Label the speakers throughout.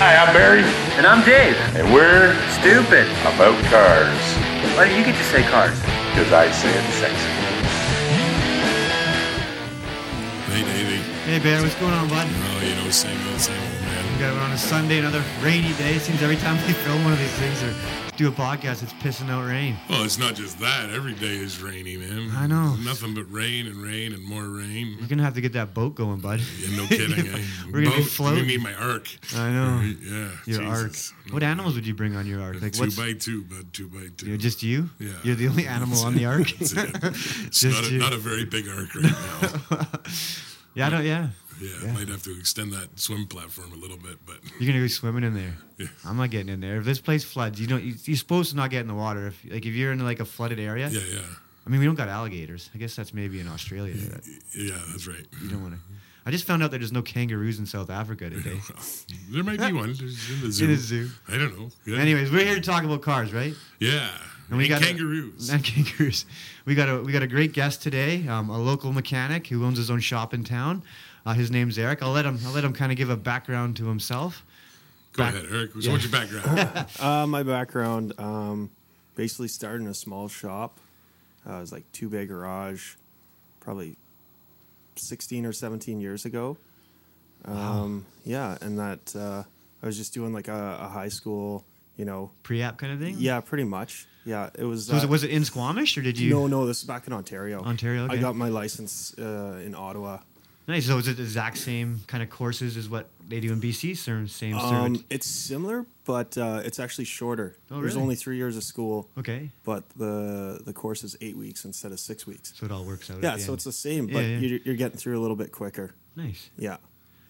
Speaker 1: Hi, I'm Barry,
Speaker 2: And I'm Dave.
Speaker 1: and we're
Speaker 2: Stupid.
Speaker 1: about cars
Speaker 2: Why don't you get to say cars?
Speaker 1: because I say it's sexy.
Speaker 3: Hey, Davey.
Speaker 4: Hey, Bear, what's going on, bud?
Speaker 3: Oh, you know, same old, same old, man.
Speaker 4: We got it on a Sunday, another rainy day. It seems every time we film one of these things or do a podcast, it's pissing out rain.
Speaker 3: Well, it's not just that. Every day is rainy, man.
Speaker 4: I know.
Speaker 3: Nothing but rain and rain and more rain.
Speaker 4: You're gonna have to get that boat going, bud.
Speaker 3: Yeah, no kidding. eh?
Speaker 4: We're gonna be
Speaker 3: Boat,
Speaker 4: floating.
Speaker 3: You mean my arc?
Speaker 4: I know.
Speaker 3: Yeah.
Speaker 4: Your
Speaker 3: Jesus.
Speaker 4: ark. What animals would you bring on your ark? Like
Speaker 3: two
Speaker 4: what's
Speaker 3: by two, bud. Two by two.
Speaker 4: you know, just you?
Speaker 3: Yeah.
Speaker 4: You're the only animal on the ark.
Speaker 3: That's it. It's
Speaker 4: Just
Speaker 3: not, a,
Speaker 4: you.
Speaker 3: not a very big arc right now.
Speaker 4: yeah, I don't. Yeah.
Speaker 3: Yeah,
Speaker 4: Yeah.
Speaker 3: might have to extend that swim platform a little bit, but
Speaker 4: You're gonna go swimming in there. I'm not getting in there. If this place floods, you don't. You, you're supposed to not get in the water. If like if you're in like a flooded area.
Speaker 3: yeah, yeah,
Speaker 4: I mean, we don't got alligators. I guess that's maybe in Australia. That
Speaker 3: yeah, that's right.
Speaker 4: you don't want to. I just found out that there's no kangaroos in South Africa today.
Speaker 3: There might be one There's in the zoo.
Speaker 4: In a zoo.
Speaker 3: I don't know. Yeah.
Speaker 4: Anyways, we're here to talk about cars, right?
Speaker 3: yeah,
Speaker 4: And we
Speaker 3: And
Speaker 4: got a-
Speaker 3: kangaroos.
Speaker 4: Not kangaroos. We got a we got a great guest today, um, a local mechanic who owns his own shop in town. Uh, his name's Eric. I'll let him I'll let him kind of give a background to himself.
Speaker 3: Go
Speaker 4: back-
Speaker 3: ahead, Eric. So
Speaker 4: Yeah.
Speaker 3: What's your background?
Speaker 5: Uh, my background, um, basically started in a small shop. Uh, it was like two bay garage, probably 16 or 17 years ago. Um, Yeah, and that uh, I was just doing like a, a high school, you know.
Speaker 4: Pre-app kind of thing.
Speaker 5: Yeah, pretty much. Yeah, it was.
Speaker 4: So was,
Speaker 5: uh,
Speaker 4: it, was it in Squamish or did you?
Speaker 5: no, no, this is back in Ontario.
Speaker 4: Ontario, okay.
Speaker 5: I got my license uh, in Ottawa.
Speaker 4: Nice. So was it the exact same kind of courses as what they do in BC? Same same
Speaker 5: Um,
Speaker 4: cert.
Speaker 5: it's similar, but uh, it's actually shorter.
Speaker 4: Oh,
Speaker 5: There's
Speaker 4: really?
Speaker 5: only three years of school,
Speaker 4: Okay.
Speaker 5: but the the course is eight weeks instead of six weeks.
Speaker 4: So it all works out. at
Speaker 5: Yeah,
Speaker 4: the
Speaker 5: so
Speaker 4: end.
Speaker 5: it's the same,
Speaker 4: Yeah,
Speaker 5: but
Speaker 4: yeah.
Speaker 5: You're, you're getting through a little bit quicker.
Speaker 4: nice.
Speaker 5: Yeah.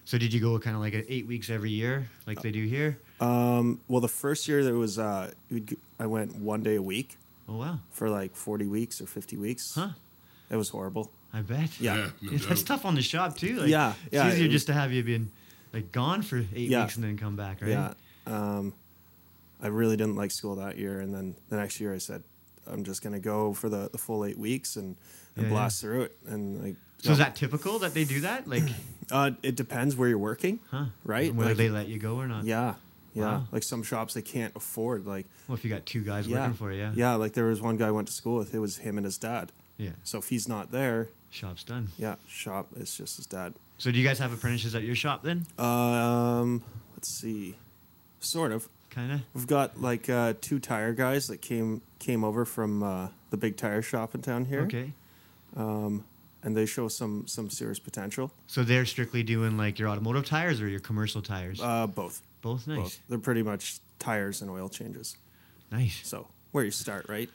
Speaker 4: So did you go kind of like at eight weeks every year,
Speaker 5: Uh,
Speaker 4: like they do here?
Speaker 5: Um, well, the first year there was, uh, we'd g- I went one day a week
Speaker 4: Oh wow.
Speaker 5: for like 40 weeks or 50 weeks.
Speaker 4: Huh.
Speaker 5: It was horrible.
Speaker 4: I bet.
Speaker 5: Yeah.
Speaker 3: Yeah, no
Speaker 4: Yeah, that's
Speaker 3: doubt.
Speaker 4: tough on the shop too. Like,
Speaker 5: Yeah, yeah,
Speaker 4: It's easier
Speaker 5: it was-
Speaker 4: just to have you been like gone for eight
Speaker 5: Yeah.
Speaker 4: weeks and then come back, right?
Speaker 5: Yeah. Um, I really didn't like school that year. And then the next year I said, I'm just going to go for the, the full eight weeks and, and
Speaker 4: Yeah, yeah.
Speaker 5: blast through it. And like,
Speaker 4: So is that typical that they do that? Like,
Speaker 5: uh, it depends where you're working,
Speaker 4: huh?
Speaker 5: right?
Speaker 4: Whether
Speaker 5: Like,
Speaker 4: they let you go or not?
Speaker 5: yeah. Yeah.
Speaker 4: Wow.
Speaker 5: Like some shops they can't afford, like,
Speaker 4: Well, if you got two guys working for you, yeah.
Speaker 5: Yeah, like there was one guy I went to school with. It was him and his dad.
Speaker 4: Yeah.
Speaker 5: So if he's not there,
Speaker 4: Shop's done.
Speaker 5: yeah, shop it's just his dad.
Speaker 4: So do you guys have apprentices at your shop then?
Speaker 5: Um, let's see, sort of.
Speaker 4: Kind of.
Speaker 5: We've got like uh, two tire guys that came came over from uh, the big tire shop in town here.
Speaker 4: Okay.
Speaker 5: And they show some some serious potential.
Speaker 4: So they're strictly doing like your automotive tires or your commercial tires?
Speaker 5: Uh, both.
Speaker 4: both nice.
Speaker 5: Both. They're pretty much tires and oil changes.
Speaker 4: Nice.
Speaker 5: So where you start, right?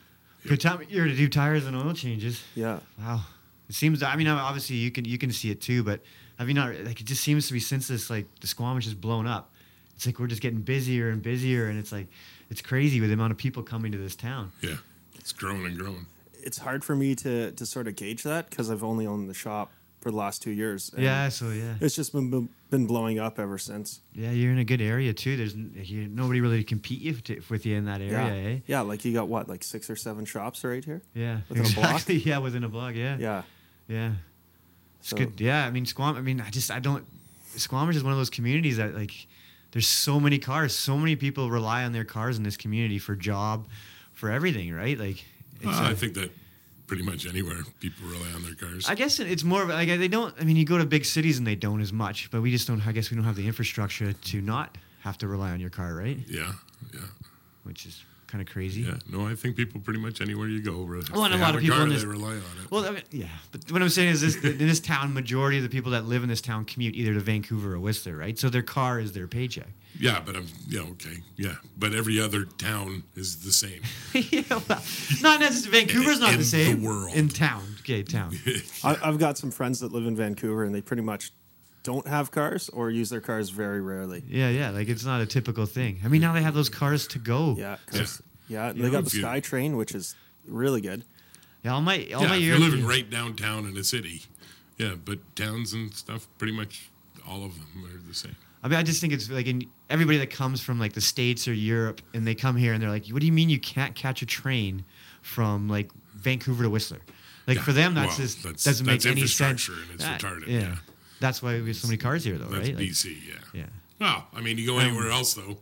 Speaker 4: Good time of year to do tires and oil changes.
Speaker 5: Yeah.
Speaker 4: Wow. It seems. I mean, obviously you can you can see it too, but have you not? Like, it just seems to be since this like the Squamish is blown up. It's like we're just getting busier and busier, and it's like it's crazy with the amount of people coming to this town.
Speaker 3: yeah, it's growing and growing.
Speaker 5: It's hard for me to to sort of gauge that because I've only owned the shop for the last two years. and
Speaker 4: Yeah. So yeah.
Speaker 5: It's just been been blowing up ever since.
Speaker 4: Yeah, you're in a good area too. There's n- you, nobody really to compete you to, with you in that area,
Speaker 5: yeah.
Speaker 4: eh?
Speaker 5: Yeah, like you got what, like six or seven shops right here?
Speaker 4: Yeah.
Speaker 5: Within a block?
Speaker 4: exactly. Yeah, within a block. Yeah.
Speaker 5: Yeah.
Speaker 4: Yeah. It's
Speaker 5: So-
Speaker 4: good. Yeah, I mean Squam. I mean, I just I don't. Squamish is one of those communities that like, there's so many cars. So many people rely on their cars in this community for job, for everything. Right? Like, it's,
Speaker 3: Well,
Speaker 4: uh,
Speaker 3: I think that pretty much anywhere people rely on their cars.
Speaker 4: I guess it- it's more of like they don't. I mean, you go to big cities and they don't as much, but we just don't. I guess we don't have the infrastructure to not have to rely on your car, right?
Speaker 3: yeah, yeah,
Speaker 4: Which is kind of crazy.
Speaker 3: yeah. No, I think people pretty much anywhere you go, if
Speaker 4: Well, and
Speaker 3: they
Speaker 4: a lot
Speaker 3: have
Speaker 4: of people
Speaker 3: car,
Speaker 4: in this-
Speaker 3: they rely on it.
Speaker 4: Well, I mean, yeah, but what I'm saying is this: in this town, majority of the people that live in this town commute either to Vancouver or Whistler, right? So their car is their paycheck.
Speaker 3: yeah, but I'm yeah okay yeah, but every other town is the same.
Speaker 4: yeah, well, not necessarily. Vancouver's not
Speaker 3: In
Speaker 4: the
Speaker 3: the
Speaker 4: same.
Speaker 3: world.
Speaker 4: In town. Okay, town.
Speaker 5: I, I've got some friends that live in Vancouver and they pretty much don't have cars or use their cars very rarely.
Speaker 4: Yeah, yeah. Like it's not a typical thing. I mean, now they have those cars to go.
Speaker 5: Yeah.
Speaker 3: Yeah.
Speaker 5: 'cause- yeah. and they got the
Speaker 3: Yeah.
Speaker 5: Sky Train, which is really good.
Speaker 4: Yeah, all my all
Speaker 3: yeah,
Speaker 4: my
Speaker 3: if
Speaker 4: years.
Speaker 3: you're living right downtown in a city, yeah, but towns and stuff, pretty much all of them are the same.
Speaker 4: I mean, I just think it's like in everybody that comes from like the states or Europe and they come here and they're like, "What do you mean you can't catch a train from like Vancouver to Whistler?" Like
Speaker 3: Yeah,
Speaker 4: for them,
Speaker 3: well,
Speaker 4: that's just
Speaker 3: that's-
Speaker 4: doesn't
Speaker 3: that's
Speaker 4: make any sense. Uh,
Speaker 3: infrastructure and it's retarded, yeah.
Speaker 4: That's why we have so many cars here, though,
Speaker 3: That's
Speaker 4: right? Like,
Speaker 3: BC, yeah.
Speaker 4: yeah. Um,
Speaker 3: Well, I mean, you go anywhere else though,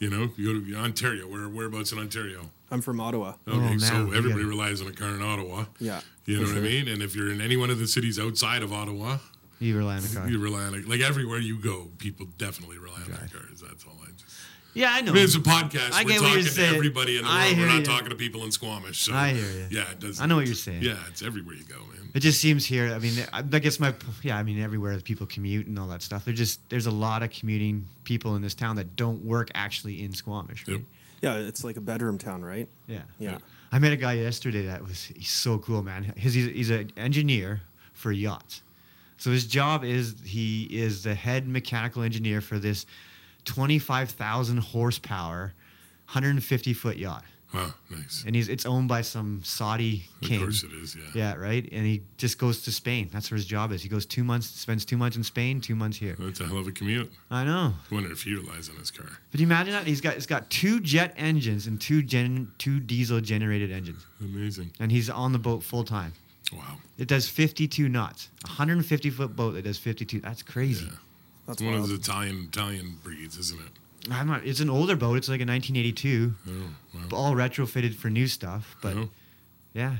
Speaker 3: you know, you go to Ontario. Where whereabouts in Ontario?
Speaker 5: I'm from Ottawa.
Speaker 3: Okay,
Speaker 4: Oh,
Speaker 3: so
Speaker 4: man, we
Speaker 3: everybody
Speaker 4: gotta-
Speaker 3: relies on a car in Ottawa.
Speaker 5: Yeah,
Speaker 3: you know
Speaker 5: for
Speaker 3: what I
Speaker 5: sure.
Speaker 3: mean. And if you're in any one of the cities outside of Ottawa,
Speaker 4: You rely on a car.
Speaker 3: you rely on it. Like everywhere you go, people definitely rely on their cars. That's all I just.
Speaker 4: Yeah, I know.
Speaker 3: I mean, it's a podcast.
Speaker 4: I
Speaker 3: We're
Speaker 4: get what you're
Speaker 3: talking to
Speaker 4: saying.
Speaker 3: everybody in the
Speaker 4: I
Speaker 3: world. We're
Speaker 4: hear
Speaker 3: not
Speaker 4: you.
Speaker 3: talking to people in Squamish. So,
Speaker 4: I hear you.
Speaker 3: Yeah, it does.
Speaker 4: I know what you're saying.
Speaker 3: Yeah, it's everywhere you go, man.
Speaker 4: It just seems here. I mean, I I guess my yeah. I mean, everywhere that people commute and all that stuff. There's just there's a lot of commuting people in this town that don't work actually in Squamish. right?
Speaker 3: Yep.
Speaker 5: Yeah, it's like a bedroom town, right?
Speaker 4: Yeah.
Speaker 5: Yeah.
Speaker 4: I met a guy yesterday that was he's so cool, man. His he's, he's an engineer for yachts. So his job is he is the head mechanical engineer for this 25,000 horsepower 150 foot yacht.
Speaker 3: Wow, nice.
Speaker 4: And he's it's owned by some Saudi king.
Speaker 3: Of course it is. Yeah.
Speaker 4: Yeah, right? And he just goes to Spain. That's where his job is. He goes 2 months spends 2 months in Spain, 2 months here.
Speaker 3: That's a hell of a commute.
Speaker 4: I know.
Speaker 3: I wonder if he relies on his car.
Speaker 4: But imagine that he's got he's got two jet engines and two gen two diesel generated engines
Speaker 3: Amazing.
Speaker 4: and he's on the boat full time.
Speaker 3: Wow.
Speaker 4: It does 52 knots. 150 foot boat that does 52. That's crazy.
Speaker 3: Yeah.
Speaker 5: That's
Speaker 3: It's one of
Speaker 5: wild.
Speaker 3: those Italian Italian breeds, isn't it?
Speaker 4: I'm not. It's an older boat. It's like a 1982,
Speaker 3: Oh, wow.
Speaker 4: all retrofitted for new stuff. But
Speaker 3: Oh,
Speaker 4: yeah,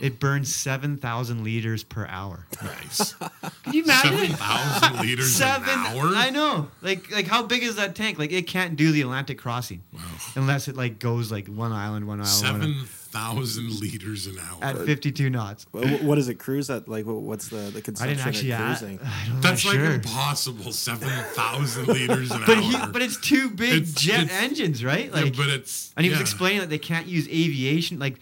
Speaker 4: it burns 7,000 liters per hour.
Speaker 3: nice.
Speaker 4: Can you
Speaker 3: Seven
Speaker 4: imagine?
Speaker 3: thousand liters
Speaker 4: Seven.
Speaker 3: an hour.
Speaker 4: I know. Like like how big is that tank? Like it can't do the Atlantic crossing
Speaker 3: Wow.
Speaker 4: unless it like goes like one island, one island, one
Speaker 3: Seven
Speaker 4: island,
Speaker 3: thousand liters an hour.
Speaker 4: at 52 knots.
Speaker 5: Wha- wha- what is it? Cruise at like wha- what's the the
Speaker 4: I
Speaker 5: consumption
Speaker 4: didn't actually.
Speaker 5: of
Speaker 4: I,
Speaker 5: cruising?
Speaker 4: I don't
Speaker 3: That's
Speaker 4: know.
Speaker 3: like
Speaker 4: sure.
Speaker 3: impossible. Seven thousand liters an
Speaker 4: But
Speaker 3: hour.
Speaker 4: he, but it's two big
Speaker 3: It's-
Speaker 4: jet
Speaker 3: it's-
Speaker 4: engines, right?
Speaker 3: Yeah,
Speaker 4: Like,
Speaker 3: but it's
Speaker 4: and he was
Speaker 3: yeah.
Speaker 4: explaining that they can't use aviation, like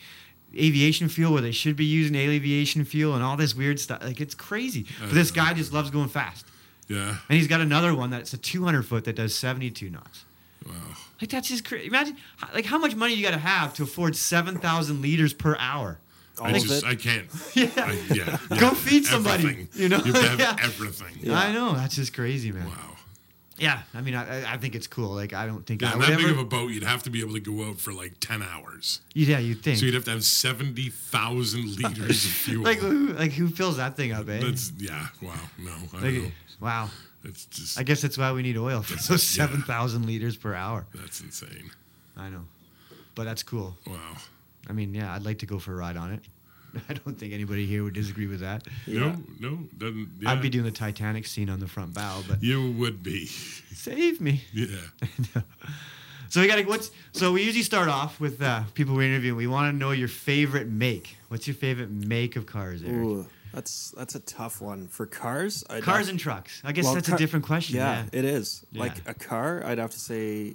Speaker 4: aviation fuel, where they should be using aviation fuel and all this weird stuff. Like it's crazy. But
Speaker 3: Uh,
Speaker 4: this guy just loves going fast,
Speaker 3: Yeah.
Speaker 4: and he's got another one that's a 200 foot that does 72 knots.
Speaker 3: Wow.
Speaker 4: Like that's just crazy. Imagine, h- like how much money you got to have to afford 7,000 liters per hour.
Speaker 5: All
Speaker 3: I
Speaker 5: of
Speaker 3: just
Speaker 5: it.
Speaker 3: I can't.
Speaker 4: Yeah.
Speaker 3: I, yeah, yeah.
Speaker 4: Go feed somebody,
Speaker 3: Everything.
Speaker 4: you know?
Speaker 3: you have to have
Speaker 4: Yeah.
Speaker 3: everything.
Speaker 4: I know that's just crazy, man.
Speaker 3: Wow.
Speaker 4: Yeah, I mean, I, I- I think it's cool. Like, I don't think
Speaker 3: Yeah,
Speaker 4: I
Speaker 3: and
Speaker 4: would
Speaker 3: that big
Speaker 4: ever-
Speaker 3: of a boat, you'd have to be able to go out for like ten hours.
Speaker 4: yeah, you'd think.
Speaker 3: So you'd have to have seventy thousand liters of fuel.
Speaker 4: like, who, like who fills that thing up, eh?
Speaker 3: That's yeah. Wow. No, I
Speaker 4: Like,
Speaker 3: don't know.
Speaker 4: wow.
Speaker 3: It's just
Speaker 4: I guess that's why we need oil for those
Speaker 3: yeah.
Speaker 4: 7,000 liters per hour.
Speaker 3: that's insane.
Speaker 4: I know. But that's cool.
Speaker 3: Wow.
Speaker 4: I mean, yeah, I'd like to go for a ride on it. I don't think anybody here would disagree with that.
Speaker 5: Yeah.
Speaker 3: No, no, doesn't. Yeah.
Speaker 4: I'd be doing the Titanic scene on the front bow, but
Speaker 3: You would be.
Speaker 4: save me.
Speaker 3: Yeah.
Speaker 4: So we got to what's so we usually start off with uh, people we interview. We want to know your favorite make. What's your favorite make of cars, Eric?
Speaker 5: Ooh, that's that's a tough one for cars. I'd
Speaker 4: Cars
Speaker 5: have-
Speaker 4: and trucks. I guess
Speaker 5: well,
Speaker 4: that's
Speaker 5: car-
Speaker 4: a different question. Yeah.
Speaker 5: it is.
Speaker 4: Yeah.
Speaker 5: Like a car, I'd have to say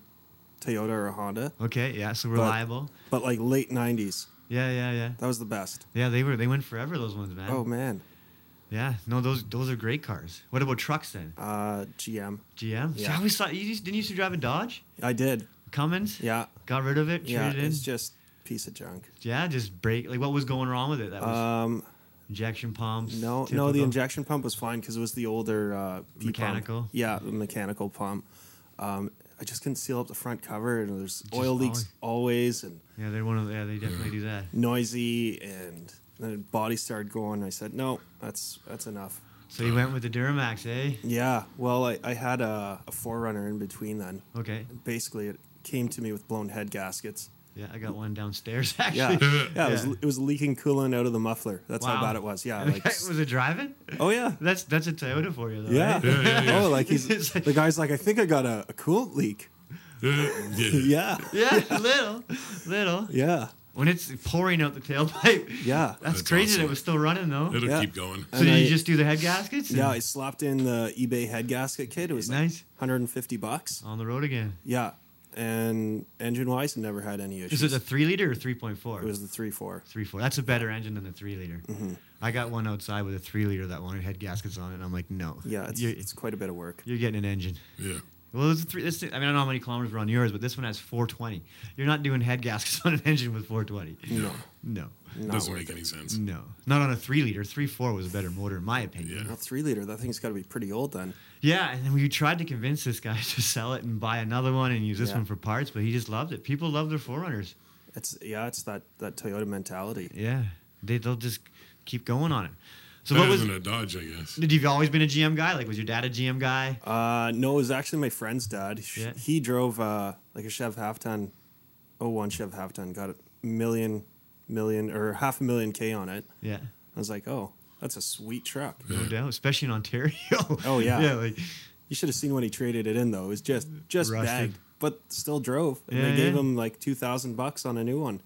Speaker 5: Toyota or Honda,
Speaker 4: Okay. Yeah. So reliable.
Speaker 5: but like late '90s,
Speaker 4: yeah. Yeah. Yeah.
Speaker 5: that was the best.
Speaker 4: Yeah. They were. They went forever. Those ones, man.
Speaker 5: Oh man,
Speaker 4: Yeah, no, those those are great cars. What about trucks then?
Speaker 5: uh, GM.
Speaker 4: GM. See, I
Speaker 5: yeah.
Speaker 4: always thought you used, didn't you used to drive a Dodge
Speaker 5: I did.
Speaker 4: Cummins.
Speaker 5: Yeah,
Speaker 4: Got rid of it.
Speaker 5: yeah.
Speaker 4: traded in.
Speaker 5: It's just piece of junk.
Speaker 4: yeah, just break. Like what was going wrong with it? That was
Speaker 5: Um,
Speaker 4: injection pumps.
Speaker 5: No, no, the
Speaker 4: typical.
Speaker 5: injection pump was fine because it was the older uh, P pump.
Speaker 4: Mechanical?
Speaker 5: Yeah, the mechanical pump. Um, I just couldn't seal up the front cover, and there's oil leaks always, and
Speaker 4: Yeah, they're one of. Yeah, they definitely do that.
Speaker 5: noisy, and then the body started going. I said, no, that's that's enough.
Speaker 4: So you went with the Duramax, eh?
Speaker 5: Yeah, well, I, I had a, a forerunner in between then.
Speaker 4: Okay.
Speaker 5: Basically, it came to me with blown head gaskets.
Speaker 4: Yeah, I got one downstairs
Speaker 5: Yeah,
Speaker 4: actually.
Speaker 5: yeah, It, was,
Speaker 4: Yeah.
Speaker 5: it was leaking coolant out of the muffler. That's
Speaker 4: Wow.
Speaker 5: how bad it was. Yeah,
Speaker 4: Okay,
Speaker 5: like,
Speaker 4: was it driving?
Speaker 5: oh yeah,
Speaker 4: That's that's a Toyota for you though.
Speaker 5: yeah.
Speaker 4: right?
Speaker 5: Oh, like he's
Speaker 4: It's like-
Speaker 5: the guy's like, I think I got a, a coolant leak.
Speaker 3: Uh, yeah.
Speaker 5: Yeah.
Speaker 4: Yeah, little, little.
Speaker 5: Yeah.
Speaker 4: When it's pouring out the tailpipe.
Speaker 5: Yeah.
Speaker 4: That's,
Speaker 3: That's
Speaker 4: crazy
Speaker 3: awesome.
Speaker 4: that it was still running though.
Speaker 3: It'll
Speaker 5: Yeah.
Speaker 3: keep going.
Speaker 4: So
Speaker 5: And
Speaker 4: did you
Speaker 5: I-
Speaker 4: just do the head gaskets?
Speaker 5: Yeah, I
Speaker 4: and
Speaker 5: slapped in the eBay head gasket kit. It was like
Speaker 4: Nice.
Speaker 5: 150 bucks.
Speaker 4: on the road again.
Speaker 5: Yeah. And engine wise, never had any
Speaker 4: Is
Speaker 5: issues.
Speaker 4: it a three liter or three point four?
Speaker 5: It was Mm-hmm. the 3 4.
Speaker 4: three four. That's a better engine than the three liter. I got one outside with a three liter that wanted head gaskets on it. and I'm like, no.
Speaker 5: Yeah, it's,
Speaker 4: you're,
Speaker 5: it's quite a bit of work.
Speaker 4: you're getting an engine.
Speaker 3: Yeah.
Speaker 4: Well, it's a three. This, I mean, I don't know how many kilometers were on yours, but this one has 420. You're not doing head gaskets on an engine with 420.
Speaker 5: No,
Speaker 4: No,
Speaker 5: not
Speaker 3: Doesn't
Speaker 5: worth
Speaker 3: make any sense.
Speaker 4: no, not on a three liter. Three four was a better motor, in my opinion.
Speaker 3: Yeah.
Speaker 5: it. Well, 3 liter, that thing's got to be pretty old then.
Speaker 4: Yeah, and then we tried to convince this guy to sell it and buy another one and use this
Speaker 5: Yeah.
Speaker 4: one for parts, but he just loved it. People love their Forerunners.
Speaker 5: It's Yeah, it's that, that Toyota mentality.
Speaker 4: Yeah, they they'll just keep going on it. So
Speaker 3: that
Speaker 4: what was?
Speaker 3: isn't a Dodge, I guess.
Speaker 4: Did you always been a GM guy? Like, was your dad a GM guy?
Speaker 5: Uh, no, it was actually my friend's dad. Sh-
Speaker 4: Yeah.
Speaker 5: He drove uh, like a Chev half ton, 01 Chev half ton, got a million, million or half a million K on it.
Speaker 4: Yeah,
Speaker 5: I was like, oh, that's a sweet truck.
Speaker 4: no doubt, especially in Ontario.
Speaker 5: Oh, yeah.
Speaker 4: yeah, like
Speaker 5: You should have seen when he traded it in though. It was just just
Speaker 4: Rusted.
Speaker 5: bagged, but still drove. And
Speaker 4: Yeah,
Speaker 5: they gave
Speaker 4: yeah.
Speaker 5: him like two thousand bucks on a new one.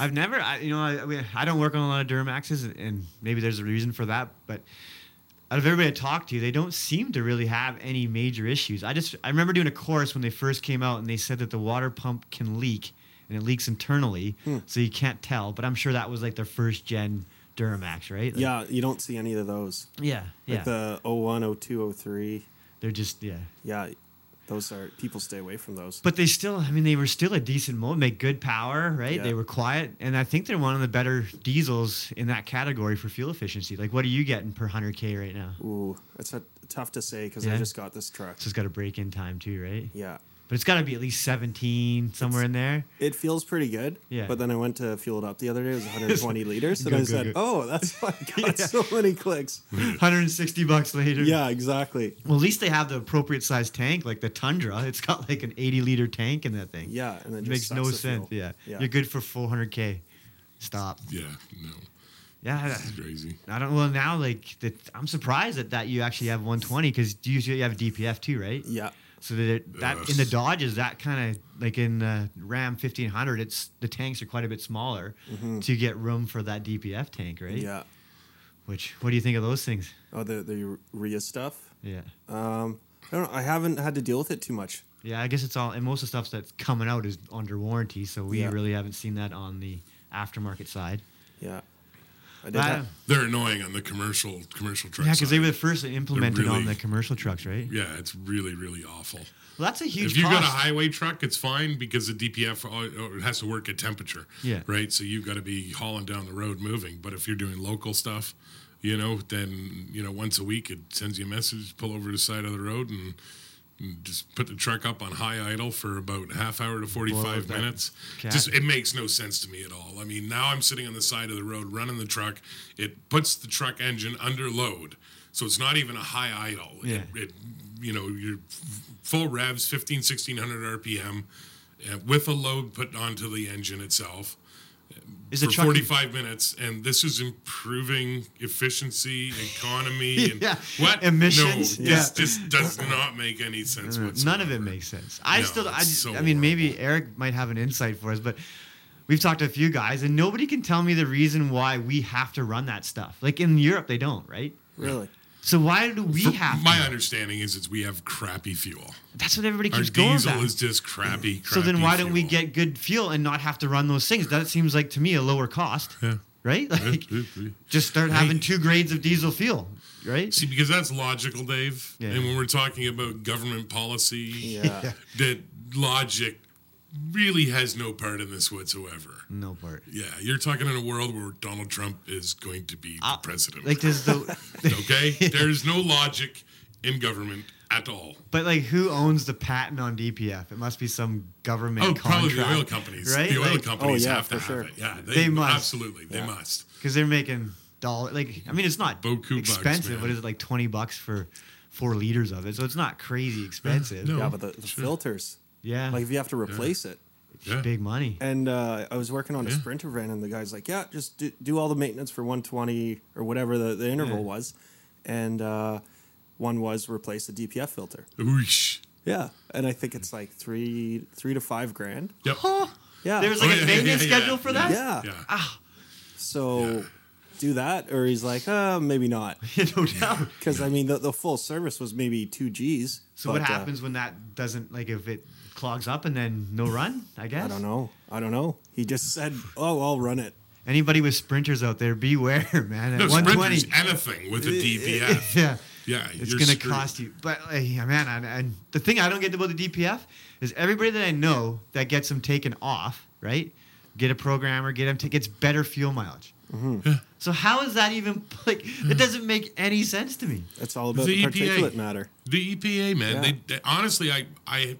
Speaker 4: I've never, I, you know, I, I, mean, I don't work on a lot of Duramaxes, and- and maybe there's a reason for that. But out of everybody I talked to, they don't seem to really have any major issues. I just, I remember doing a course when they first came out, and they said that the water pump can leak, and it leaks internally,
Speaker 5: Hmm.
Speaker 4: so you can't tell. But I'm sure that was like their first gen Duramax, right? Like-
Speaker 5: Yeah, you don't see any of those.
Speaker 4: yeah, yeah.
Speaker 5: Like the 01, 02, 03.
Speaker 4: They're just, yeah.
Speaker 5: Yeah, those are people stay away from those.
Speaker 4: But they still, I mean, they were still a decent motor, make good power, right?
Speaker 5: Yeah.
Speaker 4: They were quiet, and I think they're one of the better diesels in that category for fuel efficiency. Like, what are you getting per 100K right now?
Speaker 5: Ooh, it's a, tough to say because I
Speaker 4: Yeah.
Speaker 5: just got this truck.
Speaker 4: So it's got a break in time too, right?
Speaker 5: Yeah,
Speaker 4: But it's got to be at least 17, somewhere in there.
Speaker 5: it feels pretty good.
Speaker 4: Yeah.
Speaker 5: But then I went to fuel it up the other day. It was 120 liters, and
Speaker 4: Go,
Speaker 5: I
Speaker 4: go,
Speaker 5: said,
Speaker 4: go.
Speaker 5: "Oh, that's why I got
Speaker 4: Yeah.
Speaker 5: so many clicks."
Speaker 4: 160 bucks later.
Speaker 5: yeah, exactly.
Speaker 4: Well, at least they have the appropriate sized tank, like the Tundra. It's got like an 80 liter tank in that thing.
Speaker 5: Yeah, and then
Speaker 4: It makes no sense. Yeah. You're good for 400K. Stop.
Speaker 3: Yeah, no,
Speaker 4: Yeah.
Speaker 3: it's crazy.
Speaker 4: I don't. Well, now like that, I'm surprised that, that you actually have 120 because you usually have a DPF too, right?
Speaker 5: Yeah,
Speaker 4: So that it, that in the Dodges, that kind of like in the Ram 1500, it's the tanks are quite a bit smaller to get room for that DPF tank, right?
Speaker 5: Mm-hmm. yeah.
Speaker 4: Which what do you think of those things?
Speaker 5: Oh, the the Rhea stuff.
Speaker 4: Yeah.
Speaker 5: I don't know. I haven't had to deal with it too much.
Speaker 4: Yeah, I guess it's all and most of the stuff that's coming out is under warranty, so we
Speaker 5: Yeah.
Speaker 4: really haven't seen that on the aftermarket side.
Speaker 5: Yeah. I did
Speaker 4: Yeah, 'cause
Speaker 5: have-
Speaker 3: They're annoying on the commercial commercial truck.
Speaker 4: yeah, because they
Speaker 3: side.
Speaker 4: were the first that implemented on
Speaker 3: really-
Speaker 4: the commercial trucks, right?
Speaker 3: Yeah, it's really really awful.
Speaker 4: Well, that's a huge
Speaker 3: if you've
Speaker 4: cost.
Speaker 3: got a highway truck, it's fine because the DPF uh, uh, it has to work at temperature.
Speaker 4: Yeah.
Speaker 3: Right. So you've got to be hauling down the road, moving. But if you're doing local stuff, you know, then you know once a week it sends you a message, pull over to the side of the road and. and Just put the truck up on high idle for about half hour to forty-five
Speaker 4: that
Speaker 3: minutes.
Speaker 4: cat.
Speaker 3: Just it makes no sense to me at all. I mean, now I'm sitting on the side of the road running the truck. It puts the truck engine under load, so it's not even a high idle. It-
Speaker 4: Yeah.
Speaker 3: it, you know, your f- full revs, 15, 1600 RPM, uh, with a load put onto the engine itself
Speaker 4: is the
Speaker 3: for
Speaker 4: truck
Speaker 3: 45 minutes. And this is improving efficiency, economy, and
Speaker 4: Yeah.
Speaker 3: what?
Speaker 4: Emissions.
Speaker 3: No,
Speaker 4: Yeah. Mm.
Speaker 3: this just does not make any sense whatsoever.
Speaker 4: None of it makes sense. I
Speaker 3: No,
Speaker 4: still, I,
Speaker 3: it's
Speaker 4: just-
Speaker 3: so
Speaker 4: I mean, maybe Eric might have an insight for us, but we've talked to a few guys, and nobody can tell me the reason why we have to run that stuff. Like in Europe, they don't, right?
Speaker 5: really.
Speaker 4: So why do we
Speaker 3: For-
Speaker 4: have?
Speaker 3: My
Speaker 4: to?
Speaker 3: understanding is it's we have crappy fuel.
Speaker 4: That's what everybody
Speaker 3: Our
Speaker 4: keeps going
Speaker 3: diesel
Speaker 4: back.
Speaker 3: is just crappy, crappy
Speaker 4: so then, why don't we
Speaker 3: fuel.
Speaker 4: get good fuel and not have to run those things? That seems like to me a lower cost,
Speaker 3: Yeah.
Speaker 4: right? Like,
Speaker 3: yeah, yeah.
Speaker 4: just start having two grades of diesel fuel, right?
Speaker 3: See, because that's logical, Dave.
Speaker 4: Yeah.
Speaker 3: And when we're talking about government policy,
Speaker 5: Yeah.
Speaker 3: that logic really has no part in this whatsoever.
Speaker 4: No part.
Speaker 3: Yeah, you're talking in a world where Donald Trump is going to be the president.
Speaker 4: Ah, Like there's the,
Speaker 3: okay? There's no logic in government at all.
Speaker 4: but like who owns the patent on DPF? It must be some government.
Speaker 3: Oh,
Speaker 4: contract,
Speaker 3: probably the oil companies.
Speaker 4: right?
Speaker 3: The oil
Speaker 4: Like-
Speaker 3: companies
Speaker 5: Oh, yeah,
Speaker 3: have to
Speaker 5: for
Speaker 3: have
Speaker 5: sure.
Speaker 3: it. Yeah, they,
Speaker 4: They must.
Speaker 3: Absolutely, they must.
Speaker 4: because they're making dollar like I mean it's not
Speaker 3: Boku bucks,
Speaker 4: expensive.
Speaker 3: man.
Speaker 4: what is it like twenty bucks for four liters of it? So it's not crazy expensive.
Speaker 3: No.
Speaker 5: Yeah, but the, the filters.
Speaker 4: Yeah,
Speaker 5: Like if you have to replace it.
Speaker 3: Yeah.
Speaker 4: big money.
Speaker 5: And uh, I was working on a sprinter van, and the guy's like, "Yeah, just do, do all the maintenance for 120 or whatever the, the interval
Speaker 4: Yeah.
Speaker 5: was," and uh, one was replace the DPF filter.
Speaker 3: Oosh.
Speaker 5: Yeah, and I think it's like three three to five grand.
Speaker 3: Yep.
Speaker 5: Yeah,
Speaker 4: There was like
Speaker 3: Oh, yeah,
Speaker 4: a maintenance
Speaker 3: yeah, yeah,
Speaker 4: schedule
Speaker 3: yeah,
Speaker 4: for that.
Speaker 5: yeah.
Speaker 3: Yeah.
Speaker 5: So do that, or he's like, uh, maybe not,
Speaker 4: no doubt.
Speaker 5: because I mean the, the full service was maybe two G's.
Speaker 4: So what
Speaker 5: but, uh,
Speaker 4: happens when that doesn't like if it clogs up and then no run? I guess.
Speaker 5: I don't know. I don't know. He just said, "Oh, I'll run it."
Speaker 4: Anybody with sprinters out there, beware, man. At
Speaker 3: No,
Speaker 4: one twenty.
Speaker 3: sprinters, anything with a DPF.
Speaker 4: Yeah.
Speaker 3: Yeah,
Speaker 4: It's
Speaker 3: Uh, you're
Speaker 4: gonna
Speaker 3: screwed.
Speaker 4: cost you, but uh, yeah, man. And, and the thing I don't get about the DPF is everybody that I know that gets them taken off, right? Get a programmer, get them to gets better fuel mileage. So how is that even like? It doesn't make any sense to me. E
Speaker 5: It's all about
Speaker 3: The
Speaker 5: the,
Speaker 3: EPA.
Speaker 5: particulate matter.
Speaker 3: The EPA, E man.
Speaker 5: Yeah.
Speaker 3: They, they honestly, I, I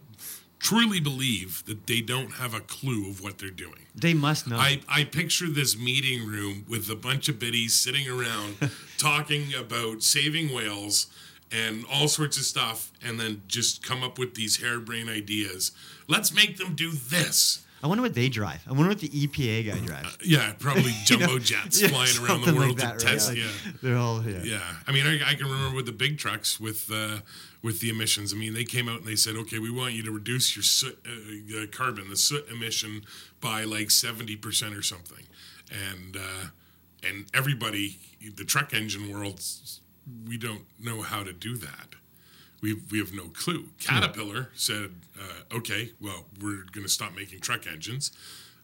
Speaker 3: truly believe that they don't have a clue of what they're doing.
Speaker 4: They must know.
Speaker 3: I, I picture this meeting room with a bunch of biddies sitting around talking about saving whales and all sorts of stuff, and then just come up with these harebrained ideas. Let's make them do this.
Speaker 4: I wonder what they drive. I wonder what the EPA guy drives.
Speaker 3: Yeah, probably jumbo jets
Speaker 4: Yeah,
Speaker 3: Uh, flying around the
Speaker 4: something like
Speaker 3: world
Speaker 4: that,
Speaker 3: to
Speaker 4: right?
Speaker 3: test.
Speaker 4: Like,
Speaker 3: yeah.
Speaker 4: They're all yeah.
Speaker 3: Yeah, I mean, I, I can remember with the big trucks with uh, with the emissions. I mean, they came out and they said, "Okay, we want you to reduce your soot, uh, the carbon, the soot emission, by like seventy percent or something," and uh, and everybody, the truck engine world, s- we don't know how to do that. We we have no clue. Caterpillar said, uh, "Okay, well, we're going to stop making truck engines."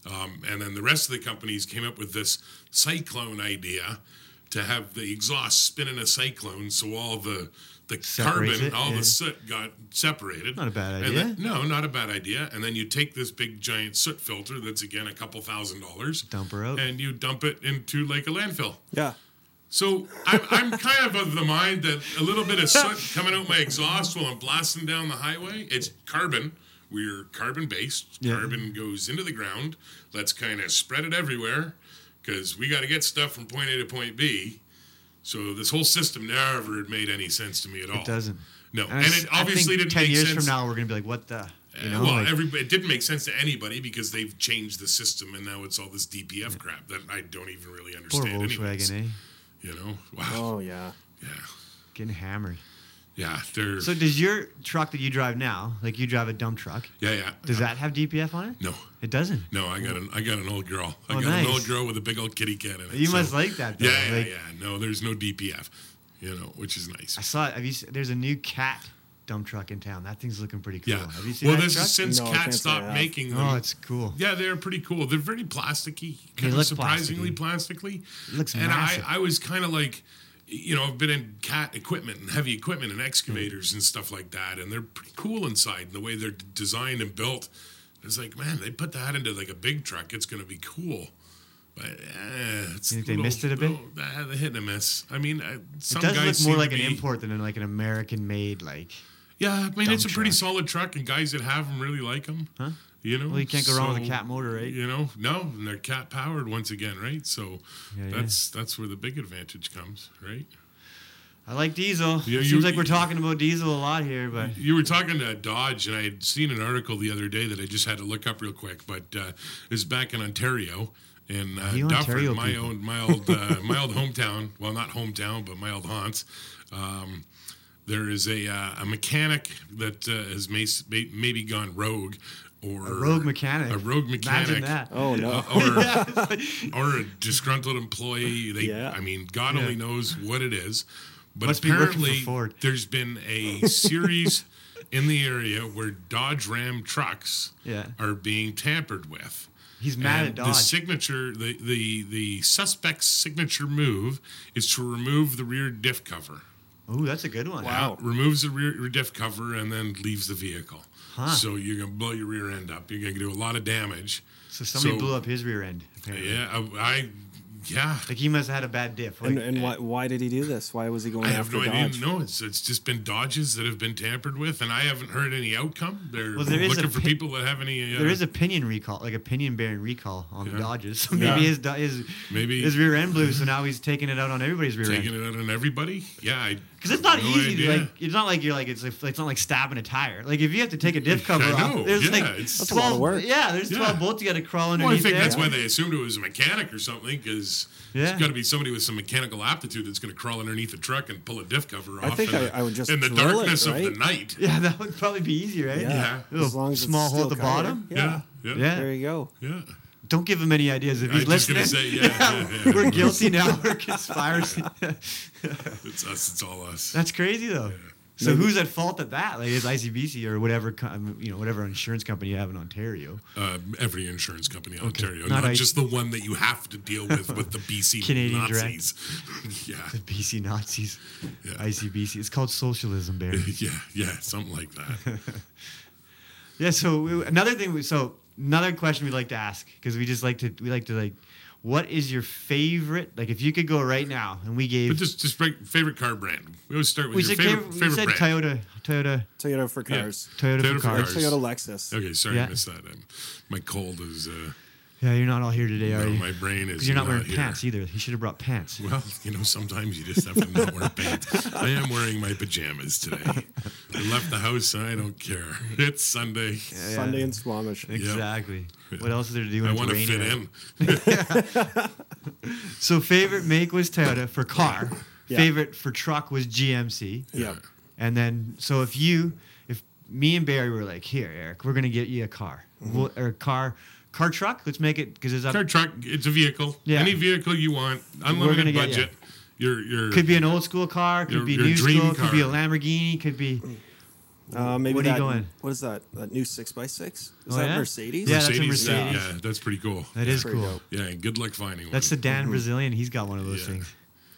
Speaker 3: Um, and then the rest of the companies came up with this cyclone idea to have the exhaust spin in a cyclone so all the the
Speaker 4: Separates
Speaker 3: carbon,
Speaker 4: it,
Speaker 3: all
Speaker 4: yeah.
Speaker 3: the soot got separated.
Speaker 4: Not a bad
Speaker 3: And then-
Speaker 4: idea.
Speaker 3: no, not a bad idea. And then you take this big giant soot filter that's again a couple thousand dollars,
Speaker 4: Dump her out.
Speaker 3: and you dump it into like a landfill.
Speaker 5: Yeah.
Speaker 3: So I'm, I'm kind of of the mind that a little bit of soot coming out my exhaust while I'm blasting down the highway, it's carbon. We're carbon based.
Speaker 4: Yeah.
Speaker 3: Carbon goes into the ground. Let's kind of spread it everywhere because we got to get stuff from point A to point B. So this whole system never made any sense to me at all.
Speaker 4: It doesn't.
Speaker 3: No,
Speaker 4: And, I
Speaker 3: Oh. and,
Speaker 4: s-
Speaker 3: it
Speaker 4: I
Speaker 3: obviously
Speaker 4: think
Speaker 3: didn't
Speaker 4: ten
Speaker 3: make
Speaker 4: years
Speaker 3: sense. Uh,
Speaker 4: from now we're gonna be like, what the? You know,
Speaker 3: well,
Speaker 4: like,
Speaker 3: every, it didn't make sense to anybody because they've changed the system, and now it's all this DPF crap that I don't even really
Speaker 4: poor
Speaker 3: understand. anyways.
Speaker 4: Volkswagen, eh?
Speaker 3: You know, wow,
Speaker 5: Oh yeah.
Speaker 3: yeah.
Speaker 4: Getting hammered.
Speaker 3: Yeah, they're
Speaker 4: So does your truck that you drive now, like you drive a dump truck,
Speaker 3: yeah, yeah.
Speaker 4: does that have DPF on it?
Speaker 3: No,
Speaker 4: It doesn't.
Speaker 3: no. I got an I got an old girl. I
Speaker 4: Oh,
Speaker 3: got
Speaker 4: nice.
Speaker 3: an old girl with a big old kitty cat in it.
Speaker 4: You
Speaker 3: so-
Speaker 4: must like that. Though.
Speaker 3: Yeah, yeah,
Speaker 4: like,
Speaker 3: yeah. No, there's no DPF. You know, which is nice.
Speaker 4: I saw. It. Have you? se- There's a new cat dump truck in town. That thing's looking pretty cool.
Speaker 3: Yeah.
Speaker 4: Have you seen
Speaker 3: Well,
Speaker 4: that
Speaker 3: this
Speaker 4: truck?
Speaker 3: is since
Speaker 5: No, I
Speaker 3: Cat
Speaker 5: can't say I
Speaker 3: stopped
Speaker 5: have.
Speaker 3: making them.
Speaker 4: oh, it's cool.
Speaker 3: Yeah, they're pretty cool. They're very plasticky,
Speaker 4: They
Speaker 3: kind
Speaker 4: look
Speaker 3: of surprisingly plastically.
Speaker 4: It looks
Speaker 3: and
Speaker 4: massive.
Speaker 3: I, I was kind of like, you know, I've been in cat equipment and heavy equipment and excavators and stuff like that, and they're pretty cool inside. And the way they're d- designed and built, it's like, man, they put that into like a big truck. It's going to be cool. But eh, it's
Speaker 4: You think they missed it a bit?
Speaker 3: little- eh, they hit and a miss. I mean, I, some
Speaker 4: It does
Speaker 3: guys
Speaker 4: look
Speaker 3: seem
Speaker 4: more
Speaker 3: to
Speaker 4: like an
Speaker 3: be-
Speaker 4: import than like an American-made like.
Speaker 3: Yeah, I mean,
Speaker 4: dump
Speaker 3: it's a pretty
Speaker 4: truck.
Speaker 3: solid truck, and guys that have them really like them. Huh? You know,
Speaker 4: Well, you can't go wrong with a
Speaker 3: so-
Speaker 4: cat motor, right?
Speaker 3: you know no and they're cat powered once again right so
Speaker 4: Yeah, yeah.
Speaker 3: that's that's where the big advantage comes right
Speaker 4: I like diesel.
Speaker 3: Yeah, you-
Speaker 4: it seems like we're
Speaker 3: you-
Speaker 4: talking about diesel a lot here, but
Speaker 3: you were talking to dodge and i had seen an article the other day that i just had to look up real quick but uh is back in ontario in uh,
Speaker 4: You Ontario
Speaker 3: Duffer, my
Speaker 4: people.
Speaker 3: own my old uh, my old hometown well not hometown but my old haunts um there is a uh, a mechanic that uh, has may, may, maybe gone rogue or
Speaker 4: a rogue mechanic.
Speaker 3: a rogue
Speaker 4: Imagine
Speaker 3: mechanic
Speaker 4: that.
Speaker 5: Oh no.
Speaker 3: uh, or, or a disgruntled employee. They,
Speaker 5: Yeah.
Speaker 3: I mean, God only knows what it is. But
Speaker 4: Must be working for
Speaker 3: apparently,
Speaker 4: Ford.
Speaker 3: there's been a series in the area where Dodge Ram trucks
Speaker 4: Yeah.
Speaker 3: are being tampered with.
Speaker 4: He's mad
Speaker 3: And
Speaker 4: at
Speaker 3: The
Speaker 4: Dodge.
Speaker 3: signature, the, the the suspect's signature move is to remove the rear diff cover.
Speaker 4: oh, that's a good one.
Speaker 5: Wow.
Speaker 3: Removes the rear, rear diff cover and then leaves the vehicle.
Speaker 4: Huh.
Speaker 3: So you're gonna blow your rear end up. You're gonna do a lot of damage.
Speaker 4: So somebody
Speaker 3: So-
Speaker 4: blew up his rear end. Apparently.
Speaker 3: Yeah, I, I yeah.
Speaker 4: Like he must have had a bad diff. Like,
Speaker 5: And, and why, why did he do this? Why was he going
Speaker 3: eh, I have
Speaker 5: after
Speaker 3: no
Speaker 5: Dodge?
Speaker 3: idea. No, it's it's just been dodges that have been tampered with, and I haven't heard any outcome. They're
Speaker 4: Well, there is
Speaker 3: looking
Speaker 4: a
Speaker 3: for
Speaker 4: pi-
Speaker 3: people that have any. Uh,
Speaker 4: there is opinion recall, like opinion bearing recall on the
Speaker 3: Yeah.
Speaker 4: Dodges. So maybe
Speaker 3: Yeah.
Speaker 4: his do- his
Speaker 3: Maybe-
Speaker 4: his rear end blew, so now he's taking it out on everybody's rear
Speaker 3: taking
Speaker 4: end.
Speaker 3: it out on everybody. Yeah, I-
Speaker 4: Because it's not
Speaker 3: no
Speaker 4: easy. To,
Speaker 3: idea.
Speaker 4: like it's not like you're like it's like, it's not like stabbing a tire. Like if you have to take a diff
Speaker 3: I
Speaker 4: cover
Speaker 3: know,
Speaker 4: off, there's
Speaker 3: yeah,
Speaker 4: like
Speaker 3: it's- That's
Speaker 5: a lot of
Speaker 4: 12
Speaker 5: work.
Speaker 4: Yeah, there's
Speaker 3: Yeah.
Speaker 4: twelve bolts you got to crawl
Speaker 3: well, I
Speaker 4: underneath.
Speaker 3: think
Speaker 4: there.
Speaker 3: that's why they assumed it was a mechanic or something, because
Speaker 4: Yeah.
Speaker 3: there's got to be somebody with some mechanical aptitude that's going to crawl underneath a truck and pull a diff cover off.
Speaker 5: I think
Speaker 3: in
Speaker 5: I-
Speaker 3: the,
Speaker 5: I would just
Speaker 3: in the
Speaker 5: drill it,
Speaker 3: darkness of
Speaker 5: right?
Speaker 3: the night.
Speaker 4: Yeah, that would probably be easy, right?
Speaker 3: Yeah.
Speaker 4: Little
Speaker 5: As long as it's
Speaker 4: small hole at
Speaker 5: steel
Speaker 4: the
Speaker 5: covered.
Speaker 4: bottom.
Speaker 5: Yeah.
Speaker 3: yeah,
Speaker 4: Yeah.
Speaker 5: There you go.
Speaker 3: yeah.
Speaker 4: Don't give him any ideas if
Speaker 3: I
Speaker 4: he's
Speaker 3: was just
Speaker 4: listening.
Speaker 3: gonna say, yeah, yeah, yeah.
Speaker 4: We're guilty now. We're conspiracy.
Speaker 3: It's us. It's all us.
Speaker 4: That's crazy though. So who's at fault at that? Like is ICBC or whatever com- you know whatever insurance company you have in Ontario,
Speaker 3: Uh, every insurance company in Ontario, not,
Speaker 4: Not I-
Speaker 3: just the one that you have to deal with with the BC
Speaker 4: Canadian Direct.
Speaker 3: Nazis. yeah.
Speaker 4: the BC Nazis,
Speaker 3: Yeah.
Speaker 4: ICBC. It's called socialism, Barry.
Speaker 3: Yeah, yeah, something like that.
Speaker 4: yeah. So we, another thing. We, so another question we'd like to ask because we just like to we like to like What is your favorite? Like, if you could go right now, and we gave
Speaker 3: But just just break, favorite car brand. We always start with
Speaker 4: we
Speaker 3: your
Speaker 4: said,
Speaker 3: favorite,
Speaker 4: favorite,
Speaker 3: favorite
Speaker 4: we said
Speaker 3: brand.
Speaker 4: Toyota, Toyota,
Speaker 5: Toyota for
Speaker 3: Yeah.
Speaker 5: cars.
Speaker 4: Toyota,
Speaker 3: Toyota
Speaker 4: for
Speaker 3: for
Speaker 4: cars.
Speaker 3: cars.
Speaker 5: Toyota Lexus.
Speaker 3: Okay, sorry
Speaker 4: Yeah.
Speaker 3: I missed that. Um, my cold is. Uh,
Speaker 4: Yeah, you're not all here today, are
Speaker 3: no,
Speaker 4: you?
Speaker 3: my brain is.
Speaker 4: Because you're not wearing
Speaker 3: here.
Speaker 4: pants either. He should have brought pants.
Speaker 3: Well, you know, sometimes you just have to not wear pants. I am wearing my pajamas today. I left the house and I don't care. It's Sunday.
Speaker 5: Sunday in Squamish.
Speaker 4: Exactly. What else is there to do when
Speaker 3: I
Speaker 4: it's
Speaker 3: want to
Speaker 4: raining?
Speaker 3: fit
Speaker 4: out?
Speaker 3: in.
Speaker 4: So favorite make was Toyota for car.
Speaker 5: Yeah.
Speaker 4: Favorite for truck was GMC.
Speaker 5: Yeah.
Speaker 4: And then so if you if me and Barry were like, here, Eric, we're gonna get you a car. We'll, or a car car truck, let's make it because it's up
Speaker 3: Mm-hmm. Car truck. It's a vehicle.
Speaker 4: Yeah.
Speaker 3: Any vehicle you want,
Speaker 4: gonna
Speaker 3: unlimited
Speaker 4: get-
Speaker 3: budget. Your your
Speaker 4: could be an old school car, could
Speaker 3: Your-
Speaker 4: be
Speaker 3: your
Speaker 4: new
Speaker 3: dream
Speaker 4: school, could be a
Speaker 3: car. Mm,
Speaker 4: Lamborghini, could be
Speaker 5: Uh, maybe
Speaker 4: What are you
Speaker 5: that,
Speaker 4: going?
Speaker 5: What is that? That new six x six? Is
Speaker 4: Oh,
Speaker 5: that
Speaker 4: yeah?
Speaker 5: Mercedes?
Speaker 4: Yeah, that's a
Speaker 3: Mercedes.
Speaker 4: Mercedes.
Speaker 3: Yeah, that's pretty cool.
Speaker 4: that is
Speaker 5: pretty
Speaker 4: cool.
Speaker 5: dope.
Speaker 3: Yeah, and good luck finding one.
Speaker 4: That's the Dan Brazilian, he's got one of those
Speaker 3: Yeah.
Speaker 4: things.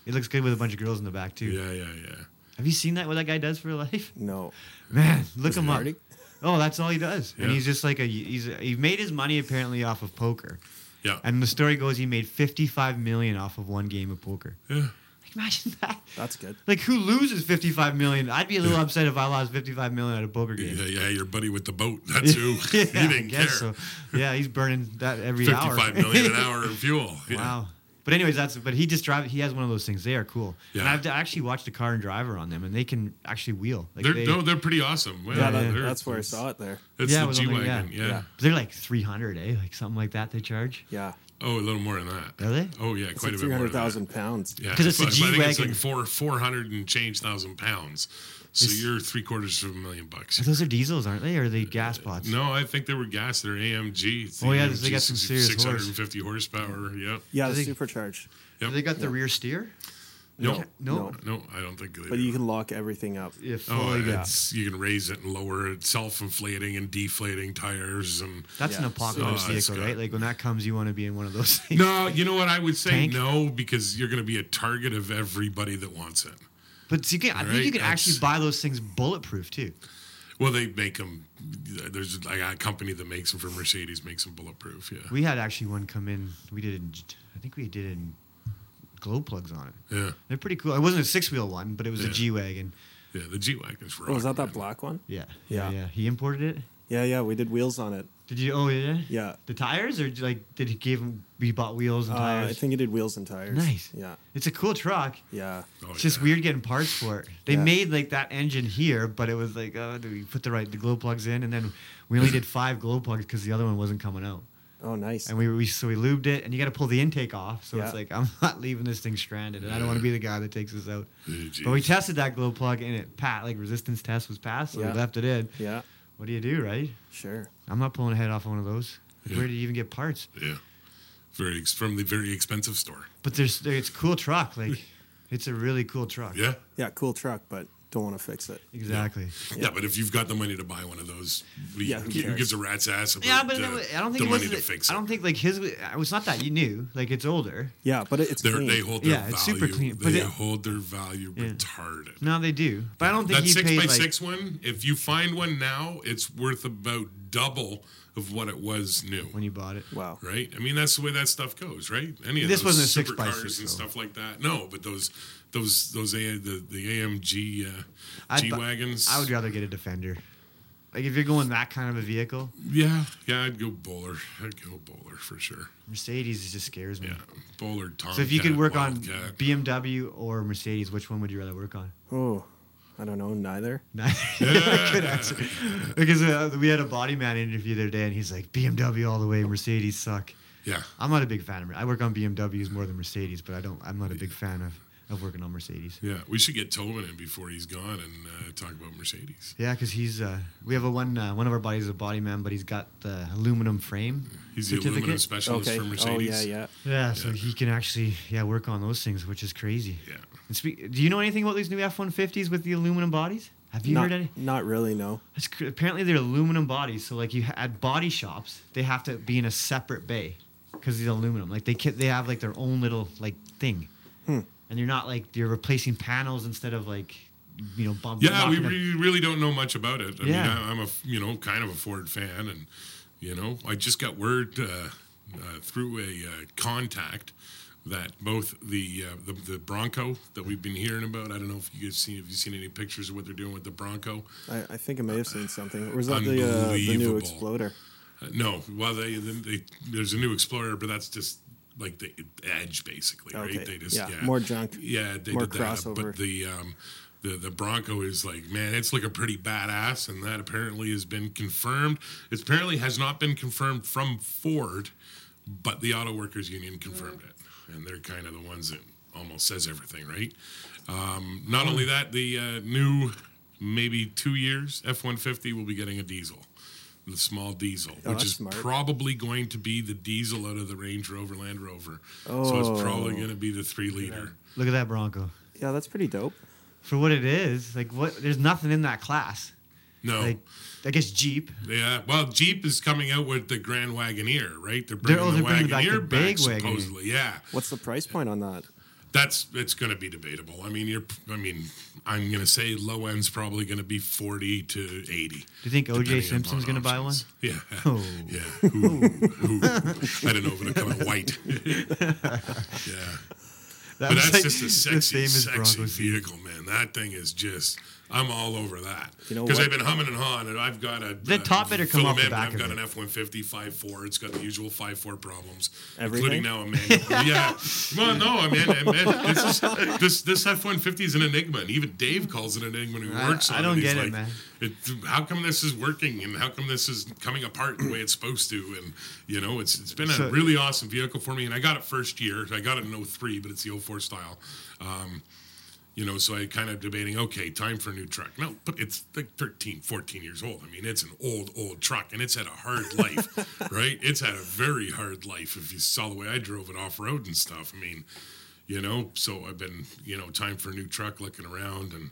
Speaker 4: It looks good with a bunch of girls in the back too.
Speaker 3: Yeah, yeah, yeah.
Speaker 4: Have you seen that what that guy does for a life?
Speaker 5: No.
Speaker 4: Man, look him up.
Speaker 5: Party?
Speaker 4: Oh, that's all he does. And
Speaker 3: Yeah.
Speaker 4: he's just like a he's he made his money apparently off of poker.
Speaker 3: Yeah.
Speaker 4: And the story goes he made 55 million off of one game of poker.
Speaker 3: yeah.
Speaker 4: Like, imagine that.
Speaker 5: That's good.
Speaker 4: Like who loses 55 million? I'd be a little upset if I lost 55 million at a poker game.
Speaker 3: Yeah, yeah, your buddy with the boat. That's who. he
Speaker 4: I
Speaker 3: didn't care.
Speaker 4: guess so. Yeah, he's burning that every hour.
Speaker 3: Fifty-five million an hour in fuel. Yeah.
Speaker 4: Wow. But anyways, that's but he just drives. He has one of those things. They are cool. And
Speaker 3: Yeah.
Speaker 4: I've actually watched the car and driver on them, and they can actually wheel. Like
Speaker 3: They're,
Speaker 4: they,
Speaker 3: no, they're pretty awesome. Well,
Speaker 5: Yeah, that,
Speaker 3: they're-
Speaker 5: that's where I saw it there.
Speaker 3: That's
Speaker 4: Yeah, it
Speaker 3: the
Speaker 4: was
Speaker 3: G
Speaker 4: on the-
Speaker 3: wagon.
Speaker 4: yeah.
Speaker 3: Yeah.
Speaker 4: they're like 300, eh? Like something like that. They charge.
Speaker 5: Yeah.
Speaker 3: Oh, a little more than that.
Speaker 4: Are they?
Speaker 3: Oh yeah,
Speaker 5: It's
Speaker 3: quite
Speaker 5: like
Speaker 3: a bit more. than that.
Speaker 5: 300,000 pounds.
Speaker 3: Yeah,
Speaker 4: 'Cause it's a
Speaker 3: but- but I think It's
Speaker 4: G-Wagon.
Speaker 3: like four four hundred and change thousand pounds. So
Speaker 4: It's-
Speaker 3: you're three quarters of a million bucks.
Speaker 4: Those are diesels, aren't they? Or are they gas pods?
Speaker 3: Uh, No, I think they were gas. They're AMG. It's the
Speaker 4: Oh, yeah,
Speaker 3: AMG,
Speaker 4: they got some serious horse.
Speaker 3: Six hundred and fifty horsepower. Yep.
Speaker 5: Yeah, the
Speaker 4: I think-
Speaker 5: supercharged.
Speaker 4: Have they got the rear steer?
Speaker 3: No,
Speaker 4: No.
Speaker 5: No.
Speaker 3: no, I don't think. They
Speaker 5: But you can lock everything up.
Speaker 4: Yeah,
Speaker 3: Oh,
Speaker 4: fully got-
Speaker 3: it's you can raise it and lower it, self-inflating and deflating tires and.
Speaker 4: That's an
Speaker 5: yeah.
Speaker 4: apocalypse
Speaker 3: So, Oh, it's
Speaker 4: vehicle,
Speaker 3: got-
Speaker 4: right? Like when that comes, you want to be in one of those things.
Speaker 3: No, you know what I would say
Speaker 4: Tank?
Speaker 3: no because you're going to be a target of everybody that wants it.
Speaker 4: But you can, I think you
Speaker 3: Right,
Speaker 4: can actually
Speaker 3: that's-
Speaker 4: buy those things bulletproof too.
Speaker 3: Well, they make them. There's like a company that makes them for Mercedes, makes them bulletproof. Yeah,
Speaker 4: We had actually one come in. We did, it in, I think we did it in glow plugs on it.
Speaker 3: yeah,
Speaker 4: They're pretty cool. It wasn't a six wheel one, but it was a
Speaker 3: Yeah.
Speaker 4: G wagon.
Speaker 3: yeah. The G wagons rock.
Speaker 5: Oh, was that
Speaker 3: man.
Speaker 5: that black one?
Speaker 4: Yeah.
Speaker 5: Yeah.
Speaker 4: yeah. He imported it.
Speaker 5: Yeah, yeah, we did wheels on it.
Speaker 4: Did you? Oh yeah.
Speaker 5: Yeah.
Speaker 4: The tires, or like, did he give him? We bought wheels and
Speaker 5: Uh,
Speaker 4: tires.
Speaker 5: I think it did wheels and tires.
Speaker 4: Nice.
Speaker 5: Yeah,
Speaker 4: it's a cool truck.
Speaker 5: yeah.
Speaker 3: Oh,
Speaker 4: It's just
Speaker 3: yeah.
Speaker 4: weird getting parts for it. They
Speaker 5: Yeah.
Speaker 4: made like that engine here, but it was like, oh, do we put the right the glow plugs in? And then we only did five glow plugs because the other one wasn't coming out.
Speaker 5: Oh, nice.
Speaker 4: And we, we so we lubed it, and you got to pull the intake off. So it's
Speaker 5: Yeah.
Speaker 4: like I'm not leaving this thing stranded, and I don't want to be the guy that takes this out.
Speaker 3: Eh, geez.
Speaker 4: But we tested that glow plug, and it pat like resistance test was passed, so
Speaker 5: Yeah.
Speaker 4: we left it in.
Speaker 5: yeah,
Speaker 4: What do you do, right?
Speaker 5: sure.
Speaker 4: I'm not pulling a head off one of those. Like,
Speaker 3: Yeah.
Speaker 4: Where do you even get parts?
Speaker 3: yeah, very ex- from the very expensive store.
Speaker 4: But there's there, it's a cool truck. Like it's a really cool truck.
Speaker 3: Yeah.
Speaker 5: Yeah, cool truck, but don't want to fix it.
Speaker 4: Exactly.
Speaker 3: yeah, But if you've got the money to buy one of those, we-
Speaker 5: Yeah, who
Speaker 3: who,
Speaker 5: cares?
Speaker 3: gives a rat's ass about
Speaker 4: Yeah, but
Speaker 3: uh,
Speaker 4: it was- I don't think
Speaker 3: the
Speaker 4: it was.
Speaker 3: money to fix it?
Speaker 4: I don't think like his. It was not that you knew. Like it's older.
Speaker 5: Yeah, but it, it's
Speaker 3: They're,
Speaker 5: clean.
Speaker 3: they hold their
Speaker 4: Yeah,
Speaker 3: value.
Speaker 4: it's super clean, but
Speaker 3: they
Speaker 4: it-
Speaker 3: hold their value
Speaker 4: Yeah.
Speaker 3: retarded.
Speaker 4: Now they do, but I don't think
Speaker 3: That
Speaker 4: he
Speaker 3: six
Speaker 4: paid
Speaker 3: by
Speaker 4: like.
Speaker 3: six one, if you find one now, it's worth about double of what it was new.
Speaker 4: when you bought it.
Speaker 5: wow.
Speaker 3: right? I mean, that's the way that stuff goes, right? Any of
Speaker 4: This
Speaker 3: those
Speaker 4: wasn't a six by
Speaker 3: supercars
Speaker 4: six,
Speaker 3: and
Speaker 4: though.
Speaker 3: stuff like that. No, but those those those a, the the AMG uh,
Speaker 4: I'd
Speaker 3: G
Speaker 4: bu-
Speaker 3: wagons.
Speaker 4: I would rather get a Defender. Like if you're going that kind of a vehicle,
Speaker 3: yeah, yeah, I'd go bowler. I'd go bowler for sure.
Speaker 4: Mercedes just scares me.
Speaker 3: Yeah, bowler. Tom
Speaker 4: So if you could work on BMW or Mercedes, which one would you rather work on?
Speaker 5: Oh, I don't know. Neither.
Speaker 4: Neither. Good answer. Because uh, we had a body man interview the other day, and he's like, BMW all the way, Mercedes suck.
Speaker 3: yeah,
Speaker 4: I'm not a big fan of. I work on BMWs more than Mercedes, but I don't. I'm not a big fan of, of working on Mercedes.
Speaker 3: yeah, we should get Tobin in before he's gone and uh, talk about Mercedes.
Speaker 4: Yeah, because he's. Uh, we have a one. Uh, one of our bodies is a body man, but he's got the aluminum frame.
Speaker 3: He's the aluminum
Speaker 4: certificate.
Speaker 3: specialist
Speaker 5: Okay.
Speaker 3: for
Speaker 5: Oh
Speaker 3: Mercedes.
Speaker 5: yeah, yeah.
Speaker 4: Yeah, so he can actually yeah work on those things, which is crazy.
Speaker 3: Yeah.
Speaker 4: And speak, do you know anything about these new F-150s with the aluminum bodies? Have you
Speaker 5: Not,
Speaker 4: heard any?
Speaker 5: not really. No.
Speaker 4: That's, cr- apparently they're aluminum bodies, so like you ha- at body shops, they have to be in a separate bay because these aluminum. Like they can, they have like their own little like thing, and you're not like you're replacing panels instead of like you know bump.
Speaker 3: Yeah, we
Speaker 4: knocking them-
Speaker 3: re- really don't know much about it. I
Speaker 4: Yeah.
Speaker 3: mean, I, I'm a f- you know kind of a Ford fan, and you know I just got word uh, uh, through a uh, contact that both the, uh, the the Bronco that we've been hearing about. I don't know if you guys seen if you've seen any pictures of what they're doing with the Bronco.
Speaker 5: I, I think I may have seen something. Or was that the, uh, the new
Speaker 3: Unbelievable.
Speaker 5: Exploder?
Speaker 3: Uh, no, well they, they, they there's a new Explorer, but that's just like the Edge basically,
Speaker 5: Okay,
Speaker 3: right? They just
Speaker 5: yeah, more junk,
Speaker 3: Yeah, they
Speaker 5: more
Speaker 3: did that.
Speaker 5: crossover.
Speaker 3: But the um, the the Bronco is like, man, it's looking pretty badass, and that apparently has been confirmed. It apparently has not been confirmed from Ford, but the Auto Workers Union
Speaker 4: Mm-hmm.
Speaker 3: confirmed it, and they're kind of the ones that almost says everything, right? Um, not only
Speaker 4: Mm-hmm.
Speaker 3: that, the uh, new maybe two years F one fifty will be getting a diesel. The small diesel,
Speaker 4: Oh,
Speaker 3: which
Speaker 5: that's
Speaker 3: is
Speaker 5: smart.
Speaker 3: probably going to be the diesel out of the Range Rover Land Rover. So it's probably
Speaker 5: Oh.
Speaker 3: going to be the three liter.
Speaker 4: Look at that Bronco.
Speaker 5: Yeah, that's pretty dope.
Speaker 4: For what it is, like what? There's nothing in that class.
Speaker 3: No,
Speaker 4: Like, I guess Jeep.
Speaker 3: Yeah, well, Jeep is coming out with the Grand Wagoneer, right? They're
Speaker 4: They're-
Speaker 3: bringing
Speaker 4: oh,
Speaker 3: the
Speaker 4: they're bringing back the
Speaker 3: Wagoneer back,
Speaker 4: big Wagoneer.
Speaker 3: supposedly. Yeah,
Speaker 5: What's the price point on that?
Speaker 3: that's it's going to be debatable. I mean, you're, I mean, I'm going to say low end's probably going to be forty to eighty.
Speaker 4: Do you think
Speaker 3: depending
Speaker 4: OJ Simpson's
Speaker 3: upon
Speaker 4: gonna buy one?
Speaker 3: options. Yeah,
Speaker 4: Oh.
Speaker 3: yeah. Ooh, ooh. I don't know if it'll come out white. yeah,
Speaker 4: That
Speaker 3: but
Speaker 4: was,
Speaker 3: that's
Speaker 4: like,
Speaker 3: just a
Speaker 4: the
Speaker 3: sexy,
Speaker 4: famous
Speaker 3: sexy
Speaker 4: Bronco scene.
Speaker 3: vehicle, man. That thing is just. I'm all over that because
Speaker 5: You know
Speaker 3: I've
Speaker 5: what?
Speaker 3: been humming and hawing, and I've got a uh,
Speaker 4: The top better come off the
Speaker 3: filament,
Speaker 4: back
Speaker 3: I've
Speaker 4: of
Speaker 3: got
Speaker 4: it.
Speaker 3: an F one fifty five four. It's got the usual five four problems,
Speaker 5: Everything?
Speaker 3: including now a manual. yeah, well, no, I mean, I mean, this is, this this F one fifty is an enigma, and even Dave calls it an enigma. Who
Speaker 4: I-
Speaker 3: works
Speaker 4: I
Speaker 3: on
Speaker 4: don't
Speaker 3: it. He's
Speaker 4: get it,
Speaker 3: like,
Speaker 4: man.
Speaker 3: It, how come this is working, and how come this is coming apart the way it's supposed to? And you know, it's it's been a
Speaker 4: So-
Speaker 3: really awesome vehicle for me, and I got it first year. I got it in 03, but it's the 04 style. Um, you know so i kind of debating okay time for a new truck no but it's like 13 14 years old i mean it's an old old truck and it's had a hard life right it's had a very hard life if you saw the way i drove it off road and stuff i mean you know so i've been you know time for a new truck looking around and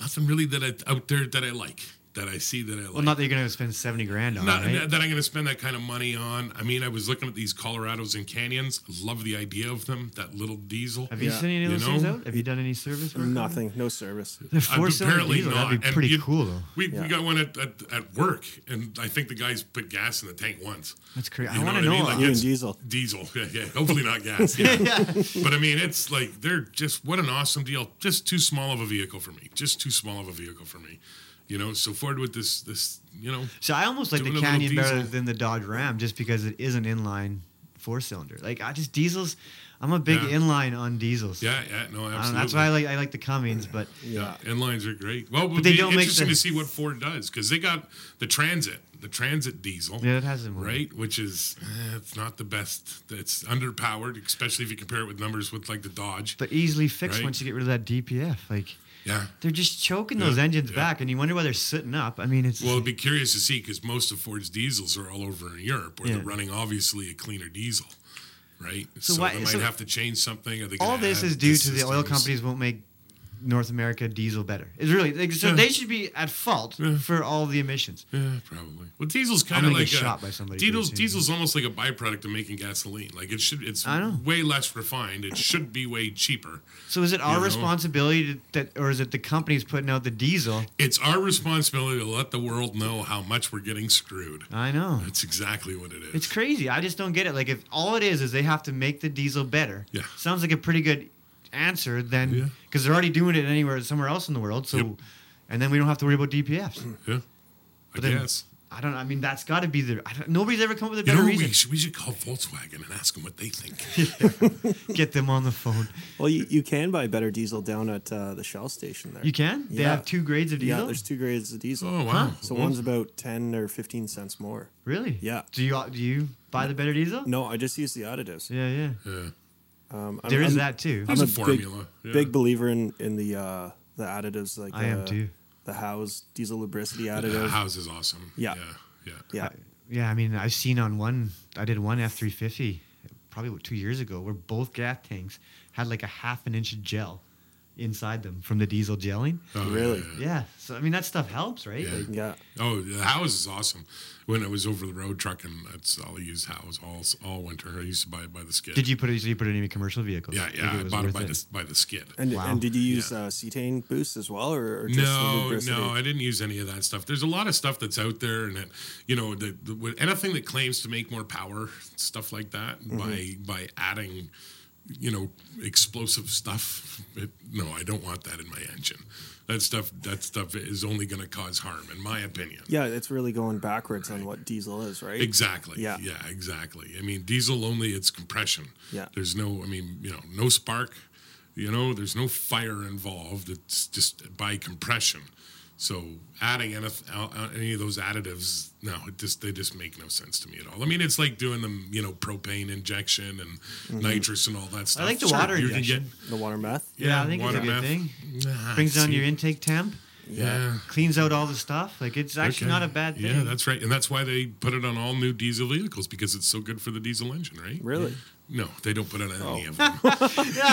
Speaker 3: nothing really that I, out there that i like that i see that i like
Speaker 4: Well, not that you're gonna spend seventy grand on,
Speaker 3: not,
Speaker 4: right?
Speaker 3: that I'm going to spend that kind of money on. I mean, I was looking at these Colorados and Canyons. Love the idea of them. That little diesel.
Speaker 4: Have you
Speaker 5: Yeah.
Speaker 4: seen any of
Speaker 3: You
Speaker 4: those things
Speaker 3: know?
Speaker 4: out? Have you done any service work? on them?
Speaker 5: Nothing. No service.
Speaker 4: The four cylinder
Speaker 3: Apparently
Speaker 4: diesel.
Speaker 3: not.
Speaker 4: That'd be
Speaker 3: And
Speaker 4: pretty
Speaker 3: you-
Speaker 4: cool though.
Speaker 3: We, we
Speaker 5: Yeah.
Speaker 3: got one at, at, at work, and I think the guys put gas in the tank once.
Speaker 4: That's crazy.
Speaker 3: You
Speaker 4: I
Speaker 3: know
Speaker 4: want to
Speaker 3: what I
Speaker 4: know.
Speaker 3: mean?
Speaker 4: uh,
Speaker 3: Like,
Speaker 5: You
Speaker 3: it's-
Speaker 5: and Diesel.
Speaker 3: Diesel, yeah, yeah. Hopefully not gas. Yeah. But I mean, it's like they're just what an awesome deal. Just too small of a vehicle for me. Just too small of a vehicle for me. You know, so Ford with this, this, you know,
Speaker 4: so I almost like
Speaker 3: doing
Speaker 4: the
Speaker 3: a little
Speaker 4: Canyon better
Speaker 3: diesel.
Speaker 4: than the Dodge Ram, just because it is an inline four cylinder. Like I just diesels. I'm a big
Speaker 3: Yeah.
Speaker 4: inline on diesels.
Speaker 3: yeah, yeah, no, absolutely.
Speaker 4: I don't know, Uh, that's why I like I like the Cummins, but
Speaker 3: Yeah, inlines are great. Well, it would
Speaker 4: they
Speaker 3: be
Speaker 4: don't make
Speaker 3: interesting
Speaker 4: the-
Speaker 3: to see what Ford does because they got the Transit, the Transit diesel.
Speaker 4: yeah, it has them on it.
Speaker 3: right? Which is eh, it's not the best. It's underpowered, especially if you compare it with numbers with like the Dodge.
Speaker 4: But easily fixed
Speaker 3: Right.
Speaker 4: once you get rid of that DPF. Like
Speaker 3: yeah.
Speaker 4: they're just choking those
Speaker 3: Yeah,
Speaker 4: engines
Speaker 3: yeah.
Speaker 4: back, and you wonder why they're sitting up. I mean, it's
Speaker 3: Well, it'd be curious to see because most of Ford's diesels are all over in Europe, where
Speaker 4: Yeah.
Speaker 3: they're running obviously a cleaner diesel, right? So,
Speaker 4: why-
Speaker 3: they might
Speaker 4: so-
Speaker 3: have to change something. Are they
Speaker 4: all
Speaker 3: gonna
Speaker 4: this
Speaker 3: add
Speaker 4: is due to the oil
Speaker 3: systems?
Speaker 4: companies won't make North America diesel better. It's really like, so
Speaker 3: Yeah.
Speaker 4: they should be at fault
Speaker 3: Yeah.
Speaker 4: for all the emissions.
Speaker 3: Yeah, probably. Well, diesel's kind of
Speaker 4: gonna
Speaker 3: like
Speaker 4: get
Speaker 3: a-
Speaker 4: shot by somebody for
Speaker 3: Diesel's,
Speaker 4: this, yeah.
Speaker 3: diesel's almost like a byproduct of making gasoline. Like it should, it's
Speaker 4: I know.
Speaker 3: way less refined. It should be way cheaper.
Speaker 4: So is it our
Speaker 3: You know?
Speaker 4: responsibility to, that, or is it the companies putting out the diesel?
Speaker 3: It's our responsibility to let the world know how much we're getting screwed.
Speaker 4: I know
Speaker 3: That's exactly what it is.
Speaker 4: it's crazy. I just don't get it. Like if all it is is they have to make the diesel better.
Speaker 3: Yeah.
Speaker 4: sounds like a pretty good answer.
Speaker 3: Yeah.
Speaker 4: Then because they're already doing it anywhere somewhere else in the world. So,
Speaker 3: Yep.
Speaker 4: and then we don't have to worry about DPFs.
Speaker 3: Yeah, I
Speaker 4: then-
Speaker 3: guess.
Speaker 4: I don't. I mean, that's got to be the. I don't, nobody's ever come up with a
Speaker 3: You
Speaker 4: better
Speaker 3: know, we
Speaker 4: reason.
Speaker 3: should, we should call Volkswagen and ask them what they think.
Speaker 4: Get them on the phone.
Speaker 5: Well, you, you can buy better diesel down at uh, the Shell station there.
Speaker 4: You can. They
Speaker 5: Yeah.
Speaker 4: have two grades of diesel.
Speaker 5: Yeah, there's two grades of diesel.
Speaker 3: Oh wow!
Speaker 5: So
Speaker 3: Well,
Speaker 5: one's about 10 or 15 cents more.
Speaker 4: Really?
Speaker 5: Yeah.
Speaker 4: Do you do you buy the better diesel?
Speaker 5: No, I just use the additives.
Speaker 4: Yeah, yeah.
Speaker 3: yeah.
Speaker 5: Um, I'm,
Speaker 4: There is
Speaker 5: I'm-
Speaker 4: that too.
Speaker 5: I'm
Speaker 3: There's
Speaker 5: a,
Speaker 3: a formula,
Speaker 5: Big,
Speaker 3: yeah.
Speaker 5: big believer in, in the uh, the additives like
Speaker 4: I am
Speaker 5: uh,
Speaker 4: too.
Speaker 5: the Howe's diesel lubricity
Speaker 3: The
Speaker 5: additive.
Speaker 3: house is awesome.
Speaker 5: Yeah.
Speaker 3: yeah, yeah.
Speaker 5: yeah.
Speaker 4: yeah, I mean, I've seen on one. I did one F three fifty, probably what, two years ago, where both gas tanks had like a half an inch of gel inside them from the diesel gelling.
Speaker 3: Oh,
Speaker 5: Really?
Speaker 3: yeah.
Speaker 4: Yeah. So I mean that stuff helps, right?
Speaker 3: Yeah.
Speaker 4: Like,
Speaker 5: Yeah.
Speaker 3: Oh, the house is awesome. When I was over the road trucking, that's all I used house all all winter. I used to buy it by the skid.
Speaker 4: did you put it? Did you put it in any commercial vehicles?
Speaker 3: Yeah, yeah.
Speaker 4: Like,
Speaker 3: I
Speaker 4: was
Speaker 3: bought it
Speaker 4: worth
Speaker 3: by the by the skid.
Speaker 5: And,
Speaker 4: Wow.
Speaker 5: and did you use uh, cetane boost as well, or, or just the
Speaker 3: no,
Speaker 5: lubricity?
Speaker 3: no, I didn't use any of that stuff. There's a lot of stuff that's out there, and it, you know, the, the, with anything that claims to make more power, stuff like that,
Speaker 5: Mm-hmm.
Speaker 3: by by adding, you know, explosive stuff. It, no, I don't want that in my engine. That stuff, that stuff is only going to cause harm, in my opinion.
Speaker 5: Yeah, it's really going backwards on what diesel is, right?
Speaker 3: Exactly.
Speaker 5: Yeah.
Speaker 3: Yeah. Exactly. I mean, diesel only. It's compression.
Speaker 5: Yeah.
Speaker 3: There's no. I mean, you know, no spark. You know, there's no fire involved. It's just by compression. So adding any, any of those additives, no, it just they just make no sense to me at all. I mean, it's like doing them, you know, propane injection and nitrous and all that stuff.
Speaker 4: Mm-hmm. like the water
Speaker 3: you can get-
Speaker 4: injection.
Speaker 5: The water meth.
Speaker 4: Yeah, I think it's a
Speaker 3: water
Speaker 4: good
Speaker 3: meth.
Speaker 4: thing.
Speaker 3: Nah,
Speaker 4: Brings down
Speaker 3: see,
Speaker 4: your intake temp,
Speaker 3: Yeah.
Speaker 4: cleans out all the stuff. Like it's actually
Speaker 3: Okay.
Speaker 4: not a bad thing.
Speaker 3: Yeah, that's right, and that's why they put it on all new diesel vehicles because it's so good for the diesel engine, right?
Speaker 5: Really?
Speaker 3: No, they don't put it on any
Speaker 5: Oh.
Speaker 3: of them.
Speaker 4: yeah,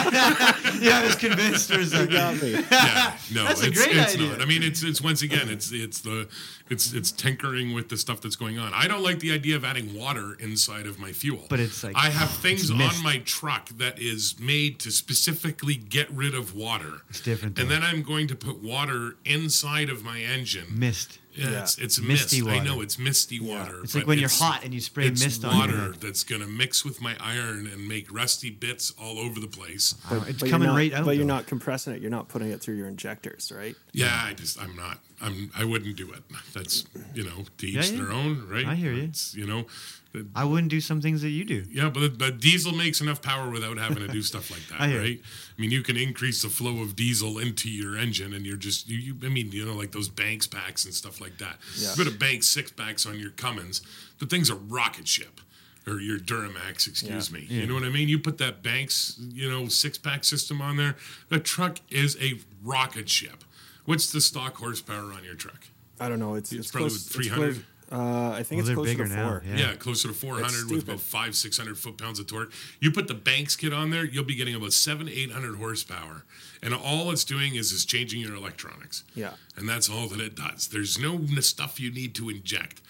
Speaker 4: I was convinced. There's
Speaker 5: You
Speaker 4: a,
Speaker 5: got me.
Speaker 3: yeah, no,
Speaker 4: That's a
Speaker 3: it's,
Speaker 4: great
Speaker 3: it's
Speaker 4: idea.
Speaker 3: not. I mean, it's it's once again, it's it's the it's it's tinkering with the stuff that's going on. I don't like the idea of adding water inside of my fuel.
Speaker 4: But it's like-
Speaker 3: I have things
Speaker 4: mist.
Speaker 3: on my truck that is made to specifically get rid of water.
Speaker 4: It's different,
Speaker 3: And
Speaker 4: though.
Speaker 3: then I'm going to put water inside of my engine.
Speaker 4: mist.
Speaker 3: Yeah, It's, it's
Speaker 4: Misty
Speaker 3: mist. I know
Speaker 4: water.
Speaker 3: it's misty water.
Speaker 4: It's like
Speaker 3: but
Speaker 4: when you're hot and you spray
Speaker 3: it's
Speaker 4: mist on your
Speaker 3: water
Speaker 4: head.
Speaker 3: that's going to mix with my iron and make rusty bits all over the place.
Speaker 4: I don't- It's
Speaker 5: But you're
Speaker 4: coming
Speaker 5: not-
Speaker 4: right out.
Speaker 5: But you're
Speaker 4: though.
Speaker 5: not compressing it. You're not putting it through your injectors, right?
Speaker 3: Yeah, I just I'm not I'm I wouldn't do it. That's you know to each
Speaker 4: Yeah, yeah.
Speaker 3: their own, right?
Speaker 4: I hear you.
Speaker 3: It's, you know, that-
Speaker 4: I wouldn't do some things that you do.
Speaker 3: yeah, but but diesel makes enough power without having to do stuff like that,
Speaker 4: I hear you.
Speaker 3: right? I mean, you can increase the flow of diesel into your engine, and you're just you, you. I mean, you know, like those Banks packs and stuff like that.
Speaker 5: Yeah.
Speaker 3: You put a Banks six packs on your Cummins, the thing's a rocket ship. Or your Duramax, excuse
Speaker 5: Yeah.
Speaker 3: me. You know what I mean? You put that Banks, you know, six pack system on there. The truck is a rocket ship. What's the stock horsepower on your truck?
Speaker 5: I don't know. It's,
Speaker 3: It's
Speaker 5: it's,
Speaker 3: probably
Speaker 5: close.
Speaker 3: with
Speaker 5: it's
Speaker 3: 300.
Speaker 5: close- uh, I think
Speaker 4: Well,
Speaker 5: it's
Speaker 4: they're
Speaker 5: closer
Speaker 4: bigger
Speaker 5: to
Speaker 4: now,
Speaker 5: four.
Speaker 4: yeah.
Speaker 3: Yeah, closer to 400 with
Speaker 5: stupid.
Speaker 3: about five, 600 foot pounds of torque. You put the Banks kit on there, you'll be getting about seven, 800 horsepower. And all it's doing is is changing your electronics.
Speaker 5: Yeah.
Speaker 3: And that's all that it does. There's no n- stuff you need to inject.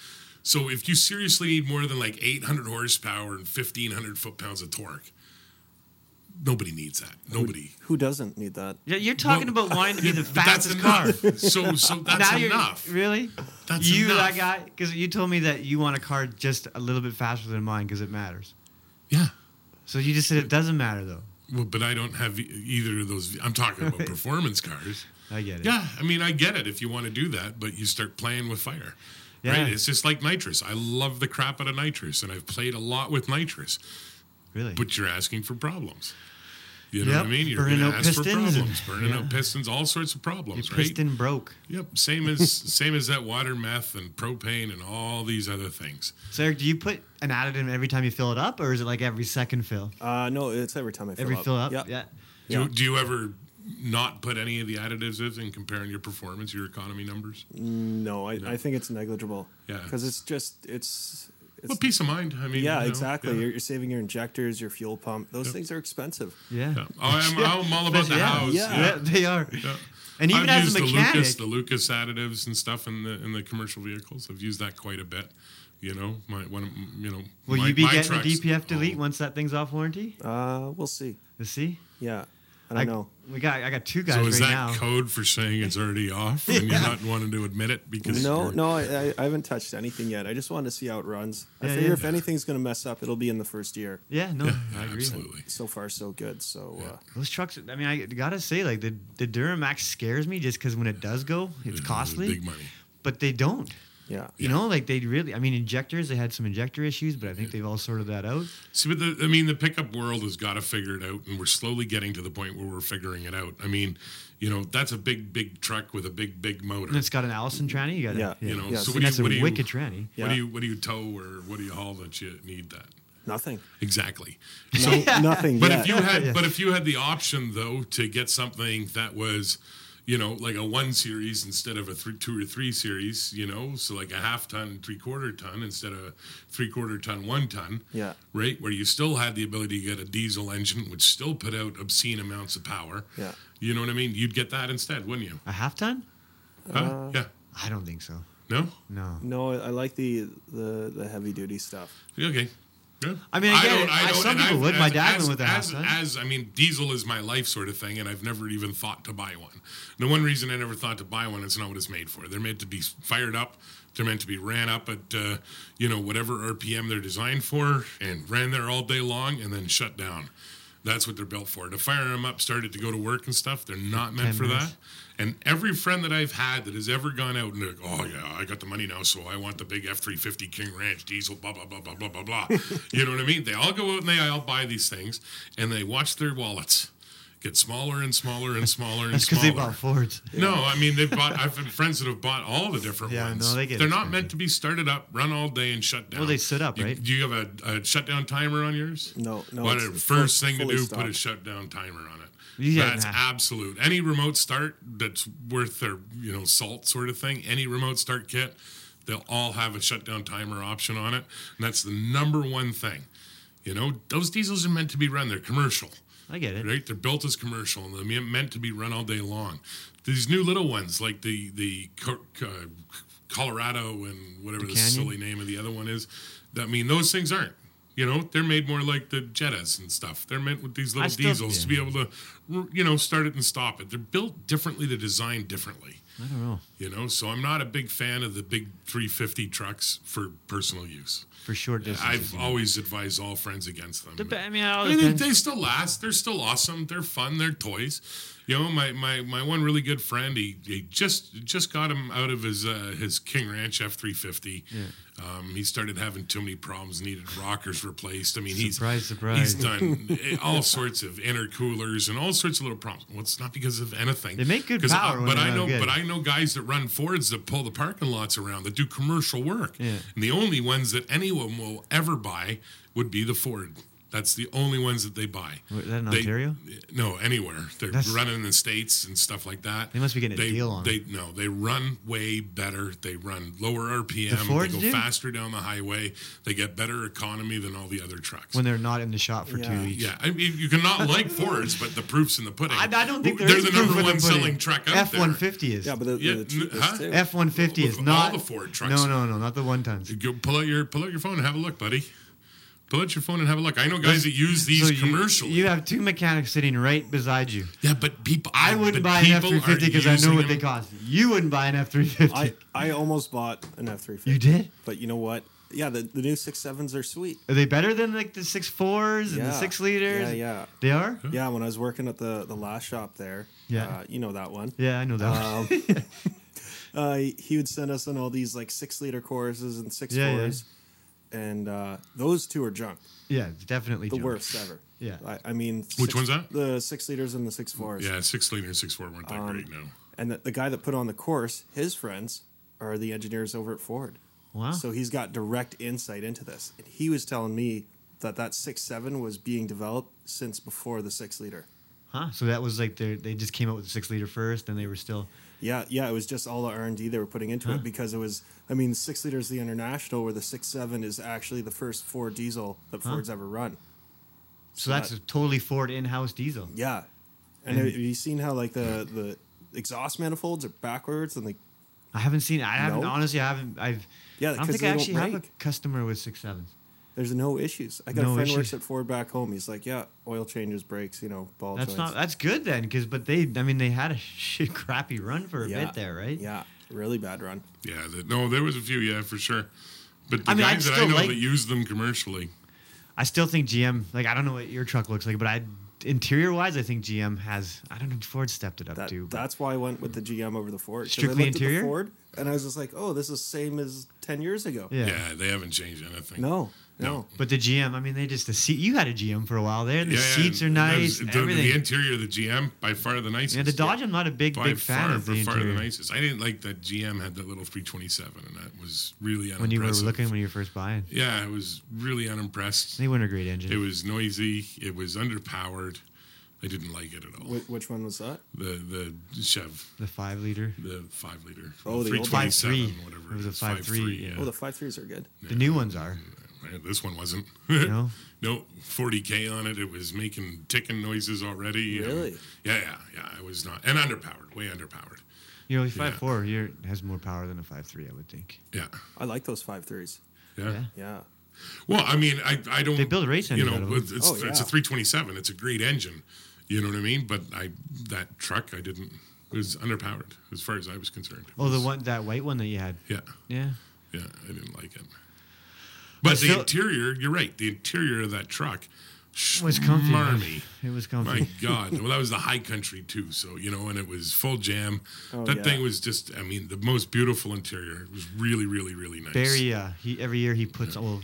Speaker 3: So if you seriously need more than like 800 horsepower and 1500 foot pounds of torque, nobody needs that. Nobody.
Speaker 5: Who doesn't need that?
Speaker 4: Yeah, You're talking
Speaker 3: Well,
Speaker 4: about wanting to be the
Speaker 3: But that's
Speaker 4: fastest car.
Speaker 3: enough. So, so that's
Speaker 4: now
Speaker 3: enough.
Speaker 4: You're, really?
Speaker 3: That's
Speaker 4: you,
Speaker 3: enough.
Speaker 4: that guy? Because you told me that you want a car just a little bit faster than mine because it matters.
Speaker 3: yeah.
Speaker 4: So you just said it doesn't matter though.
Speaker 3: Well, but I don't have e- either of those. I'm talking about performance cars.
Speaker 4: I get it.
Speaker 3: Yeah, I mean, I get it if you want to do that, but you start playing with fire.
Speaker 4: Yeah.
Speaker 3: Right? It's just like nitrous. I love the crap out of nitrous, and I've played a lot with nitrous,
Speaker 4: Really.
Speaker 3: but you're asking for problems. You know
Speaker 4: Yep,
Speaker 3: what I mean? You're
Speaker 4: burning
Speaker 3: going
Speaker 4: out
Speaker 3: to ask for
Speaker 4: pistons and-
Speaker 3: problems, burning
Speaker 4: yeah.
Speaker 3: out pistons, all sorts of
Speaker 4: Your
Speaker 3: problems, right?
Speaker 4: piston broke.
Speaker 3: Yep, same as same as that water meth and propane and all these other things.
Speaker 4: So Eric, do you put an additive every time you fill it up, or is it like every second fill?
Speaker 5: Uh, no, it's every time I fill
Speaker 4: Every
Speaker 5: up.
Speaker 4: fill up.
Speaker 5: Yep.
Speaker 4: Yeah.
Speaker 3: Do,
Speaker 5: Yeah.
Speaker 3: you, do you ever not put any of the additives in and comparing your performance, your economy numbers?
Speaker 5: No, I, I think it's negligible.
Speaker 3: Yeah.
Speaker 5: Because it's just it's. it's
Speaker 3: Well, peace of mind. I mean,
Speaker 5: yeah,
Speaker 3: you know,
Speaker 5: exactly.
Speaker 3: yeah.
Speaker 5: You're, you're saving your injectors, your fuel pump. Those
Speaker 3: Yep.
Speaker 5: things are expensive.
Speaker 4: Yeah.
Speaker 3: Yeah. Oh, I'm, I'm all about the
Speaker 4: Yeah.
Speaker 3: house.
Speaker 5: Yeah.
Speaker 4: Yeah, they are.
Speaker 3: Yeah.
Speaker 4: And even
Speaker 3: I've
Speaker 4: as
Speaker 3: used
Speaker 4: a mechanic,
Speaker 3: the Lucas, the Lucas additives and stuff in the in the commercial vehicles. I've used that quite a bit. You know, my one, of- you know,
Speaker 4: will
Speaker 3: my,
Speaker 4: you be
Speaker 3: my
Speaker 4: getting a
Speaker 3: trucks-
Speaker 4: DPF delete
Speaker 3: oh,
Speaker 4: once that thing's off warranty?
Speaker 5: Uh, we'll see.
Speaker 4: You see?
Speaker 5: Yeah, I don't know.
Speaker 4: We got. I got two guys
Speaker 3: So Oh, is
Speaker 4: right
Speaker 3: that
Speaker 4: now.
Speaker 3: code for saying it's already off and you're not wanting to admit it because
Speaker 5: No,
Speaker 3: you're-
Speaker 5: no, I, I- I haven't touched anything yet. I just wanted to see how it runs. I
Speaker 4: Yeah,
Speaker 5: figure
Speaker 4: yeah.
Speaker 5: if anything's gonna mess up, it'll be in the first year.
Speaker 4: yeah. No. I agree.
Speaker 3: absolutely.
Speaker 5: So far, so good. So uh,
Speaker 4: Those trucks. I mean, I gotta say, like the the Duramax scares me just because when it does go, it's
Speaker 3: Uh,
Speaker 4: costly.
Speaker 3: big money.
Speaker 4: But they don't.
Speaker 5: yeah,
Speaker 4: You know, like they really. I mean, injectors. They had some injector issues, but I think they've all sorted that out.
Speaker 3: See, but the, I mean, the pickup world has got to figure it out, and we're slowly getting to the point where we're figuring it out. I mean, you know, that's a big, big truck with a big, big motor.
Speaker 4: And it's got an Allison tranny. You got.
Speaker 5: Yeah,
Speaker 4: yeah.
Speaker 3: you know,
Speaker 5: yeah.
Speaker 3: so
Speaker 5: And
Speaker 3: what do you,
Speaker 4: that's
Speaker 3: what do
Speaker 4: a
Speaker 3: you,
Speaker 4: wicked tranny.
Speaker 5: Yeah.
Speaker 3: What do you what do you tow or what do you haul that you need that?
Speaker 5: nothing.
Speaker 3: Exactly.
Speaker 5: No, nothing.
Speaker 3: But
Speaker 5: yet.
Speaker 3: if you had
Speaker 4: Yeah.
Speaker 3: but if you had the option though to get something that was you know, like a one series instead of a three, two or three series, you know, so like a half ton, three quarter ton instead of three quarter ton, one ton,
Speaker 5: Yeah.
Speaker 3: right? Where you still had the ability to get a diesel engine, which still put out obscene amounts of power.
Speaker 5: Yeah.
Speaker 3: You know what I mean? You'd get that instead, wouldn't you?
Speaker 4: A half ton?
Speaker 3: Huh? yeah.
Speaker 4: I don't think so.
Speaker 3: No.
Speaker 4: No.
Speaker 5: No, I I like the the, the heavy duty stuff.
Speaker 3: Okay. Yeah.
Speaker 4: I mean, I get it. I- some
Speaker 3: and
Speaker 4: people
Speaker 3: I've-
Speaker 4: would. My
Speaker 3: as-
Speaker 4: dad went
Speaker 3: as-
Speaker 4: with a half
Speaker 3: as,
Speaker 4: ton.
Speaker 3: as I mean, diesel is my life sort of thing, and I've never even thought to buy one. The one reason I never thought to buy one is not what it's made for. They're meant to be fired up. They're meant to be ran up at uh, you know whatever RPM they're designed for, and ran there all day long, and then shut down. That's what they're built for. To fire them up, started to go to work and stuff. They're not meant
Speaker 4: Ten
Speaker 3: for
Speaker 4: minutes.
Speaker 3: that. And every friend that I've had that has ever gone out and like, oh yeah, I got the money now, so I want the big F three fifty King Ranch diesel, blah blah blah blah blah blah blah. you know what I mean? They all go out and they all buy these things, and they watch their wallets get smaller and smaller and smaller and
Speaker 4: That's because
Speaker 3: smaller.
Speaker 4: they bought Fords.
Speaker 3: No, I mean they've bought. I've had friends that have bought all the different
Speaker 4: Yeah,
Speaker 3: ones.
Speaker 4: no, they get
Speaker 3: They're not
Speaker 4: expensive.
Speaker 3: meant to be started up, run all day, and shut down.
Speaker 4: Well, they sit up,
Speaker 3: You-
Speaker 4: right?
Speaker 3: Do you have a, a shutdown timer on yours?
Speaker 5: No, no,
Speaker 3: What
Speaker 5: it's-
Speaker 3: the
Speaker 5: it's
Speaker 3: first
Speaker 5: full-
Speaker 3: thing to
Speaker 5: fully
Speaker 3: do, put a
Speaker 5: stopped.
Speaker 3: shutdown timer on it.
Speaker 4: Yeah,
Speaker 3: that's
Speaker 4: nah.
Speaker 3: absolute. Any remote start that's worth their you know salt sort of thing. Any remote start kit, they'll all have a shutdown timer option on it, and that's the number one thing. You know, those diesels are meant to be run. They're commercial
Speaker 4: I get it.
Speaker 3: right? They're built as commercial and they're me- meant to be run all day long. These new little ones, like the the Co- Co- Colorado and whatever the,
Speaker 4: Canyon?
Speaker 3: silly name of the other one is, that I mean those things aren't. You know, they're made more like the Jettas and stuff. They're meant with these
Speaker 4: I
Speaker 3: little
Speaker 4: still-
Speaker 3: diesels to be
Speaker 4: yeah.
Speaker 3: able to, you know, start it and stop it. They're built differently. They're designed differently.
Speaker 4: I don't know.
Speaker 3: You know, so I'm not a big fan of the big 350 trucks for personal use.
Speaker 4: For short distances.
Speaker 3: I've
Speaker 4: you know.
Speaker 3: always advised all friends against them.
Speaker 4: Dep- I mean, it all
Speaker 3: I mean, they-
Speaker 4: depends.
Speaker 3: they, still last. They're still awesome. They're fun. They're toys. You know, my, my, my one really good friend, he, he just just got him out of his uh, his King Ranch F three fifty. Um, he started having too many problems. Needed rockers replaced. I mean, he's
Speaker 4: Surprise, surprise.
Speaker 3: He's done eh, all sorts of intercoolers and all sorts of little problems. Well, it's not because of anything.
Speaker 4: They make good
Speaker 3: 'Cause I-
Speaker 4: power when
Speaker 3: but
Speaker 4: they
Speaker 3: I
Speaker 4: run
Speaker 3: know,
Speaker 4: good.
Speaker 3: but I know guys that run Fords that pull the parking lots around that do commercial work.
Speaker 4: Yeah.
Speaker 3: And the only ones that anyone will ever buy would be the Ford. That's the only ones that they buy.
Speaker 4: Wait, is that in
Speaker 3: They-
Speaker 4: Ontario?
Speaker 3: No, anywhere. They're
Speaker 4: That's-
Speaker 3: running in the states and stuff like that.
Speaker 4: They must be getting a
Speaker 3: they,
Speaker 4: deal on
Speaker 3: They no, they run way better. They run lower RPM.
Speaker 4: Fords
Speaker 3: they go
Speaker 4: do?
Speaker 3: faster down the highway. They get better economy than all the other trucks.
Speaker 4: when they're not in the shop for
Speaker 5: Yeah.
Speaker 4: two weeks.
Speaker 3: Yeah, I mean, you cannot like Fords, but the proof's in the pudding.
Speaker 4: I, I don't think
Speaker 3: they're
Speaker 4: there is
Speaker 3: the
Speaker 4: proof
Speaker 3: number
Speaker 4: of
Speaker 3: one
Speaker 4: them putting-
Speaker 3: selling truck out there.
Speaker 4: F-150 is.
Speaker 5: Yeah, but the,
Speaker 3: Yeah,
Speaker 5: yeah, the
Speaker 3: n-
Speaker 5: cheapest
Speaker 3: huh?
Speaker 5: too.
Speaker 4: F-150 is
Speaker 3: All
Speaker 4: not.
Speaker 3: the Ford trucks.
Speaker 4: No, no, no, not the one tons.
Speaker 3: Go pull out your pull out your phone and have a look, buddy. Pull out your phone and have a look. I know guys that use these
Speaker 4: you,
Speaker 3: commercially.
Speaker 4: You have two mechanics sitting right beside you.
Speaker 3: yeah, but people,
Speaker 4: I wouldn't
Speaker 3: but
Speaker 4: buy an F
Speaker 3: people
Speaker 4: three fifty
Speaker 3: are
Speaker 4: because I know
Speaker 3: using
Speaker 4: what they
Speaker 3: them.
Speaker 4: cost. You wouldn't buy an F three
Speaker 5: I,
Speaker 4: fifty.
Speaker 5: I almost bought an F three fifty.
Speaker 4: You did?
Speaker 5: but you know what? Yeah, the, the new six sevens are sweet.
Speaker 4: Are they better than like the six fours and the
Speaker 5: Yeah.
Speaker 4: six liters?
Speaker 5: Yeah, yeah,
Speaker 4: They are.
Speaker 5: yeah. When I was working at the the last shop there,
Speaker 4: Yeah.
Speaker 5: uh, you know that one.
Speaker 4: Yeah, I know that. one.
Speaker 5: Um, uh, he would send us on all these like six liter choruses and six
Speaker 4: Yeah, yeah.
Speaker 5: fours, and uh, those two are junk,
Speaker 4: Yeah, it's definitely
Speaker 5: the
Speaker 4: junk.
Speaker 5: worst ever.
Speaker 4: Yeah.
Speaker 5: I, I mean,
Speaker 3: Which one's that?
Speaker 5: The six liters and the six fours.
Speaker 3: Yeah, six liter and six four weren't
Speaker 4: Um,
Speaker 3: that great. No,
Speaker 5: and the, the guy that put on the course, his friends are the engineers over at Ford.
Speaker 4: Wow.
Speaker 5: So he's got direct insight into this, and he was telling me that that six seven was being developed since before the six liter.
Speaker 4: Huh? So that was like they they just came out with the six liter first, and they were still.
Speaker 5: Yeah, yeah, it was just all the R and D they were putting into it because it was. I mean, six liter is the international, where the six seven is actually the first Ford diesel that Ford's ever run.
Speaker 4: So that's a totally Ford in house diesel.
Speaker 5: Yeah, and have you seen how like the the exhaust manifolds are backwards and like
Speaker 4: I haven't seen. I haven't
Speaker 5: No?
Speaker 4: honestly. I haven't. I've.
Speaker 5: Yeah,
Speaker 4: I don't
Speaker 5: 'cause
Speaker 4: think I
Speaker 5: they don't
Speaker 4: actually have a
Speaker 5: break.
Speaker 4: customer with six sevens.
Speaker 5: there's no issues. I got
Speaker 4: No
Speaker 5: a friend who works
Speaker 4: issues.
Speaker 5: at Ford back home. He's like, yeah, oil changes, brakes, you know, ball
Speaker 4: That's
Speaker 5: joints.
Speaker 4: not. That's good then, because but they. I mean, they had a shit crappy run for a
Speaker 5: yeah.
Speaker 4: bit there, right?
Speaker 5: Yeah, really bad run.
Speaker 3: yeah, the, no, there was a few. Yeah, for sure. But the
Speaker 4: I mean, I'd
Speaker 3: guys that I
Speaker 4: still
Speaker 3: know
Speaker 4: like-
Speaker 3: that use them commercially,
Speaker 4: I still think GM. Like I don't know what your truck looks like, but I interior wise, I think GM has. I don't know. Ford stepped it up
Speaker 5: That,
Speaker 4: too. but-
Speaker 5: that's why I went with the GM over the Ford. 'cause I
Speaker 4: Strictly
Speaker 5: looked at the
Speaker 4: interior?
Speaker 5: Ford, and I was just like, oh, this is same as ten years ago.
Speaker 4: yeah.
Speaker 3: yeah, they haven't changed anything.
Speaker 5: No,
Speaker 3: No.
Speaker 5: no.
Speaker 4: But the GM. I mean, they just the seat. You had a GM for a while there. The
Speaker 3: Yeah, yeah,
Speaker 4: seats are
Speaker 3: and
Speaker 4: nice.
Speaker 3: those- The,
Speaker 4: everything.
Speaker 3: the interior of the GM by far the nicest.
Speaker 4: yeah, the Dodge. I'm not a big
Speaker 3: by
Speaker 4: big fan
Speaker 3: far,
Speaker 4: of the
Speaker 3: by far the
Speaker 4: interior.
Speaker 3: nicest. I didn't like that GM had that little 327, and that was really unimpressive.
Speaker 4: when you were looking when you were first buying,
Speaker 3: yeah, it was really unimpressed.
Speaker 4: they weren't a great engine.
Speaker 3: It was noisy. It was underpowered. I didn't like it at all.
Speaker 5: Wh- which one was that?
Speaker 3: The the Chev,
Speaker 4: The five liter.
Speaker 3: the five liter,
Speaker 5: Oh, the old one.
Speaker 3: 327,
Speaker 4: 5.3.
Speaker 3: whatever
Speaker 4: It was a
Speaker 3: is,
Speaker 4: 5.3,
Speaker 3: 5.3,
Speaker 4: yeah.
Speaker 5: Oh, the five threes are good.
Speaker 4: The new ones are.
Speaker 3: Right, this one wasn't.
Speaker 4: know?
Speaker 3: no, 40k on it. It was making ticking noises already. and-
Speaker 5: Really?
Speaker 3: yeah, yeah, yeah. I was not, and underpowered, way underpowered.
Speaker 4: You know, a five four here has more power than a five three, I would think.
Speaker 3: Yeah,
Speaker 5: I like those five threes.
Speaker 3: yeah.
Speaker 4: Yeah.
Speaker 5: Yeah.
Speaker 3: Well, I mean, I, I don't.
Speaker 4: They build race
Speaker 3: You
Speaker 4: engine
Speaker 3: know,
Speaker 4: out of 'em.
Speaker 3: it's, it's,
Speaker 5: Oh, yeah.
Speaker 3: it's a 327. It's a great engine. You know what I mean? But I that truck, I didn't. It was underpowered as far as I was concerned. It
Speaker 4: Oh, the
Speaker 3: was-
Speaker 4: one that white one that you had.
Speaker 3: Yeah,
Speaker 4: Yeah.
Speaker 3: yeah. I didn't like it. But the
Speaker 4: still-
Speaker 3: interior, you're right. The interior of that truck
Speaker 4: It was comfy. man.
Speaker 3: Marmy.
Speaker 4: It was comfy.
Speaker 3: My God. Well, that was the high country too. So, you know, and it was full jam.
Speaker 5: Oh,
Speaker 3: that
Speaker 5: yeah.
Speaker 3: thing was just, I mean, the most beautiful interior. It was really, really, really nice.
Speaker 4: Barry, uh, he every year he puts well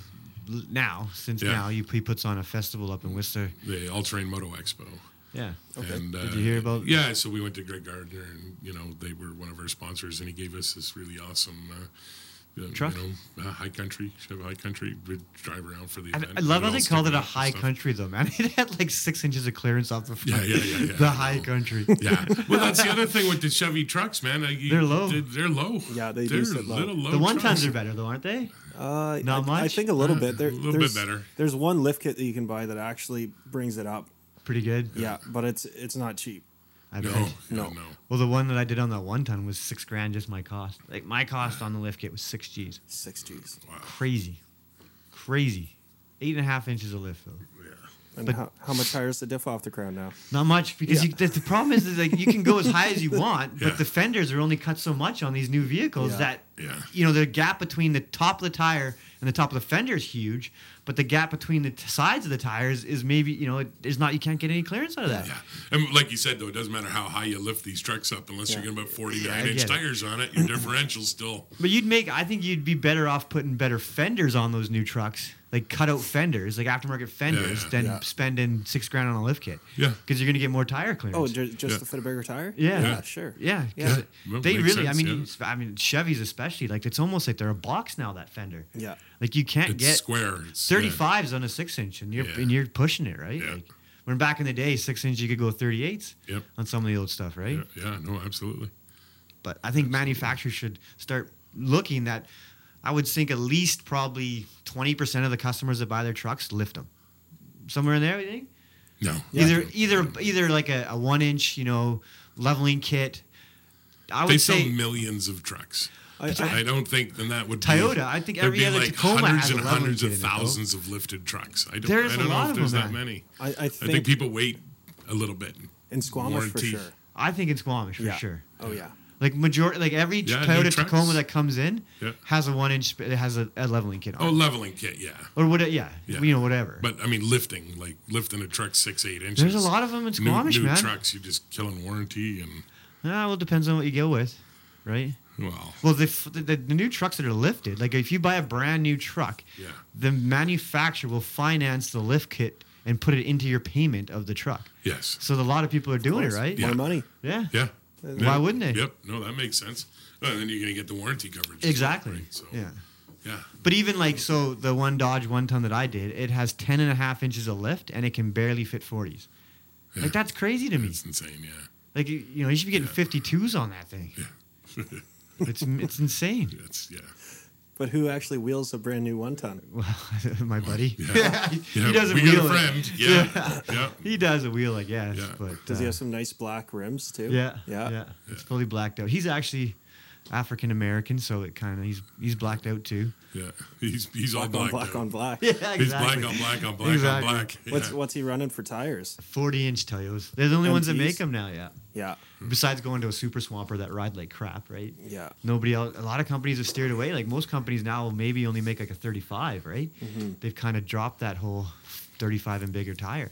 Speaker 4: l- now since
Speaker 3: Yeah.
Speaker 4: now he, he puts on a festival up in Worcester.
Speaker 3: The All Terrain Moto Expo.
Speaker 4: Yeah.
Speaker 3: And, uh,
Speaker 4: Did you hear about-
Speaker 3: Yeah, so we went to Greg Gardner, and you know they were one of our sponsors, and he gave us this really awesome uh, uh,
Speaker 4: Truck?
Speaker 3: you know, uh, high country, Chevy high country. We'd drive around for the
Speaker 4: I,
Speaker 3: event.
Speaker 4: I
Speaker 3: and
Speaker 4: love
Speaker 3: all
Speaker 4: how they called it
Speaker 3: sticking
Speaker 4: a
Speaker 3: up and
Speaker 4: high
Speaker 3: stuff.
Speaker 4: country though, man. It had like six inches of clearance off the
Speaker 3: Yeah,
Speaker 4: front.
Speaker 3: yeah, yeah, yeah.
Speaker 4: the
Speaker 3: I
Speaker 4: high
Speaker 3: know.
Speaker 4: country.
Speaker 3: Yeah. Well, that's the other thing with the Chevy trucks, man. Like, you-
Speaker 4: They're low.
Speaker 3: They're, they're low.
Speaker 5: Yeah, they do
Speaker 3: they're
Speaker 5: sit low.
Speaker 3: little low.
Speaker 4: The one
Speaker 3: trucks.
Speaker 4: times are better though, aren't they?
Speaker 5: Uh,
Speaker 4: Not
Speaker 5: I, I
Speaker 4: much?
Speaker 5: think a little bit. There,
Speaker 3: a little bit
Speaker 5: there's-
Speaker 3: better.
Speaker 5: There's one lift kit that you can buy that actually brings it up.
Speaker 4: Pretty good.
Speaker 5: Yeah, but it's it's not cheap.
Speaker 4: I
Speaker 3: No,
Speaker 4: bet.
Speaker 3: no,
Speaker 5: No.
Speaker 3: no.
Speaker 4: Well, the one that I did on that one ton was six grand, just my cost. Like my cost on the lift kit was six G's.
Speaker 5: Six Gs.
Speaker 4: Crazy, crazy. Eight and a half inches of lift though.
Speaker 5: And
Speaker 4: But-
Speaker 5: how, how much higher is the diff off the crown now?
Speaker 4: Not much because
Speaker 5: Yeah.
Speaker 4: you, the, the problem is, is like you can go as high as you want,
Speaker 3: Yeah.
Speaker 4: but the fenders are only cut so much on these new vehicles
Speaker 5: Yeah.
Speaker 4: that
Speaker 3: Yeah.
Speaker 4: you know the gap between the top of the tire and the top of the fender is huge, but the gap between the t- sides of the tires is maybe you know it is not you can't get any clearance out of that.
Speaker 3: Yeah. And like you said, though, it doesn't matter how high you lift these trucks up unless you're
Speaker 5: Yeah.
Speaker 3: getting about
Speaker 4: Yeah,
Speaker 3: 49
Speaker 4: I
Speaker 3: inch
Speaker 4: get it.
Speaker 3: tires on it, your differential's still.
Speaker 4: But you'd make I think you'd be better off putting better fenders on those new trucks, like cutout fenders, like aftermarket fenders,
Speaker 3: yeah.
Speaker 4: than
Speaker 5: Yeah.
Speaker 4: spending six grand on a lift kit.
Speaker 3: Yeah.
Speaker 4: because you're gonna get more tire clearance.
Speaker 5: Oh, ju- just
Speaker 3: Yeah.
Speaker 5: to fit a bigger tire?
Speaker 4: Yeah.
Speaker 5: Yeah, sure.
Speaker 4: Yeah,
Speaker 5: Yeah.
Speaker 4: 'cause
Speaker 3: Yeah,
Speaker 4: they
Speaker 3: makes
Speaker 4: really. I
Speaker 3: sense,
Speaker 4: mean,
Speaker 3: yeah.
Speaker 4: it's- I mean, Chevys especially. Like it's almost like they're a box now. That fender.
Speaker 5: Yeah.
Speaker 4: Like you can't
Speaker 3: It's
Speaker 4: get
Speaker 3: square. It's, yeah.
Speaker 4: 35s on a six inch, and you're
Speaker 3: Yeah.
Speaker 4: and you're pushing it right.
Speaker 3: Yeah.
Speaker 4: Like, when back in the day, six inch you could go 38s
Speaker 3: Yep.
Speaker 4: on some of the old stuff, right?
Speaker 3: Yeah, yeah, no, absolutely.
Speaker 4: But I think manufacturers should start looking that. I would think at least probably 20% of the customers that buy their trucks lift them. Somewhere in there, you think?
Speaker 3: No.
Speaker 4: Either either either like a, a one inch, you know, leveling kit. I would
Speaker 3: They sell
Speaker 4: say
Speaker 3: millions of trucks.
Speaker 5: I, I,
Speaker 3: I don't think then that would be-
Speaker 4: Toyota, I think
Speaker 3: there'd
Speaker 4: every
Speaker 3: be
Speaker 4: other
Speaker 3: like
Speaker 4: Tacoma
Speaker 3: hundreds
Speaker 4: has a
Speaker 3: and
Speaker 4: leveling
Speaker 3: hundreds of
Speaker 4: kit in it, though.
Speaker 3: thousands of lifted trucks. I don't,
Speaker 4: There's
Speaker 3: I
Speaker 4: a
Speaker 3: don't
Speaker 4: lot
Speaker 3: know if
Speaker 4: of
Speaker 3: there's
Speaker 4: them,
Speaker 3: that
Speaker 4: man.
Speaker 3: many.
Speaker 5: I,
Speaker 3: I
Speaker 5: think,
Speaker 3: think people wait a little bit.
Speaker 5: in Squamish for
Speaker 3: warranty.
Speaker 5: sure.
Speaker 4: I think it's Squamish for
Speaker 5: Yeah.
Speaker 4: sure.
Speaker 5: Oh, yeah.
Speaker 4: Like majority, like every
Speaker 3: Yeah, new
Speaker 4: Toyota
Speaker 3: trucks.
Speaker 4: Tacoma that comes in
Speaker 3: Yeah.
Speaker 4: has a one inch, sp- it has a, a leveling kit
Speaker 3: Oh,
Speaker 4: on, it.
Speaker 3: leveling kit, yeah.
Speaker 4: or what? Yeah,
Speaker 3: Yeah.
Speaker 4: you know, whatever.
Speaker 3: But I mean, lifting, like lifting a truck six, eight inches.
Speaker 4: there's a lot of them in
Speaker 3: new,
Speaker 4: Squamish,
Speaker 3: new
Speaker 4: man.
Speaker 3: trucks. You're just killing warranty and
Speaker 4: Ah, well, depends on what you go with, right?
Speaker 3: well,
Speaker 4: Well, the, f- the the new trucks that are lifted, like if you buy a brand new truck,
Speaker 3: Yeah.
Speaker 4: the manufacturer will finance the lift kit and put it into your payment of the truck.
Speaker 3: yes,
Speaker 4: So a lot of people are doing it, right?
Speaker 5: More money.
Speaker 4: Yeah.
Speaker 3: yeah.
Speaker 4: Why wouldn't they?
Speaker 3: Yep. No, that makes sense. Well, then you're gonna get the warranty coverage. as
Speaker 4: Exactly.
Speaker 3: well, right? So,
Speaker 4: Yeah.
Speaker 3: Yeah.
Speaker 4: But even like so, the one Dodge one ton that I did, it has 10 and a half inches of lift and it can barely fit 40s. Like that's crazy to me.
Speaker 3: It's insane. Yeah.
Speaker 4: Like you you know, you should be getting 52s on that thing. it's it's insane.
Speaker 3: That's yeah.
Speaker 5: But who actually wheels a brand new one ton?
Speaker 4: Well, my buddy,
Speaker 3: Yeah.
Speaker 4: he does a
Speaker 3: we
Speaker 4: wheel.
Speaker 3: got a friend. Yeah. yeah.
Speaker 4: He does a wheel, I guess.
Speaker 3: Yeah.
Speaker 4: But
Speaker 5: Does he
Speaker 4: uh,
Speaker 5: have some nice black rims too?
Speaker 4: yeah,
Speaker 5: Yeah.
Speaker 4: It's fully blacked out. He's actually African American, so it kind of he's he's blacked out too.
Speaker 3: Yeah. He's he's all black.
Speaker 5: Black on black on black.
Speaker 3: He's black on black on black
Speaker 4: Exactly.
Speaker 3: on black. Yeah.
Speaker 5: What's what's he running for tires?
Speaker 4: 40 inch Toyos. They're the only ones that
Speaker 5: MTs?
Speaker 4: make them now. Yeah.
Speaker 5: Yeah.
Speaker 4: Besides going to a super swamper that ride like crap, right?
Speaker 5: Yeah.
Speaker 4: nobody else a lot of companies have steered away like most companies now will maybe only make like a 35 right they've kind of dropped that whole 35 and bigger tire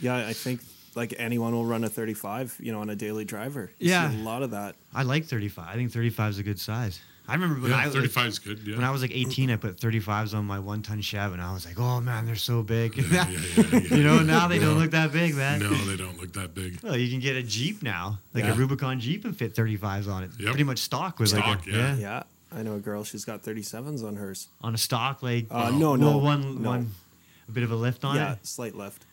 Speaker 5: Yeah, I think like anyone will run a 35, you know, on a daily driver. You
Speaker 4: Yeah.
Speaker 5: see a lot of that.
Speaker 4: i like 35 i think 35 is a good size i remember when,
Speaker 3: yeah,
Speaker 4: I,
Speaker 3: 35 is good. Yeah.
Speaker 4: when I was like 18 i put 35s on my one ton chev and i was like oh man they're so big
Speaker 3: yeah, yeah, yeah, yeah.
Speaker 4: you know now they don't
Speaker 3: No.
Speaker 4: look that big man
Speaker 3: no, they don't look that big.
Speaker 4: Well, you can get a Jeep now, like
Speaker 5: Yeah.
Speaker 4: a Rubicon Jeep, and fit 35s on it.
Speaker 3: Yep.
Speaker 4: Pretty much stock was
Speaker 3: Stock,
Speaker 4: like a,
Speaker 3: yeah.
Speaker 5: Yeah. I know a girl, she's got 37s on hers.
Speaker 4: on a stock like
Speaker 5: Uh, no,
Speaker 4: well,
Speaker 5: no,
Speaker 4: one
Speaker 5: no.
Speaker 4: one a bit of a lift on
Speaker 5: yeah,
Speaker 4: it.
Speaker 5: slight left.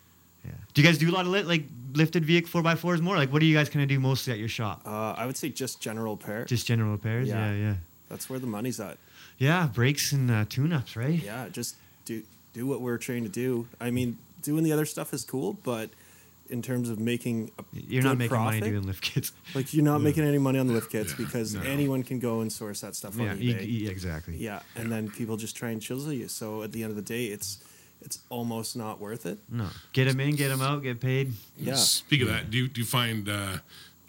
Speaker 4: Yeah. Do you guys do a lot of lit, like lifted vehicle four x fours more? Like, what do you guys kind of do mostly at your shop?
Speaker 5: Uh, I would say just general repair.
Speaker 4: Just general repairs.
Speaker 5: Yeah.
Speaker 4: Yeah, yeah,
Speaker 5: That's where the money's at.
Speaker 4: yeah. Brakes and uh, tune-ups, right?
Speaker 5: Yeah, just do do what we're trained to do. I mean, doing the other stuff is cool, but in terms of making a
Speaker 4: You're
Speaker 5: good
Speaker 4: not making
Speaker 5: profit,
Speaker 4: money doing lift kits.
Speaker 5: like you're not making any money on the lift kits
Speaker 3: Yeah,
Speaker 5: because
Speaker 3: no.
Speaker 5: anyone can go and source that stuff
Speaker 4: Yeah,
Speaker 5: on eBay.
Speaker 4: e- e- exactly.
Speaker 5: Yeah, and then people just try and chisel you. So at the end of the day, it's it's almost not worth it.
Speaker 4: No, get them in, get them out, get paid.
Speaker 5: Yeah,
Speaker 3: Speak of that, do you, do you find uh,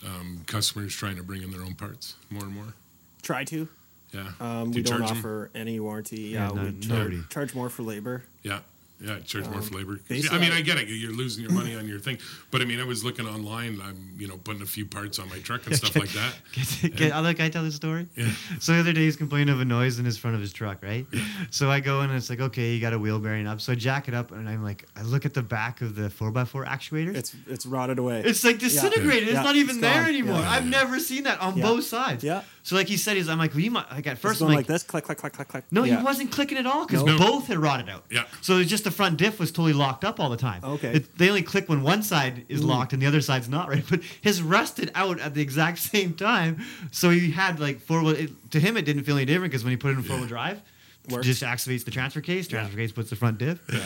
Speaker 3: um, customers trying to bring in their own parts more and more?
Speaker 5: try to.
Speaker 3: Yeah.
Speaker 5: Um,
Speaker 3: Do
Speaker 5: we
Speaker 3: you
Speaker 5: don't
Speaker 3: charge 'em?
Speaker 5: offer any warranty.
Speaker 4: Yeah,
Speaker 5: Yeah,
Speaker 4: no-
Speaker 5: we char-
Speaker 4: nobody.
Speaker 5: charge more for labor.
Speaker 3: Yeah. Yeah, it charge more for labor.
Speaker 5: based
Speaker 3: I mean,
Speaker 5: on-
Speaker 3: I get it. You're losing your money on your thing, but I mean, I was looking online. I'm, you know, putting a few parts on my truck and stuff like that.
Speaker 4: Get, get, I like I tell the story.
Speaker 3: Yeah.
Speaker 4: So the other day he's complaining of a noise in his front of his truck, right? So I go in and it's like, okay, you got a wheel bearing up. So I jack it up and I'm like, I look at the back of the 4x4 actuator. It's,
Speaker 5: It's it's rotted away.
Speaker 4: like disintegrated. It's
Speaker 5: Yeah,
Speaker 4: not
Speaker 5: it's
Speaker 4: even there
Speaker 5: gone.
Speaker 4: anymore.
Speaker 5: Yeah.
Speaker 4: I've never seen that on
Speaker 5: Yeah.
Speaker 4: both sides.
Speaker 5: Yeah.
Speaker 4: So like he said, he's I'm like, well, you might like at
Speaker 5: first
Speaker 4: first I'm
Speaker 5: one like,
Speaker 4: like,
Speaker 5: this. Click click click click click.
Speaker 4: no,
Speaker 5: Yeah.
Speaker 4: he wasn't clicking at all because
Speaker 3: No.
Speaker 4: both had rotted out.
Speaker 3: Yeah.
Speaker 4: So it's just the front diff was totally locked up all the time.
Speaker 5: Okay. Mm.
Speaker 4: It, they only click when one side is locked and the other side's not, right? But his rusted out at the exact same time. So he had like four wheel. it- To him, it didn't feel any different because when he put it in four wheel drive, it
Speaker 5: Works.
Speaker 4: just activates the transfer case. Transfer case puts the front diff. Yeah.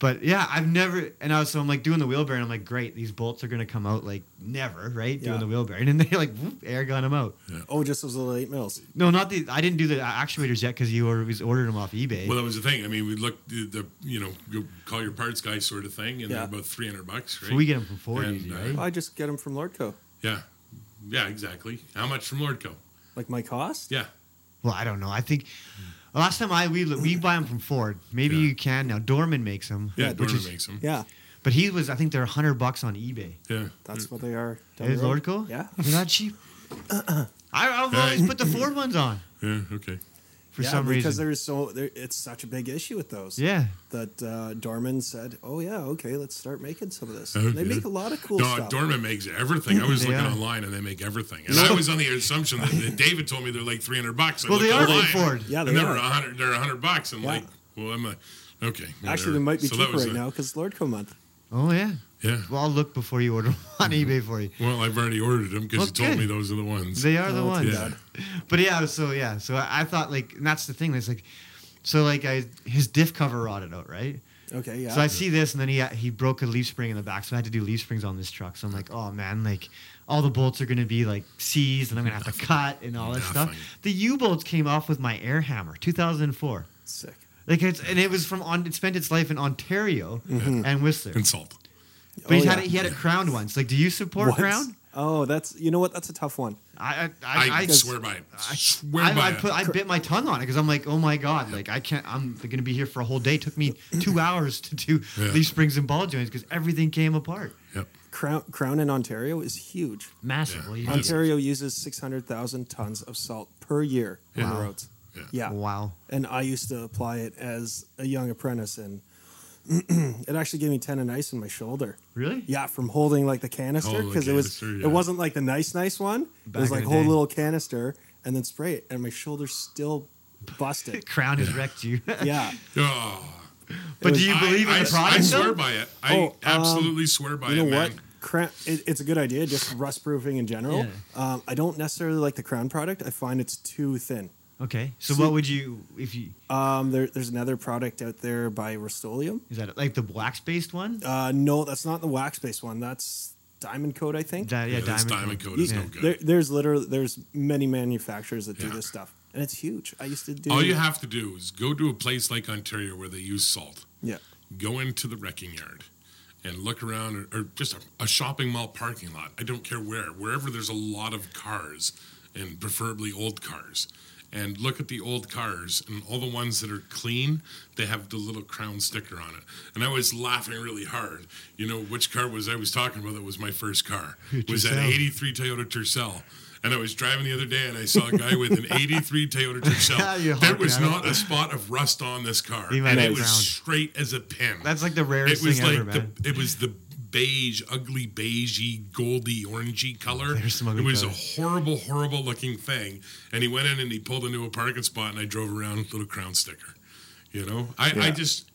Speaker 4: But yeah, I've never. And I was so I'm like doing the wheel bearing. I'm like, great, these bolts are gonna come out like never, right?
Speaker 5: Yeah.
Speaker 4: Doing the wheel bearing, and they like whoop, air gun them out.
Speaker 5: Oh, just those little eight mils.
Speaker 4: No, not the. I didn't do the uh, actuators yet because you ordered, was ordering them off eBay.
Speaker 3: Well, that was the thing. I mean, we looked the, the you know you call your parts guy sort of thing, and
Speaker 5: Yeah.
Speaker 3: they're about three hundred bucks, right?
Speaker 4: So we get them for four
Speaker 3: And,
Speaker 4: easy,
Speaker 3: uh,
Speaker 4: right?
Speaker 5: I just get them from Lordco.
Speaker 3: yeah, yeah, exactly. How much from Lordco?
Speaker 5: Like my cost.
Speaker 3: Yeah,
Speaker 4: Well, I don't know. I think the last time I we we buy them from Ford. Maybe
Speaker 3: Yeah.
Speaker 4: you can now. Dorman makes them.
Speaker 3: yeah.
Speaker 4: which
Speaker 3: Dorman
Speaker 4: is-
Speaker 3: makes them.
Speaker 5: Yeah,
Speaker 4: But he was. I think they're hundred bucks on eBay.
Speaker 3: yeah.
Speaker 5: that's what they are. down
Speaker 4: Is
Speaker 5: the road.
Speaker 4: Lordco?
Speaker 5: Yeah.
Speaker 4: they're not cheap. I, I've always put the Ford ones on
Speaker 3: Yeah, okay.
Speaker 4: for
Speaker 5: yeah,
Speaker 4: some
Speaker 5: because
Speaker 4: reason.
Speaker 5: there's so there, it's such a big issue with those.
Speaker 4: Yeah.
Speaker 5: That uh, Dorman said, "Oh yeah, okay, let's start making some of this."
Speaker 3: Oh,
Speaker 5: they
Speaker 3: yeah.
Speaker 5: make a lot of cool
Speaker 3: no,
Speaker 5: stuff.
Speaker 3: Dorman makes everything. I was
Speaker 4: They
Speaker 3: looking
Speaker 4: are.
Speaker 3: online, and they make everything. And I was on the assumption that, that David told me they're like three hundred bucks. I
Speaker 4: Well, they
Speaker 3: looked
Speaker 4: are
Speaker 3: online,
Speaker 4: like Ford.
Speaker 5: Yeah,
Speaker 3: and
Speaker 5: they
Speaker 3: they
Speaker 5: are.
Speaker 3: were hundred. They're hundred bucks. I'm
Speaker 5: Yeah.
Speaker 3: like, well, I'm a okay. whatever.
Speaker 5: Actually, they might be
Speaker 3: So that
Speaker 5: cheaper
Speaker 3: was
Speaker 5: right
Speaker 3: a-
Speaker 5: now because Lordco month.
Speaker 4: Oh yeah.
Speaker 3: Yeah.
Speaker 4: Well, I'll look before you order 'em on eBay for you.
Speaker 3: Well, I've already ordered them because
Speaker 4: Well,
Speaker 3: you told
Speaker 4: good.
Speaker 3: me those are the ones.
Speaker 4: They are the
Speaker 5: Oh, too
Speaker 4: ones.
Speaker 3: bad.
Speaker 4: But yeah, so yeah, so I, I thought like, and that's the thing. That's like, so like I his diff cover rotted out, right?
Speaker 5: Okay, yeah.
Speaker 4: So I see this, and then he he broke a leaf spring in the back, so I had to do leaf springs on this truck. So I'm like, oh man, like all the bolts are gonna be like seized, and I'm gonna have to cut and all that
Speaker 3: Nothing.
Speaker 4: stuff. The U bolts came off with my air hammer, 2004.
Speaker 5: Sick.
Speaker 4: Like it's and it was from on it spent its life in Ontario and Whistler,
Speaker 3: Insult.
Speaker 4: but he
Speaker 5: Mm-hmm. Oh,
Speaker 4: had
Speaker 5: yeah.
Speaker 4: it he had it crowned once. Like, do you support
Speaker 5: What?
Speaker 4: crown?
Speaker 5: Oh, that's you know what? That's a tough one.
Speaker 4: I I
Speaker 3: I,
Speaker 4: I, I,
Speaker 3: swear by it.
Speaker 4: I-
Speaker 3: swear
Speaker 4: I,
Speaker 3: by
Speaker 4: I,
Speaker 3: it.
Speaker 4: put, I bit my tongue on it because I'm like, oh my god, like I can't. I'm gonna be here for a whole day. It took me two hours to do
Speaker 3: Yeah.
Speaker 4: leaf springs and ball joints because everything came apart.
Speaker 3: Yep.
Speaker 5: Crown Crown in Ontario is huge.
Speaker 4: Massive. Well, you
Speaker 3: Yes.
Speaker 5: Ontario uses six hundred thousand tons of salt per year on
Speaker 4: Wow.
Speaker 5: the roads.
Speaker 3: Yeah.
Speaker 5: Yeah.
Speaker 4: Wow.
Speaker 5: and I used to apply it as a young apprentice, and it actually gave me tendonitis in my shoulder.
Speaker 4: Really?
Speaker 5: Yeah, from holding like the canister
Speaker 3: Holding the
Speaker 5: because it was
Speaker 3: canister, yeah.
Speaker 5: it wasn't like the nice nice one.
Speaker 4: Back
Speaker 5: it was
Speaker 4: in
Speaker 5: like
Speaker 4: the
Speaker 5: hold
Speaker 4: day.
Speaker 5: a little canister and then spray it, and my shoulder still busted.
Speaker 4: Crown has wrecked you.
Speaker 5: yeah,
Speaker 3: Oh,
Speaker 4: but
Speaker 5: was-
Speaker 4: do you believe
Speaker 3: I,
Speaker 4: in the
Speaker 3: I, I
Speaker 4: product?
Speaker 3: swear
Speaker 4: though?
Speaker 3: by it. I
Speaker 5: Oh, um,
Speaker 3: absolutely swear by
Speaker 5: you know
Speaker 3: it,
Speaker 5: what?
Speaker 3: man.
Speaker 5: Crown, it, it's a good idea, just rust proofing in general. Um, I don't necessarily like the crown product. I find it's too thin.
Speaker 4: Okay. So
Speaker 5: See-
Speaker 4: what would you if you
Speaker 5: Um, there, there's another product out there by Rust-Oleum.
Speaker 4: is that like the wax based one?
Speaker 5: Uh, no, that's not the wax-based one. That's Diamond Coat, I think.
Speaker 4: Di- yeah,
Speaker 3: Yeah, this
Speaker 4: diamond.
Speaker 3: diamond coat
Speaker 5: You-
Speaker 3: is no
Speaker 4: Yeah.
Speaker 3: good.
Speaker 5: There, there's literally there's many manufacturers that do
Speaker 3: Yeah.
Speaker 5: this stuff, and it's huge. I used to do.
Speaker 3: All you have to do is go to a place like Ontario where they use salt.
Speaker 5: Yeah.
Speaker 3: Go into the wrecking yard and look around, or, or just a, a shopping mall parking lot. I don't care where, wherever there's a lot of cars, and preferably old cars. And look at the old cars and all the ones that are clean, they have the little crown sticker on it. And I was laughing really hard. You know, which car was I was talking about that was my first car? was that
Speaker 4: Tercel.
Speaker 3: 83 Toyota Tercel. And I was driving the other day and I saw a guy with an 83 Toyota Tercel.
Speaker 4: You're
Speaker 3: there
Speaker 4: honking
Speaker 3: was
Speaker 4: at him.
Speaker 3: not a spot of rust on this car,
Speaker 4: He might
Speaker 3: and it
Speaker 4: have
Speaker 3: was
Speaker 4: drowned.
Speaker 3: straight as a pin.
Speaker 4: That's like the
Speaker 3: it
Speaker 4: rarest
Speaker 3: was
Speaker 4: thing
Speaker 3: like
Speaker 4: ever, man.
Speaker 3: the it was the beige, ugly, beigey, goldy, orangey color.
Speaker 4: There's some ugly
Speaker 3: it was
Speaker 4: colors.
Speaker 3: a horrible, horrible looking thing. And he went in and he pulled into a parking spot, and I drove around with a little crown sticker. You know, I, I
Speaker 5: Yeah.
Speaker 3: just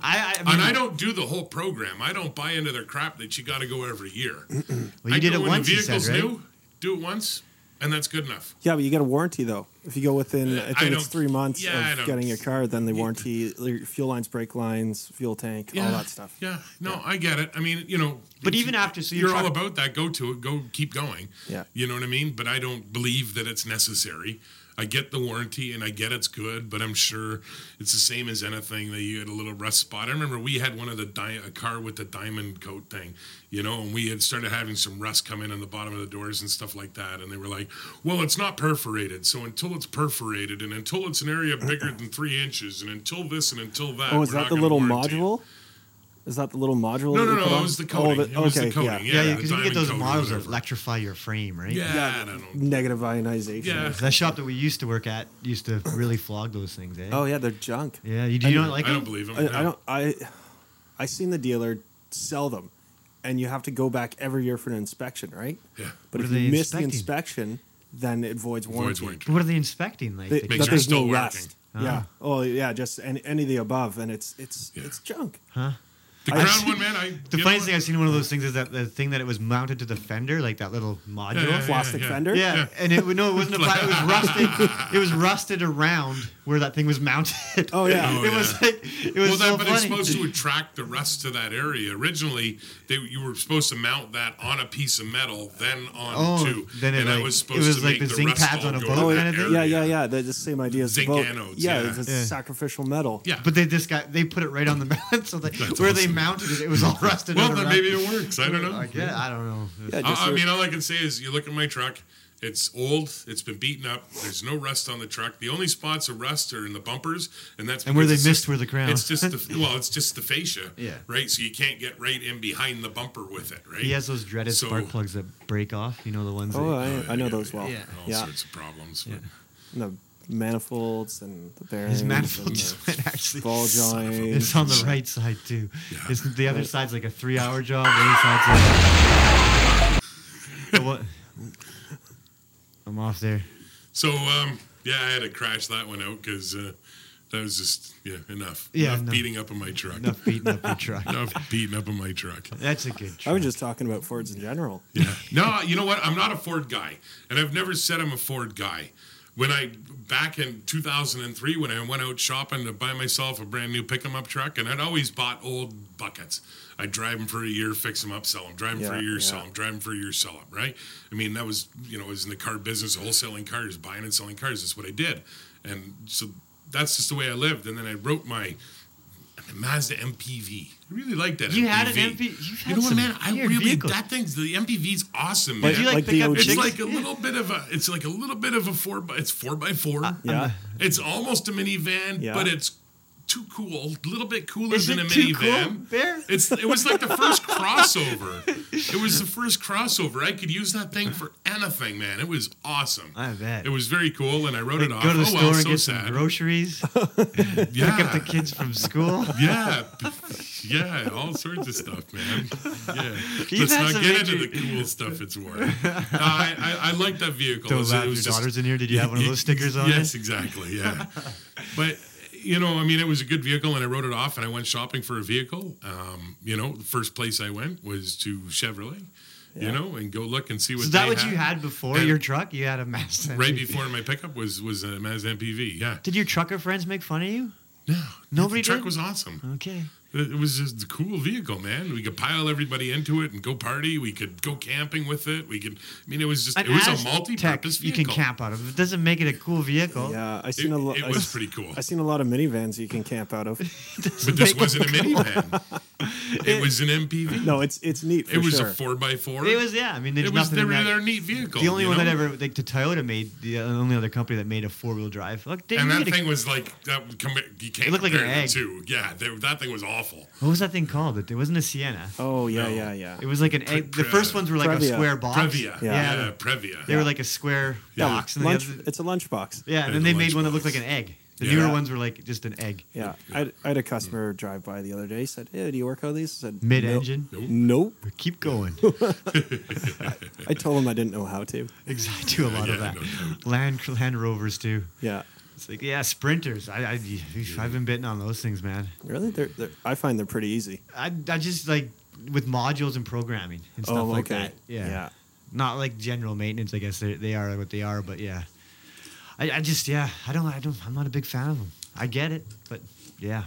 Speaker 4: I, I mean,
Speaker 3: and I don't do the whole program. I don't buy into their crap that you got to go every year.
Speaker 4: Well, you
Speaker 3: I
Speaker 4: did
Speaker 3: do
Speaker 4: it
Speaker 3: when
Speaker 4: once.
Speaker 3: the
Speaker 4: You said
Speaker 3: vehicle's
Speaker 4: right.
Speaker 3: new. Do it once, and that's good enough.
Speaker 5: Yeah, but you get a warranty though. If you go within, I
Speaker 3: Uh, I
Speaker 5: think it's
Speaker 3: don't-
Speaker 5: three months
Speaker 3: yeah, I
Speaker 5: of
Speaker 3: don't-
Speaker 5: getting your car, then they warranty your fuel lines, brake lines, fuel tank, all that stuff.
Speaker 3: Yeah, no, I get it. I mean, you know,
Speaker 4: But
Speaker 3: if
Speaker 4: even
Speaker 3: you-
Speaker 4: after- so your
Speaker 3: you're all
Speaker 4: truck-
Speaker 3: about that. Go to it. Go keep going.
Speaker 5: Yeah.
Speaker 3: you know what I mean. But I don't believe that it's necessary. I get the warranty and I get it's good, but I'm sure it's the same as anything that you had a little rust spot. I remember we had one of the di- a car with the diamond coat thing, you know, and we had started having some rust come in on the bottom of the doors and stuff like that. And they were like, well, it's not perforated. So until it's perforated and until it's an area bigger than three inches and until this and until that.
Speaker 5: Oh, is
Speaker 3: we're
Speaker 5: that
Speaker 3: not
Speaker 5: the
Speaker 3: gonna
Speaker 5: little
Speaker 3: warranty it."
Speaker 5: module? Is that the little module?
Speaker 3: No, no,
Speaker 5: that you put
Speaker 3: no.
Speaker 5: on?
Speaker 3: It was the
Speaker 5: Oh,
Speaker 3: coating. it was the coating.
Speaker 4: Yeah,
Speaker 3: Yeah,
Speaker 4: yeah,
Speaker 3: the
Speaker 4: because you get
Speaker 3: diamond
Speaker 4: those
Speaker 3: coating or
Speaker 4: models that
Speaker 3: whatever.
Speaker 4: electrify your frame, right?
Speaker 3: Yeah,
Speaker 5: Yeah,
Speaker 3: I don't know.
Speaker 5: Negative ionization.
Speaker 3: Yeah.
Speaker 4: That shop that we used to work at used to really flog those things, eh?
Speaker 5: Oh yeah, they're junk.
Speaker 4: Yeah, you, you don't like
Speaker 3: I
Speaker 4: them?
Speaker 3: don't believe him.
Speaker 5: I,
Speaker 3: no.
Speaker 5: I don't. I I seen the dealer sell them, and you have to go back every year for an inspection, right?
Speaker 3: Yeah.
Speaker 5: But
Speaker 4: What
Speaker 5: if
Speaker 4: are
Speaker 5: you
Speaker 4: they
Speaker 5: miss the
Speaker 4: inspecting?
Speaker 5: inspection, then it voids warranty.
Speaker 3: Void's warranty.
Speaker 4: But what are they inspecting? Like, they
Speaker 5: They- that
Speaker 3: Make sure
Speaker 4: check-
Speaker 3: it's
Speaker 5: there's no
Speaker 3: still
Speaker 5: rust.
Speaker 4: working.
Speaker 5: Yeah.
Speaker 4: Ah.
Speaker 5: Oh yeah, just any, any of the above, and it's it's
Speaker 3: Yeah.
Speaker 5: it's junk.
Speaker 4: huh?
Speaker 3: The
Speaker 5: I've
Speaker 3: crown
Speaker 5: seen-
Speaker 3: one, man. I,
Speaker 4: The
Speaker 3: you
Speaker 4: funniest
Speaker 3: know
Speaker 4: thing I've seen in one of those things is that the thing that it was mounted to the fender, like that little module.
Speaker 3: yeah, yeah.
Speaker 5: Plastic fender.
Speaker 4: Yeah, and it no, it wasn't a pla- It was rusted. It was rusted around where that thing was mounted.
Speaker 5: Oh, yeah.
Speaker 4: it was
Speaker 3: Oh,
Speaker 4: like it was
Speaker 3: well,
Speaker 4: so
Speaker 3: that, but it's
Speaker 4: funny.
Speaker 3: supposed to attract the rust to that area. Originally, they, you were supposed to mount that on a piece of metal, then on
Speaker 4: Oh,
Speaker 3: two,
Speaker 4: then it,
Speaker 3: and
Speaker 4: like-
Speaker 3: that was
Speaker 4: it
Speaker 3: supposed
Speaker 4: was
Speaker 3: to
Speaker 4: like
Speaker 3: make
Speaker 4: the
Speaker 3: the
Speaker 4: zinc
Speaker 3: rust
Speaker 4: pads
Speaker 3: all
Speaker 4: on a
Speaker 3: go
Speaker 4: boat
Speaker 3: to
Speaker 5: Oh
Speaker 4: Kind
Speaker 3: that
Speaker 5: yeah,
Speaker 4: of thing?
Speaker 5: yeah,
Speaker 3: area.
Speaker 5: yeah, yeah. They're the same idea as
Speaker 3: Zinc
Speaker 5: the boat.
Speaker 3: anodes,
Speaker 5: Yeah,
Speaker 3: yeah.
Speaker 5: it's
Speaker 4: Yeah.
Speaker 5: sacrificial metal.
Speaker 3: Yeah.
Speaker 4: But they this guy they put it right on the mount, so they, where they
Speaker 3: awesome.
Speaker 4: mounted it, it was all rusted.
Speaker 3: Well,
Speaker 4: and
Speaker 3: then
Speaker 4: around.
Speaker 3: maybe it works. I don't know. Uh,
Speaker 4: Like, yeah, I don't know.
Speaker 5: Yeah, just
Speaker 3: I, I
Speaker 5: a-
Speaker 3: mean, all I can say is you look at my truck. It's old. It's been beaten up. There's no rust on the truck. The only spots of rust are in the bumpers, and that's
Speaker 4: And where
Speaker 3: because
Speaker 4: they
Speaker 3: it's
Speaker 4: missed
Speaker 3: just-
Speaker 4: were the crown.
Speaker 3: It's just the well, it's just the fascia.
Speaker 4: Yeah.
Speaker 3: Right. So you can't get right in behind the bumper with it. Right.
Speaker 4: He has those dreaded
Speaker 3: So-
Speaker 4: spark plugs that break off. You know the ones.
Speaker 5: oh,
Speaker 4: that,
Speaker 5: I, I know those well.
Speaker 4: Yeah.
Speaker 5: Yeah,
Speaker 3: all sorts of problems. but-
Speaker 5: And the manifolds and the bearings.
Speaker 4: his
Speaker 5: and
Speaker 4: manifold
Speaker 5: the
Speaker 4: just went actually.
Speaker 5: ball joints.
Speaker 4: It's on the right side too.
Speaker 3: Yeah.
Speaker 4: It's, the other side's like a three-hour job. The other side's like. what? I'm off there.
Speaker 3: So um, yeah, I had to crash that one out because uh, that was just yeah enough.
Speaker 4: Yeah,
Speaker 3: enough
Speaker 4: enough.
Speaker 3: beating up on my truck.
Speaker 4: Enough beating up your truck.
Speaker 3: enough beating up on my truck.
Speaker 4: That's a good
Speaker 5: I
Speaker 4: truck.
Speaker 5: was just talking about Fords in general.
Speaker 3: Yeah. No, you know what? I'm not a Ford guy, and I've never said I'm a Ford guy. When I back in 2003, when I went out shopping to buy myself a brand new pick 'em up truck, and I'd always bought old buckets. I'd drive them for a year, fix them up, sell them. Drive them for a
Speaker 5: Yeah,
Speaker 3: year,
Speaker 5: yeah.
Speaker 3: sell them. Drive them for a year, sell them. Right? I mean, that was you know, I was in the car business, wholesaling cars, buying and selling cars. That's what I did, and so that's just the way I lived. And then I wrote my Mazda MPV. I really liked that.
Speaker 4: You
Speaker 3: MPV.
Speaker 4: had an MP You've had
Speaker 3: You know what,
Speaker 4: some
Speaker 3: man? I
Speaker 4: weird
Speaker 3: really
Speaker 4: vehicles.
Speaker 3: that thing's the MPV's awesome,
Speaker 5: But
Speaker 3: man.
Speaker 4: Do you like,
Speaker 5: Like
Speaker 4: pick
Speaker 5: the
Speaker 4: up
Speaker 5: old
Speaker 3: it's
Speaker 4: chicks?
Speaker 5: chicks?
Speaker 3: like a little bit of a. It's like a little bit of a four by. It's four by four.
Speaker 4: Uh,
Speaker 5: Yeah.
Speaker 3: It's almost a minivan,
Speaker 5: Yeah.
Speaker 3: but it's too cool. A little bit cooler
Speaker 4: Is
Speaker 3: than
Speaker 4: it
Speaker 3: a
Speaker 4: too
Speaker 3: minivan.
Speaker 4: cool, Bear?
Speaker 3: It's. It was like the first crossover. It was the first crossover. I could use that thing for anything, man. It was awesome.
Speaker 4: I bet.
Speaker 3: It was very cool, and I wrote it off.
Speaker 4: Go to the
Speaker 3: oh
Speaker 4: store
Speaker 3: well,
Speaker 4: and
Speaker 3: so
Speaker 4: get
Speaker 3: sad.
Speaker 4: some groceries.
Speaker 3: yeah.
Speaker 4: Pick up the kids from school.
Speaker 3: yeah, yeah, all sorts of stuff, man. Yeah,
Speaker 4: You've
Speaker 3: let's
Speaker 4: had
Speaker 3: not
Speaker 4: some
Speaker 3: get into the
Speaker 4: injury-
Speaker 3: cool stuff. It's worth. No, I, I, I like that vehicle.
Speaker 4: Don't
Speaker 3: It's-
Speaker 4: laugh.
Speaker 3: it
Speaker 4: Your
Speaker 3: was just-
Speaker 4: daughter's in here. Did you have one of those stickers on?
Speaker 3: Yes,
Speaker 4: it?
Speaker 3: exactly. Yeah, but you know, I mean, it was a good vehicle, and I wrote it off, and I went shopping for a vehicle. Um, you know, the first place I went was to Chevrolet. You know, and go look and see what.
Speaker 4: Is that
Speaker 3: they
Speaker 4: what you had before
Speaker 3: And
Speaker 4: your truck? You had a Mazda.
Speaker 3: Right
Speaker 4: MPV.
Speaker 3: before my pickup was was a Mazda MPV. Yeah,
Speaker 4: Did your trucker friends make fun of you?
Speaker 3: no,
Speaker 4: Nobody
Speaker 3: the truck
Speaker 4: did?
Speaker 3: was awesome.
Speaker 4: Okay.
Speaker 3: It it was just a cool vehicle, man. We could pile everybody into it and go party. We could go camping with it. We could. I mean, it was just.
Speaker 4: An
Speaker 3: it was a
Speaker 4: Aztec
Speaker 3: multi-purpose
Speaker 4: You
Speaker 3: vehicle.
Speaker 4: can camp out of. It doesn't make it a cool vehicle.
Speaker 5: Yeah, I
Speaker 3: It,
Speaker 5: seen a lot.
Speaker 3: it
Speaker 5: I,
Speaker 3: was pretty cool,
Speaker 5: I seen a lot of minivans you can camp out of.
Speaker 3: but this wasn't a minivan. it was an MPV.
Speaker 5: No, it's it's neat. For
Speaker 3: it was
Speaker 5: sure.
Speaker 3: a four x four.
Speaker 4: It was yeah. I mean, there's
Speaker 3: It was.
Speaker 4: nothing.
Speaker 3: They
Speaker 4: in
Speaker 3: were
Speaker 4: that-
Speaker 3: their neat vehicle.
Speaker 4: the only
Speaker 3: you
Speaker 4: one that
Speaker 3: know?
Speaker 4: ever like the Toyota made the only other company that made a four wheel drive. Look, didn't
Speaker 3: And that
Speaker 4: need
Speaker 3: thing
Speaker 4: a,
Speaker 3: was like that. would Come, you can't
Speaker 4: It looked like an
Speaker 3: compare the
Speaker 4: egg.
Speaker 3: two. Yeah, they, that thing was awful.
Speaker 4: what was that thing called? It, it wasn't a Sienna.
Speaker 5: Oh yeah,
Speaker 3: No.
Speaker 5: yeah, yeah.
Speaker 4: It was like an egg. The
Speaker 3: Pre-
Speaker 4: first ones were like a
Speaker 5: Previa.
Speaker 4: square box.
Speaker 3: Previa.
Speaker 5: Yeah.
Speaker 3: Yeah,
Speaker 4: they-
Speaker 3: Previa.
Speaker 4: They were like a square
Speaker 5: yeah,
Speaker 4: box. And
Speaker 5: lunch.
Speaker 4: the other,
Speaker 5: It's a lunchbox.
Speaker 4: yeah,
Speaker 3: Yeah,
Speaker 4: and then
Speaker 3: the
Speaker 4: they made one that
Speaker 3: lunchbox.
Speaker 4: looked like an egg. The
Speaker 3: Yeah.
Speaker 4: newer ones were like just an egg.
Speaker 5: Yeah, I, I had a customer drive by the other day. Said, "Hey, do you work on these?" I said,
Speaker 4: Mid-engine?
Speaker 5: "Nope." nope.
Speaker 4: But keep going.
Speaker 5: I told him I didn't know how to.
Speaker 4: Exactly. I do a lot
Speaker 3: Yeah,
Speaker 4: of that.
Speaker 3: no doubt.
Speaker 4: Land Land Rovers too.
Speaker 5: Yeah,
Speaker 4: It's like yeah, sprinters. I, I I've been bitten on those things, man.
Speaker 5: Really? They're, they're, I find they're pretty easy.
Speaker 4: I, I just like with modules and programming and stuff
Speaker 5: oh,
Speaker 4: like
Speaker 5: okay.
Speaker 4: that. Yeah. Not like general maintenance, I guess they they are what they are, but yeah. I, I just yeah, I don't I don't I'm not a big fan of them. I get it, but yeah.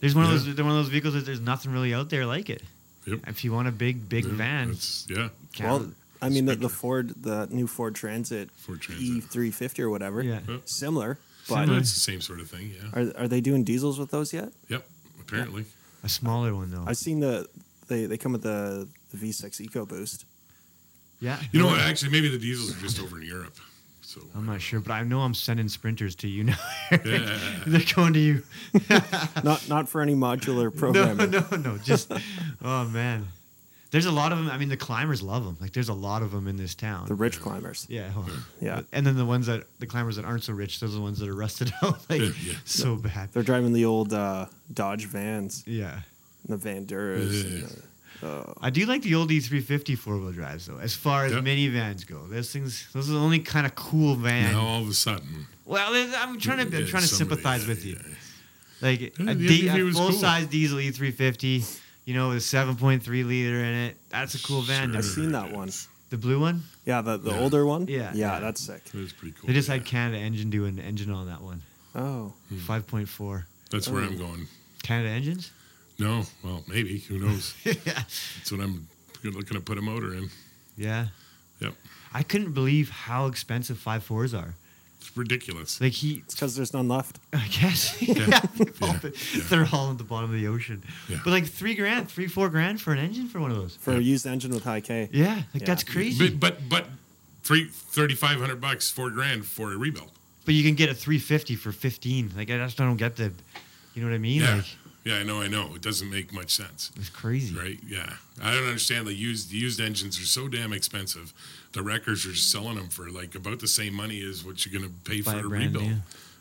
Speaker 4: There's one
Speaker 3: Yeah.
Speaker 4: of those they're one of those vehicles that there's nothing really out there like it.
Speaker 3: Yep.
Speaker 4: If you want a big big
Speaker 3: Yeah,
Speaker 4: van,
Speaker 3: that's- yeah.
Speaker 4: count-
Speaker 5: Well, I mean the, the
Speaker 3: Spectre.
Speaker 5: Ford, the new Ford Transit,
Speaker 3: Ford
Speaker 5: E
Speaker 3: Transit.
Speaker 5: three fifty or whatever.
Speaker 4: Yeah.
Speaker 3: Yeah.
Speaker 5: Similar,
Speaker 3: But
Speaker 5: but
Speaker 4: Similar.
Speaker 3: it's the same sort of thing. Yeah.
Speaker 5: are are they doing diesels with those yet?
Speaker 3: Yep. Apparently.
Speaker 4: a smaller one though.
Speaker 5: I've seen the they they come with the the V six EcoBoost.
Speaker 4: yeah. Oh,
Speaker 3: You know, what, actually, maybe the diesels are just over in Europe. So
Speaker 4: I'm not sure, but I know I'm sending sprinters to you now.
Speaker 3: Yeah.
Speaker 4: They're going to you.
Speaker 5: Not not for any modular
Speaker 4: No,
Speaker 5: programming.
Speaker 4: no, no. Just oh man, there's a lot of them. I mean, the climbers love them. Like there's a lot of them in this town.
Speaker 5: The rich climbers.
Speaker 4: yeah, well,
Speaker 5: Yeah.
Speaker 4: And then the ones that the climbers that aren't so rich, those are the ones that are rusted out like
Speaker 3: Yeah, yeah.
Speaker 4: so bad.
Speaker 5: They're driving the old uh, Dodge Vans,
Speaker 4: Yeah,
Speaker 5: and the Vanduras. and
Speaker 3: Yeah.
Speaker 5: the-
Speaker 4: I do like the old E E350 four wheel drives though. As far as
Speaker 3: Yeah.
Speaker 4: minivans go, those things, those are the only kind of cool van.
Speaker 3: now all of a sudden,
Speaker 4: Well, I'm trying to I'm
Speaker 3: yeah,
Speaker 4: trying to
Speaker 3: somebody-
Speaker 4: sympathize
Speaker 3: yeah,
Speaker 4: with you.
Speaker 3: yeah, yeah.
Speaker 4: Like a,
Speaker 3: the
Speaker 4: di-
Speaker 3: E350
Speaker 4: a
Speaker 3: was
Speaker 4: full
Speaker 3: cool.
Speaker 4: size diesel E350, you know, with a 7.3 liter in it. That's a cool van. to
Speaker 5: I've
Speaker 4: me.
Speaker 5: seen that one.
Speaker 4: The blue one.
Speaker 5: Yeah, the, the
Speaker 3: Yeah.
Speaker 5: older one.
Speaker 4: Yeah,
Speaker 5: yeah,
Speaker 4: yeah.
Speaker 5: that's sick.
Speaker 3: That is pretty cool.
Speaker 4: They just
Speaker 3: yeah.
Speaker 4: had Canada Engine do an engine on that one.
Speaker 5: Oh,
Speaker 3: Hmm.
Speaker 4: 5.4.
Speaker 3: That's where I'm going.
Speaker 4: Canada Engines?
Speaker 3: No, well, maybe. Who knows?
Speaker 4: yeah.
Speaker 3: That's what I'm looking to put a motor in.
Speaker 4: Yeah.
Speaker 3: Yep.
Speaker 4: I couldn't believe how expensive 5.4s are.
Speaker 3: It's ridiculous.
Speaker 4: Like he,
Speaker 5: it's because there's none left.
Speaker 4: I guess. yeah. they've all
Speaker 3: Yeah.
Speaker 4: been-
Speaker 3: Yeah.
Speaker 4: They're all at the bottom of the ocean.
Speaker 3: Yeah.
Speaker 4: But like three grand, three, four grand for an engine for one of those.
Speaker 5: for a used engine with high K.
Speaker 4: Yeah. Like
Speaker 5: Yeah.
Speaker 4: that's crazy.
Speaker 3: But
Speaker 4: But,
Speaker 3: but but three thirty five hundred bucks, four grand for a rebuild.
Speaker 4: you can get a 350 for 15. Like I just don't get the, you know what I mean?
Speaker 3: Yeah.
Speaker 4: Like
Speaker 3: Yeah, I know, I know. It doesn't make much sense.
Speaker 4: it's crazy.
Speaker 3: Right? Yeah. I don't understand the used the used engines are so damn expensive. The wreckers are selling them for like about the same money as what you're gonna pay
Speaker 4: Buy
Speaker 3: for
Speaker 4: a
Speaker 3: a
Speaker 4: brand
Speaker 3: rebuild.
Speaker 4: new.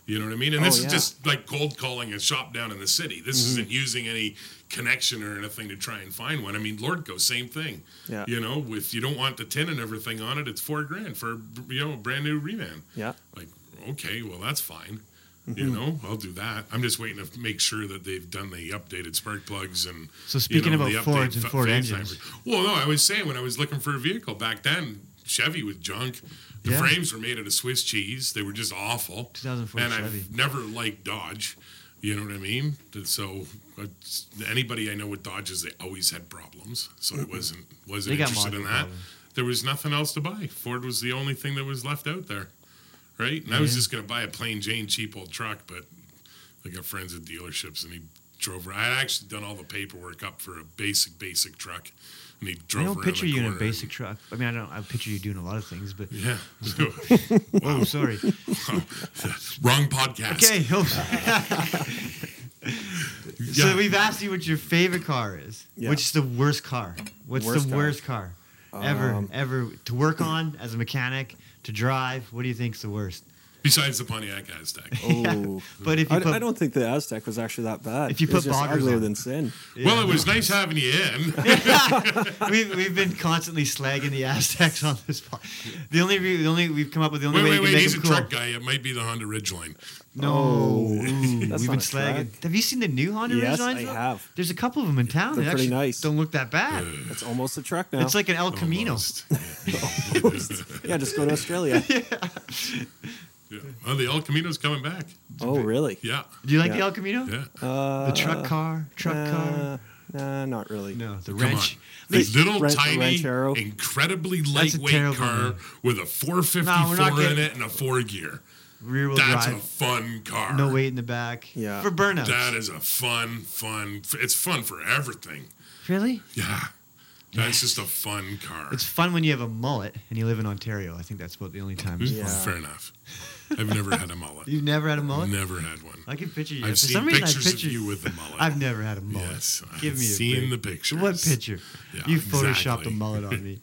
Speaker 3: You know what I mean? And
Speaker 5: Oh,
Speaker 3: this
Speaker 5: yeah.
Speaker 3: is just like cold calling a shop down in the city. This
Speaker 4: Mm-hmm.
Speaker 3: isn't using any connection or anything to try and find one. I mean, Lordco, same thing.
Speaker 5: Yeah.
Speaker 3: You know, if you don't want the tin and everything on it, it's four grand for you know a brand new reman.
Speaker 5: Yeah.
Speaker 3: Like, okay, well that's fine. You
Speaker 4: Mm-hmm.
Speaker 3: know, I'll do that. I'm just waiting to make sure that they've done the updated spark plugs and.
Speaker 4: So
Speaker 3: you
Speaker 4: speaking
Speaker 3: know,
Speaker 4: about
Speaker 3: the update
Speaker 4: Fords and
Speaker 3: fa-
Speaker 4: Ford
Speaker 3: phase
Speaker 4: engines.
Speaker 3: timers. Well, no, I was saying when I was looking for a vehicle back then, Chevy was junk. The
Speaker 4: Yeah.
Speaker 3: frames were made out of Swiss cheese. They were just awful.
Speaker 4: 2004
Speaker 3: and
Speaker 4: Chevy.
Speaker 3: I've never liked Dodge. You know what I mean? So uh, anybody I know with Dodges, they always had problems. So I wasn't wasn't
Speaker 4: Mm-hmm. They got
Speaker 3: interested in
Speaker 4: modern
Speaker 3: that.
Speaker 4: problems.
Speaker 3: There was nothing else to buy. Ford was the only thing that was left out there, right? And I was
Speaker 4: Yeah.
Speaker 3: just gonna buy a plain Jane cheap old truck, but I got friends at dealerships, and he drove. around. I had actually done all the paperwork up for a basic basic truck, and he
Speaker 4: I
Speaker 3: drove.
Speaker 4: don't
Speaker 3: around
Speaker 4: picture
Speaker 3: the
Speaker 4: you in a
Speaker 3: corner and-
Speaker 4: basic truck. I mean, I don't. I picture you doing a lot of things, but
Speaker 3: Yeah. So,
Speaker 4: oh, sorry.
Speaker 3: wrong podcast.
Speaker 4: Okay. oh,
Speaker 3: Yeah.
Speaker 4: So we've asked you what your favorite car is.
Speaker 5: Yeah.
Speaker 4: What's the worst car? What's
Speaker 5: Worst
Speaker 4: the
Speaker 5: car?
Speaker 4: worst car ever,
Speaker 5: Um,
Speaker 4: ever to work on as a mechanic, to drive? What do you think's the worst?
Speaker 3: Besides the Pontiac Aztec.
Speaker 5: Oh,
Speaker 4: But if you
Speaker 5: I,
Speaker 4: put,
Speaker 5: I don't think the Aztec was actually that bad.
Speaker 4: If you
Speaker 5: It was
Speaker 4: put
Speaker 5: just
Speaker 4: boggers
Speaker 5: uglier
Speaker 4: on.
Speaker 5: than sin.
Speaker 3: Well, it was nice having you in.
Speaker 4: we've, we've been constantly slagging the Aztecs on this pod. The only re- the only we've come up with the only
Speaker 3: Wait, wait,
Speaker 4: way you
Speaker 3: wait.
Speaker 4: can make
Speaker 3: He's a
Speaker 4: them cool.
Speaker 3: truck guy. It might be the Honda Ridgeline.
Speaker 4: No, Ooh, we've been
Speaker 5: Oh, That's not a
Speaker 4: slagging.
Speaker 5: truck.
Speaker 4: Have you seen the new Honda
Speaker 5: Yes,
Speaker 4: Ridgelines,
Speaker 5: I
Speaker 4: though?
Speaker 5: have.
Speaker 4: There's a couple of them in town.
Speaker 5: They're
Speaker 4: that
Speaker 5: pretty
Speaker 4: actually
Speaker 5: nice.
Speaker 4: Don't look that bad.
Speaker 5: It's almost a truck now.
Speaker 4: It's like an El Camino.
Speaker 3: Almost.
Speaker 5: yeah, just go to Australia.
Speaker 3: Yeah. Well, the El Camino's coming back.
Speaker 5: Oh, really?
Speaker 3: Yeah.
Speaker 4: Do you like the
Speaker 5: Yeah.
Speaker 4: El Camino?
Speaker 3: Yeah.
Speaker 5: Uh,
Speaker 4: The truck car, truck
Speaker 5: nah,
Speaker 4: car.
Speaker 5: Nah, not really.
Speaker 4: No, the
Speaker 3: Come
Speaker 4: wrench.
Speaker 3: on. The little
Speaker 5: Ran-
Speaker 3: tiny,
Speaker 5: Ranchero.
Speaker 3: incredibly
Speaker 4: That's a
Speaker 3: lightweight
Speaker 4: terrible
Speaker 3: car
Speaker 4: name.
Speaker 3: with a
Speaker 4: No, we're
Speaker 3: 454
Speaker 4: not
Speaker 3: in
Speaker 4: getting-
Speaker 3: it and a four gear.
Speaker 4: Rear wheel
Speaker 3: That's a
Speaker 4: drive.
Speaker 3: fun car.
Speaker 4: No weight in the back.
Speaker 5: Yeah.
Speaker 4: For burnouts.
Speaker 3: That is a fun, fun. It's fun for everything.
Speaker 4: really?
Speaker 3: Yeah. That's just a fun car.
Speaker 4: It's fun when you have a mullet and you live in Ontario. I think that's about the only time. it's
Speaker 5: Yeah.
Speaker 4: fun.
Speaker 3: Fair enough. I've never had a mullet.
Speaker 4: You've never had a mullet?
Speaker 3: Never had one.
Speaker 4: I can picture you.
Speaker 3: I've
Speaker 4: For
Speaker 3: seen
Speaker 4: some reason, I
Speaker 3: pictures
Speaker 4: picture
Speaker 3: of you with a mullet.
Speaker 4: I've never had a mullet.
Speaker 3: Yes,
Speaker 4: Give
Speaker 3: I've
Speaker 4: me a
Speaker 3: seen
Speaker 4: break.
Speaker 3: the pictures.
Speaker 4: What picture?
Speaker 3: Yeah,
Speaker 4: you photoshopped
Speaker 3: exactly.
Speaker 4: a mullet on me.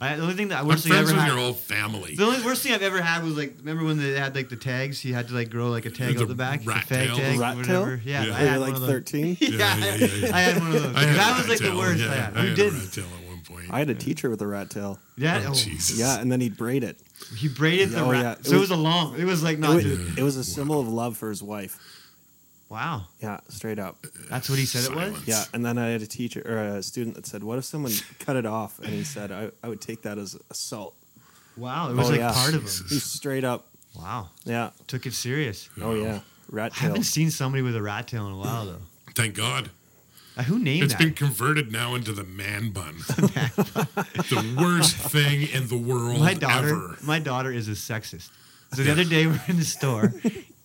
Speaker 4: I, the only thing that I
Speaker 3: I'm
Speaker 4: worst thing I
Speaker 3: friends
Speaker 4: ever
Speaker 3: with
Speaker 4: had.
Speaker 3: your whole family.
Speaker 4: The only worst thing I've ever had was like, remember when they had like the tags? You had to like grow like a tag
Speaker 3: The
Speaker 4: up the back,
Speaker 3: rat
Speaker 4: the fag
Speaker 3: tail?
Speaker 4: tag,
Speaker 5: Rat tail?
Speaker 4: whatever. Yeah,
Speaker 3: Yeah.
Speaker 4: I
Speaker 5: Were you
Speaker 4: had
Speaker 5: like
Speaker 4: one of those.
Speaker 5: 13?
Speaker 4: yeah,
Speaker 3: yeah, yeah, yeah.
Speaker 4: I had one of those.
Speaker 3: I had
Speaker 4: that
Speaker 3: a
Speaker 4: was like
Speaker 3: rat
Speaker 4: the
Speaker 3: tail,
Speaker 4: worst. I
Speaker 3: Yeah,
Speaker 4: had.
Speaker 3: I
Speaker 4: Who
Speaker 3: had a
Speaker 4: didn't?
Speaker 3: rat tail at one point.
Speaker 5: I had a teacher with a rat tail.
Speaker 4: Yeah,
Speaker 3: oh,
Speaker 4: oh,
Speaker 3: Jesus.
Speaker 5: Yeah, and then he'd braid it.
Speaker 4: he braided the
Speaker 5: Oh,
Speaker 4: rat.
Speaker 5: yeah. It
Speaker 4: So it was,
Speaker 5: was-
Speaker 4: a long. It was like
Speaker 5: It
Speaker 4: not.
Speaker 5: was,
Speaker 4: just,
Speaker 5: it was a symbol of love for his wife.
Speaker 4: wow,
Speaker 5: Yeah, straight up.
Speaker 4: that's what he said it was.
Speaker 3: Silence.
Speaker 5: Yeah, and then I had a teacher or a student that said, "What if someone cut it off?" And he said, "I, I would take that as assault."
Speaker 4: Wow, it was
Speaker 5: Oh,
Speaker 4: like
Speaker 5: yeah.
Speaker 4: part of him.
Speaker 3: Jesus.
Speaker 5: He straight up,
Speaker 4: Wow,
Speaker 5: yeah,
Speaker 4: took it serious.
Speaker 5: oh yeah, rat
Speaker 4: I
Speaker 5: tail.
Speaker 4: haven't seen somebody with a rat tail in a while though.
Speaker 3: Thank God.
Speaker 4: Uh, who named
Speaker 3: It's
Speaker 4: that?
Speaker 3: been converted now into the man bun. the worst thing in the world
Speaker 4: my daughter,
Speaker 3: ever.
Speaker 4: my daughter is a sexist. So the other day we're in the store,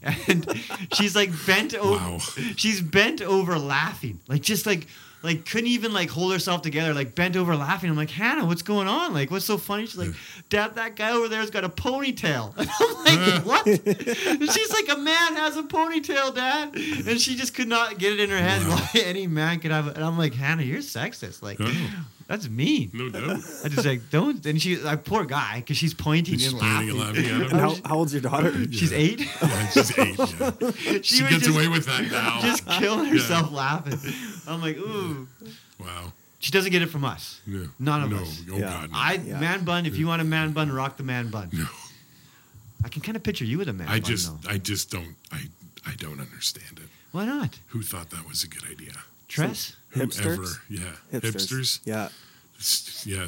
Speaker 4: and she's like bent over.
Speaker 3: Wow.
Speaker 4: She's bent over laughing, like just like like couldn't even like hold herself together, like bent over laughing. I'm like Hannah, what's going on? Like what's so funny? She's like, Dad, that guy over there's got a ponytail. And I'm like, what? And she's like, a man has a ponytail, Dad, and she just could not get it in her head
Speaker 3: Wow.
Speaker 4: why any man could have. it. And I'm like, Hannah, you're sexist. Like
Speaker 3: Oh.
Speaker 4: that's mean.
Speaker 3: No doubt.
Speaker 4: I just like don't. And she, like, poor guy, because she's pointing
Speaker 3: She's
Speaker 4: and
Speaker 3: pointing and
Speaker 4: laughing.
Speaker 3: laughing at
Speaker 5: And
Speaker 3: him.
Speaker 5: how, how old's your daughter?
Speaker 4: She's eight.
Speaker 3: Yeah, she's eight. yeah.
Speaker 4: she
Speaker 3: She,
Speaker 4: was
Speaker 3: gets
Speaker 4: just,
Speaker 3: away with that now.
Speaker 4: just killing herself laughing. I'm like, ooh.
Speaker 3: wow.
Speaker 4: She doesn't get it from us.
Speaker 3: Yeah.
Speaker 4: None of
Speaker 3: no.
Speaker 4: us.
Speaker 3: Oh,
Speaker 5: Yeah.
Speaker 3: God. No.
Speaker 4: I
Speaker 5: Yeah.
Speaker 4: man bun. If you want a man bun, rock the man bun.
Speaker 3: No.
Speaker 4: I can kind of picture you with a man
Speaker 3: I
Speaker 4: bun.
Speaker 3: just,
Speaker 4: though.
Speaker 3: I just don't, I, I don't understand it.
Speaker 4: Why not?
Speaker 3: Who thought that was a good idea?
Speaker 4: Tress.
Speaker 3: Whoever,
Speaker 5: Hipsters?
Speaker 3: yeah,
Speaker 5: Hipsters.
Speaker 3: hipsters,
Speaker 5: Yeah,
Speaker 3: S- yeah.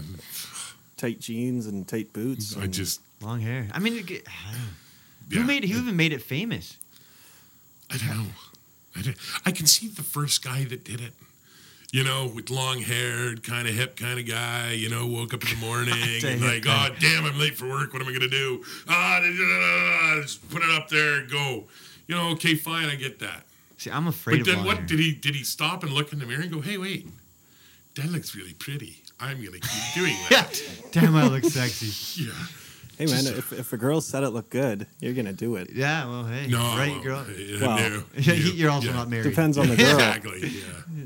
Speaker 5: tight jeans and tight boots.
Speaker 3: I
Speaker 5: and-
Speaker 3: just,
Speaker 4: Long hair. I mean, it get-
Speaker 3: yeah.
Speaker 4: who made? Who even made it famous?
Speaker 3: I don't know. I, don't- I can see the first guy that did it. You know, with long haired, kind of hip kind of guy, you know, woke up in the morning
Speaker 4: a
Speaker 3: and
Speaker 4: hip
Speaker 3: like,
Speaker 4: guy.
Speaker 3: oh, damn, I'm late for work. What am I going to do? Ah, da- da- da- da- da, just put it up there and go. You know, okay, fine, I get that.
Speaker 4: See, I'm afraid
Speaker 3: But
Speaker 4: of
Speaker 3: then
Speaker 4: long
Speaker 3: what
Speaker 4: hair.
Speaker 3: did he did he stop and look in the mirror and go, hey, wait, that looks really pretty. I'm going to keep doing
Speaker 4: Yeah.
Speaker 3: that.
Speaker 4: Damn, I look sexy.
Speaker 3: yeah.
Speaker 5: hey man, if, if a girl said it looked good, you're gonna do it.
Speaker 4: Yeah. Well, hey.
Speaker 3: No.
Speaker 4: Right, girl.
Speaker 3: uh,
Speaker 5: Well,
Speaker 3: no,
Speaker 4: Yeah,
Speaker 3: you-
Speaker 4: You're also
Speaker 3: yeah,
Speaker 4: not married.
Speaker 5: Depends on the girl.
Speaker 3: Exactly. Yeah.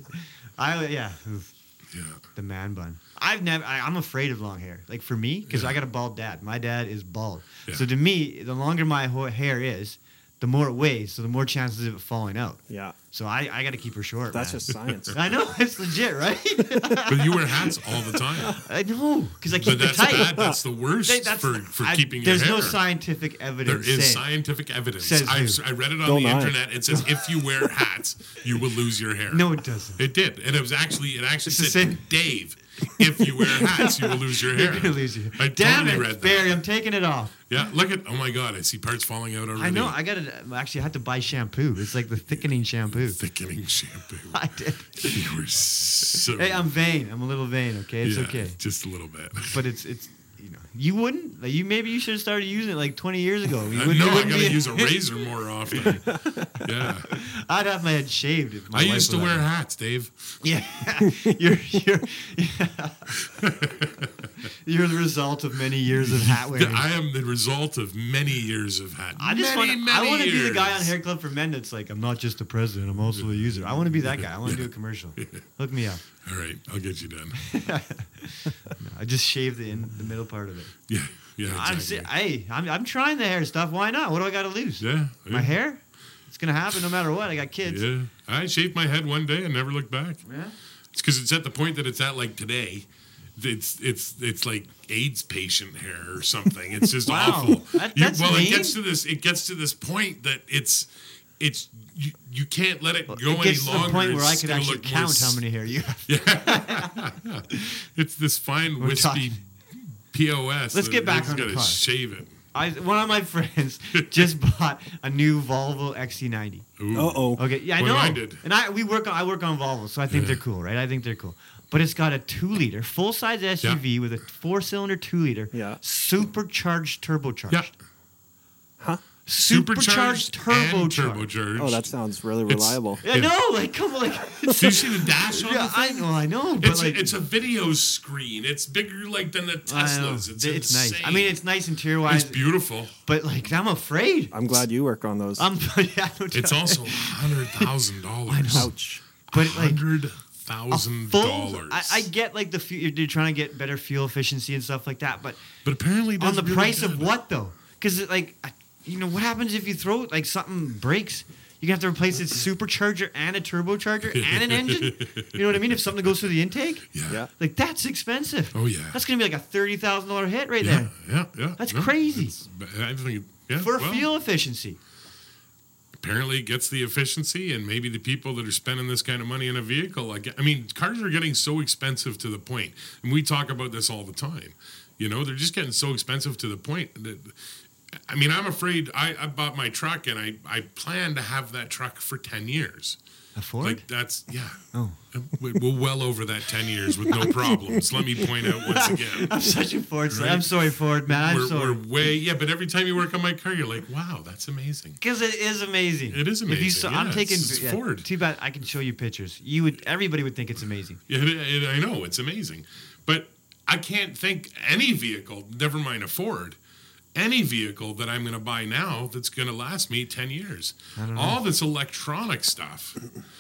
Speaker 4: I yeah. Oof.
Speaker 3: Yeah.
Speaker 4: The man bun. I've never. I, I'm afraid of long hair. Like for me, because I got a bald dad. My dad is bald.
Speaker 3: Yeah.
Speaker 4: So to me, the longer my ho- hair is, the more it weighs. So the more chances of it falling out.
Speaker 5: Yeah,
Speaker 4: So I, I got to keep her short.
Speaker 5: that's
Speaker 4: man.
Speaker 5: just science.
Speaker 4: I know it's legit, right?
Speaker 3: But you wear hats all the time.
Speaker 4: I know because I keep
Speaker 3: But
Speaker 4: the
Speaker 3: that's
Speaker 4: tight.
Speaker 3: bad. That's the worst
Speaker 4: They- that's-
Speaker 3: for, for
Speaker 4: I-
Speaker 3: keeping your
Speaker 4: There's
Speaker 3: hair.
Speaker 4: no scientific
Speaker 3: There
Speaker 4: evidence.
Speaker 3: is
Speaker 4: saying-
Speaker 3: scientific evidence.
Speaker 4: Says
Speaker 3: I've,
Speaker 4: who?
Speaker 3: I read it on
Speaker 5: Don't
Speaker 3: the
Speaker 5: I.
Speaker 3: internet. It says if you wear hats, you will lose your hair.
Speaker 4: No, it doesn't.
Speaker 3: It did, and it was actually it actually
Speaker 4: It's the
Speaker 3: said
Speaker 4: same-
Speaker 3: Dave. If you wear hats, you will lose your hair.
Speaker 4: You're gonna lose your.
Speaker 3: I
Speaker 4: Damn
Speaker 3: totally
Speaker 4: it,
Speaker 3: read that.
Speaker 4: Barry! I'm taking it off.
Speaker 3: Yeah, look at oh my god, I see parts falling out already.
Speaker 4: I know. I got to actually I had to buy shampoo. It's like the thickening shampoo.
Speaker 3: thickening shampoo.
Speaker 4: I did.
Speaker 3: you were so
Speaker 4: Hey, I'm vain. I'm a little vain. Okay, it's
Speaker 3: yeah,
Speaker 4: okay.
Speaker 3: Just a little bit.
Speaker 4: But it's it's you know you wouldn't like you maybe you should have started using it like 20 years ago. You
Speaker 3: I
Speaker 4: wouldn't-
Speaker 3: know
Speaker 4: you
Speaker 3: I
Speaker 4: wouldn't
Speaker 3: gotta
Speaker 4: be-
Speaker 3: use a razor more often. Yeah.
Speaker 4: I'd have my head shaved. If my
Speaker 3: I
Speaker 4: wife
Speaker 3: used to
Speaker 4: was
Speaker 3: wear
Speaker 4: out.
Speaker 3: hats, Dave.
Speaker 4: Yeah, you're you're yeah. you're the result of many years of hat wearing.
Speaker 3: I am the result of many years of hat.
Speaker 4: I just
Speaker 3: many,
Speaker 4: want to. I
Speaker 3: many
Speaker 4: want to be the guy on
Speaker 3: years.
Speaker 4: Hair Club for Men that's like, I'm not just the president, I'm also a user. I want to be that guy. I want to do a commercial. Hook me up.
Speaker 3: All right, I'll get you done.
Speaker 4: I just shaved the in the middle part of it.
Speaker 3: Yeah, yeah, exactly.
Speaker 4: I'm si- hey, I'm I'm trying the hair stuff. Why not? What do I got to lose?
Speaker 3: yeah,
Speaker 4: My
Speaker 3: yeah,
Speaker 4: hair? It's gonna happen no matter what. I got kids.
Speaker 3: Mm-hmm. Yeah, I shaved my head one day and never looked back.
Speaker 4: Yeah.
Speaker 3: It's because it's at the point that it's at like today. It's it's it's like AIDS patient hair or something. It's just
Speaker 4: Wow.
Speaker 3: awful.
Speaker 4: That-
Speaker 3: You-
Speaker 4: that's
Speaker 3: well,
Speaker 4: mean.
Speaker 3: it gets to this. It gets to this point that it's it's you, you can't let it
Speaker 4: Well,
Speaker 3: go
Speaker 4: it gets
Speaker 3: any
Speaker 4: to
Speaker 3: longer.
Speaker 4: the point where
Speaker 3: It's
Speaker 4: I could
Speaker 3: gonna
Speaker 4: actually
Speaker 3: look more
Speaker 4: count how many hair you have.
Speaker 3: It's this fine
Speaker 4: We're
Speaker 3: wispy
Speaker 4: talking-
Speaker 3: POS.
Speaker 4: Let's
Speaker 3: that
Speaker 4: get back
Speaker 3: they've
Speaker 4: on the
Speaker 3: gotta
Speaker 4: car.
Speaker 3: Shave it.
Speaker 4: I, one of my friends just bought a new Volvo XC90.
Speaker 3: Ooh.
Speaker 5: Uh oh.
Speaker 4: Okay, yeah, I
Speaker 3: Well,
Speaker 4: know.
Speaker 3: I did.
Speaker 4: And I we work on I work on Volvo, so I think they're cool, right? I think they're cool. But it's got a two liter full size SUV with a four cylinder two liter,
Speaker 5: Yeah.
Speaker 4: supercharged turbocharged.
Speaker 3: Yeah.
Speaker 5: Huh?
Speaker 4: Supercharged,
Speaker 3: and
Speaker 4: turbocharged.
Speaker 3: turbocharged.
Speaker 5: Oh, that sounds really
Speaker 3: It's-
Speaker 5: reliable.
Speaker 4: Yeah, no, like come on, like it's,
Speaker 3: Do you see the dash on
Speaker 4: yeah,
Speaker 3: the
Speaker 4: I
Speaker 3: thing?
Speaker 4: know, I know, but
Speaker 3: It's,
Speaker 4: like
Speaker 3: a, it's a video screen. It's bigger like than the
Speaker 4: I know.
Speaker 3: Teslas. It's,
Speaker 4: nice. I
Speaker 3: insane.
Speaker 4: mean, it's nice interior
Speaker 3: it's
Speaker 4: wise,
Speaker 3: beautiful.
Speaker 4: but like I'm afraid.
Speaker 5: I'm glad you work on those.
Speaker 4: I'm yeah, no doubt.
Speaker 3: It's also hundred thousand dollars.
Speaker 5: Ouch.
Speaker 4: but like
Speaker 3: Hundred
Speaker 4: a
Speaker 3: thousand
Speaker 4: full-
Speaker 3: dollars.
Speaker 4: I, I get like the fu- you're trying to get better fuel efficiency and stuff like that, but
Speaker 3: but apparently, it
Speaker 4: on
Speaker 3: does
Speaker 4: the
Speaker 3: really
Speaker 4: price
Speaker 3: good.
Speaker 4: of what though? Because like, I- you know, what happens if you throw like something breaks? You have to replace its supercharger and a turbocharger and an engine. You know what I mean? If something goes through the intake,
Speaker 3: Yeah.
Speaker 5: Yeah.
Speaker 4: like that's expensive.
Speaker 3: Oh, yeah.
Speaker 4: that's gonna be like a thirty thousand dollar hit right
Speaker 3: Yeah,
Speaker 4: there
Speaker 3: yeah, yeah.
Speaker 4: That's crazy.
Speaker 3: it's- I think, it- yeah,
Speaker 4: for
Speaker 3: well,
Speaker 4: fuel efficiency.
Speaker 3: apparently it gets the efficiency, and maybe the people that are spending this kind of money in a vehicle. Like, I mean, cars are getting so expensive to the point, and we talk about this all the time. You know, they're just getting so expensive to the point that. I mean, I'm afraid I, I bought my truck and I, I plan to have that truck for 10 years.
Speaker 4: A Ford?
Speaker 3: Like that's yeah. Oh, we're well over that ten years with no problems. Let me point out once again.
Speaker 4: I'm such a Ford. slut.
Speaker 3: Right?
Speaker 4: I'm sorry, Ford man. I'm
Speaker 3: we're,
Speaker 4: sorry
Speaker 3: we're way yeah, but every time you work on my car, you're like, wow, that's amazing.
Speaker 4: because it is amazing.
Speaker 3: It is
Speaker 4: If you
Speaker 3: amazing,
Speaker 4: saw,
Speaker 3: yeah,
Speaker 4: I'm taking
Speaker 3: it's- it's
Speaker 4: yeah,
Speaker 3: Ford.
Speaker 4: Too bad I can show you pictures. You would everybody would think it's amazing.
Speaker 3: It, it, I know it's amazing, but I can't think any vehicle, never mind a Ford, any vehicle that I'm going to buy now that's going to last me ten years. All this electronic stuff.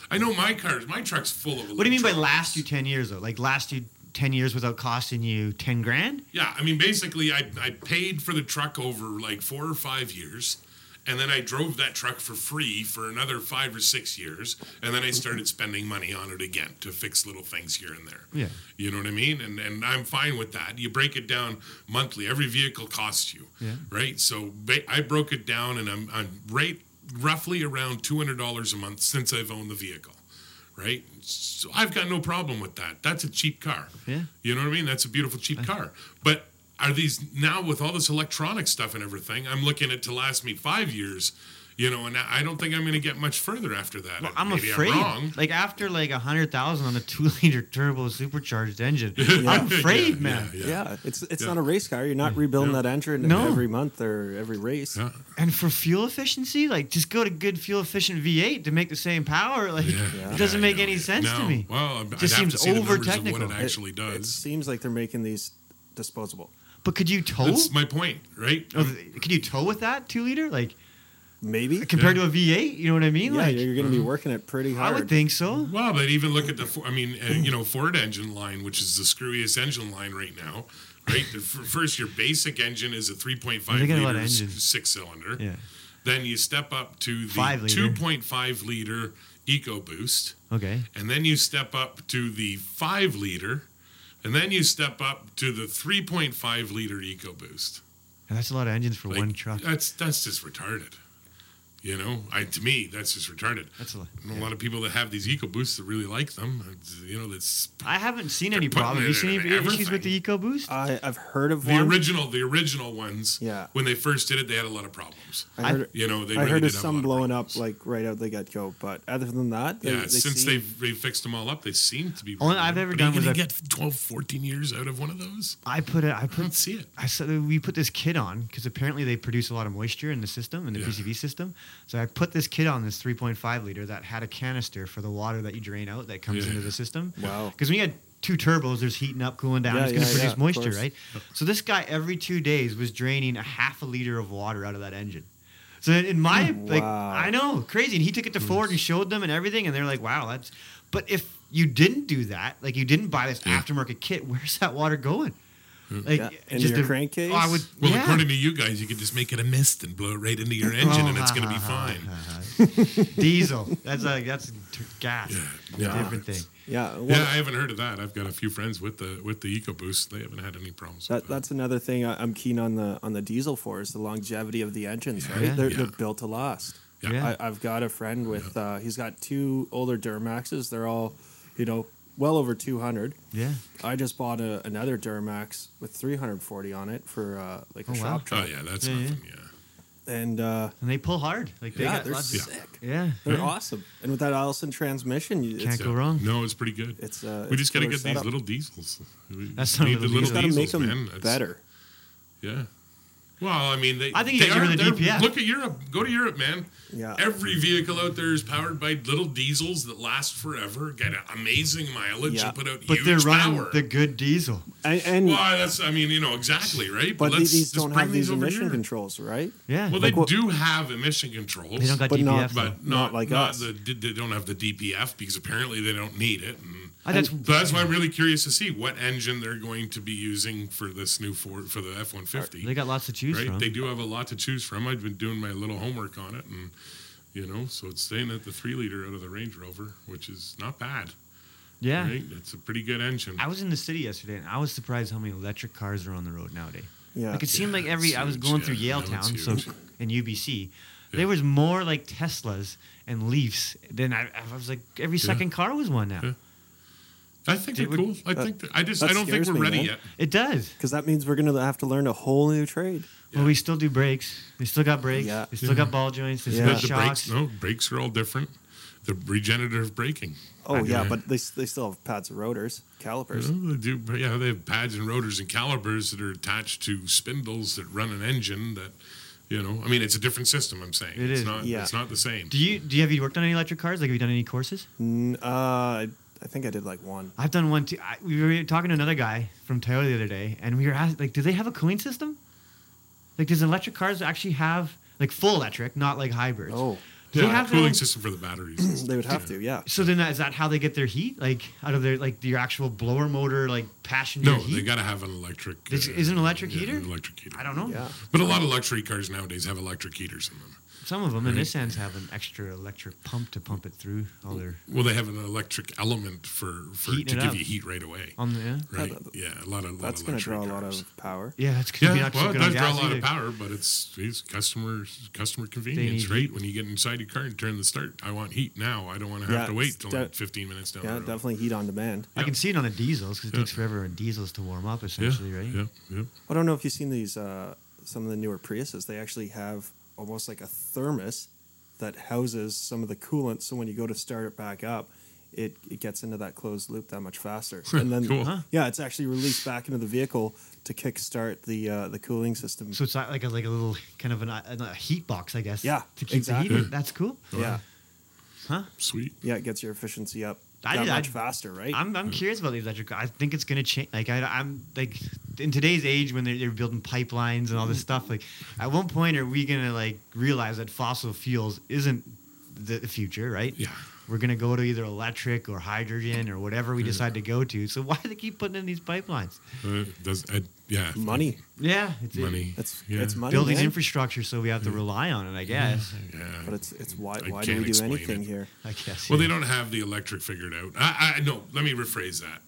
Speaker 3: I know my cars, my truck's full of.
Speaker 4: What do you mean by
Speaker 3: electronics.
Speaker 4: last you ten years though? Like last you ten years without costing you ten grand?
Speaker 3: Yeah, I mean, basically, I, I paid for the truck over like four or five years, and then I drove that truck for free for another five or six years, and then I started spending money on it again to fix little things here and there.
Speaker 4: Yeah.
Speaker 3: you know what I mean, and and I'm fine with that. You break it down monthly. Every vehicle costs you,
Speaker 4: Yeah.
Speaker 3: right? So ba- I broke it down, and I'm I'm right roughly around two hundred dollars a month since I've owned the vehicle. Right, so I've got no problem with that. That's a cheap car.
Speaker 4: Yeah. Uh.
Speaker 3: You know what I mean? That's a beautiful cheap car. But are these now with all this electronic stuff and everything? I'm looking at to last me five years, you know, and I don't think I'm going to get much further after that.
Speaker 4: Well, I'm
Speaker 3: Maybe
Speaker 4: afraid.
Speaker 3: I'm wrong.
Speaker 4: Like after like a hundred thousand on a two liter turbo supercharged engine, I'm afraid,
Speaker 3: Yeah,
Speaker 4: man.
Speaker 3: yeah,
Speaker 5: Yeah.
Speaker 3: yeah.
Speaker 5: It's it's
Speaker 3: Yeah.
Speaker 5: not a race car. You're not rebuilding that engine
Speaker 4: No.
Speaker 5: every month or every race.
Speaker 3: Yeah.
Speaker 4: And for fuel efficiency, like just go to good fuel efficient V8 to make the same power. Like
Speaker 3: Yeah.
Speaker 4: it doesn't
Speaker 3: Yeah,
Speaker 4: make
Speaker 3: yeah,
Speaker 4: any
Speaker 3: yeah.
Speaker 4: sense to
Speaker 3: No.
Speaker 4: me.
Speaker 3: Well, I'd
Speaker 4: Just
Speaker 3: have
Speaker 4: seems
Speaker 3: to see the numbers of
Speaker 4: over-technical.
Speaker 3: What it actually
Speaker 5: It
Speaker 3: does.
Speaker 5: seems like they're making these disposable.
Speaker 4: But could you tow?
Speaker 3: That's my point, right?
Speaker 4: Oh, th- could you tow with that two liter? Like
Speaker 5: Maybe.
Speaker 4: compared to a V8, you know what I mean?
Speaker 5: Yeah,
Speaker 4: like
Speaker 5: you're going to be
Speaker 3: mm-hmm.
Speaker 5: working it pretty
Speaker 4: I
Speaker 5: hard.
Speaker 4: would think so.
Speaker 3: Well, but even look at the, Fo- I mean, uh, you know, Ford engine line, which is the screwiest engine line right now, right? The, f- first, your basic engine is a 3.5
Speaker 4: Forget about
Speaker 3: liter s-
Speaker 4: engines.
Speaker 3: six cylinder.
Speaker 4: Yeah.
Speaker 3: Then you step up to the
Speaker 4: Five liter.
Speaker 3: 2.5 liter EcoBoost,
Speaker 4: Okay.
Speaker 3: and then you step up to the 5 liter, and then you step up to the 3.5 liter EcoBoost.
Speaker 4: And that's a lot of engines for
Speaker 3: Like, uh,
Speaker 4: one truck.
Speaker 3: That's that's just retarded. You know, I to me that's just retarded.
Speaker 4: That's a lot.
Speaker 3: And a lot of people that have these EcoBoosts that really like them, it's, you know, that's
Speaker 4: I haven't seen any
Speaker 3: putting
Speaker 4: problem. Have
Speaker 3: it
Speaker 4: you seen
Speaker 3: in
Speaker 4: any issues with the
Speaker 3: everything.
Speaker 4: EcoBoost?
Speaker 5: I, I've heard of
Speaker 3: the
Speaker 5: one.
Speaker 3: original the original ones.
Speaker 5: Yeah.
Speaker 3: When they first did it, they had a lot of problems.
Speaker 5: I heard,
Speaker 3: You know, they
Speaker 5: I
Speaker 3: really
Speaker 5: heard of
Speaker 3: did have a lot
Speaker 5: some
Speaker 3: of
Speaker 5: blowing
Speaker 3: problems.
Speaker 5: up like right out the get go, but other than that, they,
Speaker 3: Yeah,
Speaker 5: they
Speaker 3: since
Speaker 5: seem-
Speaker 3: they've they fixed them all up, they seem to be.
Speaker 4: Only I've ever
Speaker 3: but
Speaker 4: done
Speaker 3: Are you
Speaker 4: was
Speaker 3: gonna
Speaker 4: I-
Speaker 3: get 12, 14 years out of one of those?
Speaker 4: I put it.
Speaker 3: I
Speaker 4: I
Speaker 3: don't
Speaker 4: put.
Speaker 3: see it.
Speaker 4: I said we put this kit on because apparently they produce a lot of moisture in the system in the
Speaker 3: Yeah.
Speaker 4: PCV system. So I put this kit on this 3.5 liter that had a canister for the water that you drain out that comes
Speaker 3: Yeah.
Speaker 4: into the system.
Speaker 5: Wow.
Speaker 4: Because when you had two turbos, there's heating up, cooling down.
Speaker 5: Yeah,
Speaker 4: it's going to
Speaker 5: yeah, yeah,
Speaker 4: produce
Speaker 5: of
Speaker 4: moisture,
Speaker 5: course.
Speaker 4: right? So this guy every two days was draining a half a liter of water out of that engine. So in my like,
Speaker 5: Mm, Wow.
Speaker 4: I know, crazy. And he took it to Ford and showed them and everything, and they're like, "Wow, that's." But if you didn't do that, like you didn't buy this aftermarket kit, where's that water going? Like
Speaker 5: Yeah,
Speaker 4: it
Speaker 5: into your crankcase?
Speaker 4: I would.
Speaker 3: Mm. Well,
Speaker 4: yeah. Oh,
Speaker 3: according to you guys, you could just make it a mist and blow it right into your engine, and it's going to be fine.
Speaker 4: Diesel. That's like that's t- gas.
Speaker 3: yeah.
Speaker 4: Different thing.
Speaker 5: yeah, well,
Speaker 3: Yeah, I haven't heard of that. I've got a few friends with the with the EcoBoost. They haven't had any problems.
Speaker 5: that,
Speaker 3: with
Speaker 5: that's another thing I, I'm keen on the on the diesel for is the longevity of the engines. Right,
Speaker 4: Yeah.
Speaker 5: They're,
Speaker 3: Yeah.
Speaker 5: they're built to last.
Speaker 3: Yeah.
Speaker 4: Yeah.
Speaker 5: I, I've got a friend with uh, he's got two older Duramaxes. They're all, you know, well over 200.
Speaker 4: Yeah.
Speaker 5: I just bought a, another Duramax with 340 on it for uh, like a
Speaker 4: Oh, wow.
Speaker 5: shop
Speaker 3: Oh
Speaker 5: truck,
Speaker 3: yeah, that's
Speaker 4: Yeah, yeah.
Speaker 3: nothing. Yeah.
Speaker 5: and uh,
Speaker 4: And they pull hard. Like they
Speaker 5: yeah,
Speaker 4: got
Speaker 5: they're
Speaker 4: lots of,
Speaker 5: sick.
Speaker 4: yeah.
Speaker 5: They're
Speaker 3: Yeah.
Speaker 5: awesome. And with that Allison transmission, you- it's
Speaker 4: Hmm? Can't go wrong.
Speaker 3: No, it's pretty good.
Speaker 5: It's, uh,
Speaker 3: we
Speaker 5: it's
Speaker 3: just got to
Speaker 5: cooler
Speaker 3: get these
Speaker 5: setup.
Speaker 3: little diesels. We
Speaker 4: That's not
Speaker 3: need
Speaker 4: a
Speaker 3: the
Speaker 4: little
Speaker 3: little
Speaker 5: got to
Speaker 4: diesel.
Speaker 5: make
Speaker 3: diesels,
Speaker 5: them
Speaker 3: man. It's-
Speaker 5: better.
Speaker 3: Yeah. Well, I mean, they,
Speaker 4: I think you
Speaker 3: they
Speaker 4: gotta get rid of
Speaker 3: they're-
Speaker 4: DPF.
Speaker 3: Look at Europe. Go to Europe, man.
Speaker 5: Yeah.
Speaker 3: Every vehicle out there is powered by little diesels that last forever, get amazing mileage,
Speaker 5: Yeah.
Speaker 3: and put out
Speaker 4: But
Speaker 3: huge
Speaker 4: they're running
Speaker 3: power.
Speaker 4: the good diesel.
Speaker 5: And, and
Speaker 3: Why? That's. I mean, you know exactly, right?
Speaker 5: but
Speaker 3: let's
Speaker 5: these
Speaker 3: just
Speaker 5: don't
Speaker 3: bring
Speaker 5: have these
Speaker 3: over
Speaker 5: emission
Speaker 3: here.
Speaker 5: controls, right?
Speaker 4: Yeah.
Speaker 3: Well,
Speaker 4: Like,
Speaker 3: they
Speaker 5: what-
Speaker 3: do have emission controls.
Speaker 4: they don't got
Speaker 5: but not-
Speaker 4: DPF. though.
Speaker 5: but-
Speaker 3: but not,
Speaker 5: Not like
Speaker 3: not
Speaker 5: us.
Speaker 3: The, they don't have the DPF because apparently they don't need it. And
Speaker 4: I- that's-
Speaker 3: so that's why I'm really curious to see what engine they're going to be using for this new Ford for the F-150.
Speaker 4: they got lots to choose
Speaker 3: right?
Speaker 4: from.
Speaker 3: They do have a lot to choose from. I've been doing my little homework on it, and You know, so it's staying at the three liter out of the Range Rover, which is not bad.
Speaker 4: Yeah.
Speaker 3: Right? It's a pretty good engine.
Speaker 4: I was in the city yesterday, and I was surprised how many electric cars are on the road nowadays.
Speaker 5: Yeah.
Speaker 4: Like it seemed
Speaker 3: Yeah,
Speaker 4: like every
Speaker 3: it's
Speaker 4: I was
Speaker 3: huge,
Speaker 4: going
Speaker 3: yeah.
Speaker 4: through Yale
Speaker 3: No, it's
Speaker 4: Town, so
Speaker 3: huge.
Speaker 4: in UBC,
Speaker 3: Yeah.
Speaker 4: there was more like Teslas and Leafs than I, I was like every second car was one now.
Speaker 3: Yeah. I think they're
Speaker 4: Dude,
Speaker 3: cool. I
Speaker 5: that-
Speaker 3: think that- I just
Speaker 5: that
Speaker 3: I don't think
Speaker 5: scares
Speaker 3: we're
Speaker 5: me,
Speaker 3: ready
Speaker 5: man.
Speaker 3: yet.
Speaker 4: It does.
Speaker 5: Because that means we're gonna have to learn a whole new trade.
Speaker 4: Well, we still do brakes. They still got brakes.
Speaker 5: Yeah.
Speaker 4: They still got ball joints. They still
Speaker 5: Yeah.
Speaker 4: got
Speaker 3: The
Speaker 4: shocks.
Speaker 3: brakes, no, brakes are all different. The regenerative braking.
Speaker 5: Oh
Speaker 3: yeah.
Speaker 5: yeah, but they s- they still have pads of rotors, calipers.
Speaker 3: Well, they do, yeah, they have pads and rotors and calipers that are attached to spindles that run an engine. That you know, I mean, it's a different system. I'm saying
Speaker 4: It
Speaker 3: it's
Speaker 4: is.
Speaker 3: not.
Speaker 5: Yeah.
Speaker 3: It's not the same.
Speaker 4: Do you do you have you worked on any electric cars? Like have you done any courses?
Speaker 3: Hmm?
Speaker 5: N- uh, I, I think I did like one.
Speaker 4: I've done one too. I, we were talking to another guy from Toyota the other day, and we were asked, like, do they have a cooling system? Like, does electric cars actually have like full electric, not like hybrids?
Speaker 5: Oh,
Speaker 4: do
Speaker 3: yeah,
Speaker 4: they have their
Speaker 3: cooling
Speaker 4: own-
Speaker 3: system for the batteries.
Speaker 5: they would have to. Yeah.
Speaker 4: So then, that, is that how they get their heat? Like out of their like your actual blower motor, like passion
Speaker 3: No,
Speaker 4: heat?
Speaker 3: they got to have an electric. uh,
Speaker 4: This is an electric
Speaker 3: yeah,
Speaker 4: heater?
Speaker 3: an electric heater.
Speaker 4: I don't know.
Speaker 5: Yeah.
Speaker 3: But a lot of luxury cars nowadays have electric heaters in them.
Speaker 4: Some of them, and
Speaker 3: Right.
Speaker 4: Nissans have an extra electric pump to pump it through all their
Speaker 3: Well, they have an electric element for, for to
Speaker 4: Heating it
Speaker 3: give
Speaker 4: up.
Speaker 3: you heat right away.
Speaker 4: on the. Yeah.
Speaker 3: right?
Speaker 5: That-
Speaker 3: yeah, a lot of.
Speaker 5: That's
Speaker 3: lot
Speaker 5: gonna
Speaker 3: of
Speaker 5: draw a
Speaker 3: luxury
Speaker 5: lot
Speaker 3: cars.
Speaker 5: of power.
Speaker 4: Yeah, that's because
Speaker 3: Yeah,
Speaker 4: not so
Speaker 3: well, it
Speaker 4: good on
Speaker 3: does draw a
Speaker 4: gas
Speaker 3: lot of
Speaker 4: either.
Speaker 3: power, but it's it's customer customer convenience,
Speaker 4: need
Speaker 3: right?
Speaker 4: heat.
Speaker 3: When you get inside your car and turn the start, I want heat now. I don't want to have
Speaker 5: Yeah,
Speaker 3: to wait
Speaker 5: it's
Speaker 3: till
Speaker 5: de-
Speaker 3: like 15 minutes down
Speaker 5: Yeah,
Speaker 3: the road.
Speaker 5: definitely heat on demand.
Speaker 4: I can see it on the diesels because it
Speaker 3: Yeah.
Speaker 4: takes forever on diesels to warm up,
Speaker 3: Yeah,
Speaker 4: essentially, right?
Speaker 3: yeah, yeah.
Speaker 5: I don't know if you've seen these. Uh, some of the newer Priuses, they actually have almost like a thermos that houses some of the coolant. So when you go to start it back up, it, it gets into that closed loop that much faster. And then,
Speaker 3: Cool. Huh.
Speaker 5: yeah, it's actually released back into the vehicle to kickstart the uh, the cooling system.
Speaker 4: So it's not like a, like a little kind of an, a, a heat box, I guess.
Speaker 5: Yeah,
Speaker 4: to keep
Speaker 5: exactly.
Speaker 4: the heat. in. That's cool.
Speaker 5: yeah,
Speaker 4: Huh?
Speaker 3: Sweet.
Speaker 5: yeah, it gets your efficiency up
Speaker 4: I
Speaker 5: that
Speaker 4: did- I-
Speaker 5: much faster, right?
Speaker 4: I'm, I'm curious about the electric. car. I think it's gonna change. Like I, I'm like in today's age when they're, they're building pipelines and all this stuff. Like at one point are we gonna like realize that fossil fuels isn't the future, right?
Speaker 3: Yeah.
Speaker 4: We're gonna go to either electric or hydrogen or whatever we decide to go to. So why do they keep putting in these pipelines?
Speaker 3: Uh, does I, yeah
Speaker 5: Money,
Speaker 4: Yeah, it's
Speaker 3: money?
Speaker 5: it's
Speaker 3: yeah.
Speaker 5: it's money.
Speaker 4: Building
Speaker 5: man.
Speaker 4: infrastructure, so we have to rely on it. I guess.
Speaker 3: Yeah.
Speaker 5: but it's it's why
Speaker 3: I
Speaker 5: why do
Speaker 3: can't
Speaker 5: we do
Speaker 3: explain
Speaker 5: anything
Speaker 3: it.
Speaker 5: here?
Speaker 4: I guess.
Speaker 3: Well,
Speaker 4: yeah.
Speaker 3: they don't have the electric figured out. I, I no. Let me rephrase that.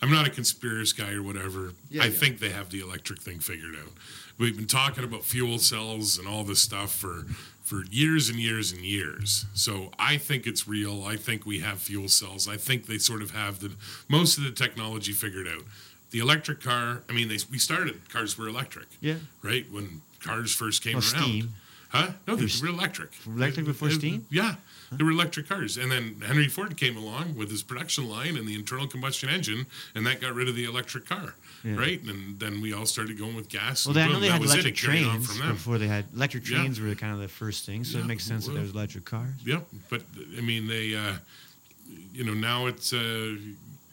Speaker 3: I'm not a conspiracy guy or whatever.
Speaker 4: Yeah,
Speaker 3: I
Speaker 4: yeah.
Speaker 3: think they have the electric thing figured out. We've been talking about fuel cells and all this stuff for for years and years and years. So I think it's real. I think we have fuel cells. I think they sort of have the most of the technology figured out. The electric car. I mean, they we started cars were electric.
Speaker 4: Yeah.
Speaker 3: Right when cars first came
Speaker 4: Well,
Speaker 3: around.
Speaker 4: steam.
Speaker 3: Huh? No, they
Speaker 4: was-
Speaker 3: were electric.
Speaker 4: Electric before
Speaker 3: They-
Speaker 4: steam?
Speaker 3: Yeah, there were electric cars, and then Henry Ford came along with his production line and the internal combustion engine, and that got rid of the electric car,
Speaker 4: Yeah.
Speaker 3: right? And then we all started going with gas.
Speaker 4: Well,
Speaker 3: and
Speaker 4: they, I know
Speaker 3: boom,
Speaker 4: they
Speaker 3: that
Speaker 4: had
Speaker 3: was it.
Speaker 4: electric
Speaker 3: It carried on
Speaker 4: trains
Speaker 3: from them.
Speaker 4: before they had electric
Speaker 3: Yeah.
Speaker 4: trains were kind of the first thing, so
Speaker 3: Yeah,
Speaker 4: it makes sense that
Speaker 3: well.
Speaker 4: there was electric cars.
Speaker 3: Yep, but I mean they, uh, you know, now it's uh,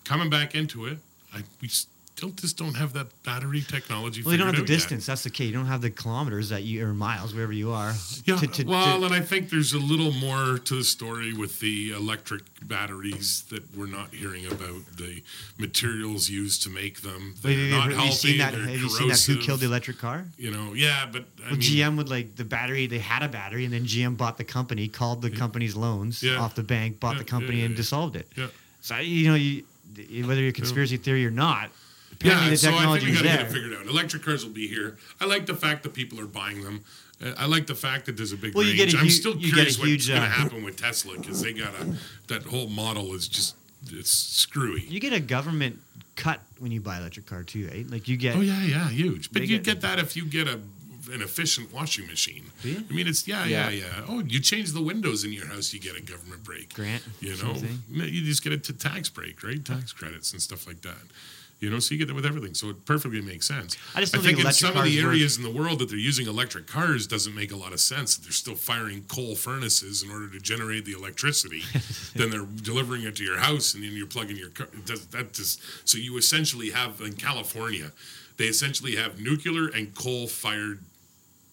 Speaker 3: coming back into it. I, we still just don't have that battery technology.
Speaker 4: Well, you don't have
Speaker 3: figured
Speaker 4: the
Speaker 3: out yet.
Speaker 4: distance. That's the key. You don't have the kilometers that you or miles wherever you are.
Speaker 3: Yeah,
Speaker 4: to- to- to-
Speaker 3: well, and I think there's a little more to the story with the electric batteries that we're not hearing about. The materials used to make them,
Speaker 4: Wait,
Speaker 3: they're
Speaker 4: have you
Speaker 3: not
Speaker 4: ever- have
Speaker 3: healthy.
Speaker 4: you seen that?
Speaker 3: they're
Speaker 4: Have you
Speaker 3: corrosive.
Speaker 4: seen that? Who killed the electric car?
Speaker 3: You know, yeah, but I
Speaker 4: Well,
Speaker 3: mean,
Speaker 4: GM would like the battery. They had a battery, and then GM bought the company, called the company's loans
Speaker 3: Yeah.
Speaker 4: off the bank, bought
Speaker 3: Yeah,
Speaker 4: the
Speaker 3: yeah,
Speaker 4: company,
Speaker 3: yeah,
Speaker 4: and
Speaker 3: yeah.
Speaker 4: dissolved it.
Speaker 3: yeah,
Speaker 4: So you know, you, whether you're a conspiracy theory or not, apparently
Speaker 3: yeah.
Speaker 4: the
Speaker 3: So I think
Speaker 4: technology
Speaker 3: we got
Speaker 4: was
Speaker 3: to get it
Speaker 4: there.
Speaker 3: figured out. Electric cars will be here. I like the fact that people are buying them. Uh, I like the fact that there's a big
Speaker 4: Well, you
Speaker 3: range.
Speaker 4: get a
Speaker 3: I'm
Speaker 4: hu-
Speaker 3: still
Speaker 4: you get a
Speaker 3: curious what's
Speaker 4: huge,
Speaker 3: going to
Speaker 4: uh,
Speaker 3: happen with Tesla because they got a that whole model is just it's screwy.
Speaker 4: You get a government cut when you buy electric car too, right? Like you get
Speaker 3: Oh yeah, yeah, huge. But
Speaker 4: They
Speaker 3: you
Speaker 4: get-
Speaker 3: get that if you get a an efficient washing machine.
Speaker 4: Do you?
Speaker 3: I mean, it's yeah, yeah, yeah,
Speaker 5: Yeah.
Speaker 3: Oh, you change the windows in your house, you get a government break.
Speaker 4: grant.
Speaker 3: You know,
Speaker 4: something.
Speaker 3: No, you just get a t- tax break, right? Tax credits and stuff like that. You know, so you get that with everything. So it perfectly makes sense.
Speaker 4: I just don't think
Speaker 3: in
Speaker 4: electric
Speaker 3: some of the
Speaker 4: cars work.
Speaker 3: areas in the world that they're using electric cars doesn't make a lot of sense. They're still firing coal furnaces in order to generate the electricity. then they're delivering it to your house, and then you're plugging your car. It does, that just so you essentially have in California, they essentially have nuclear and coal fired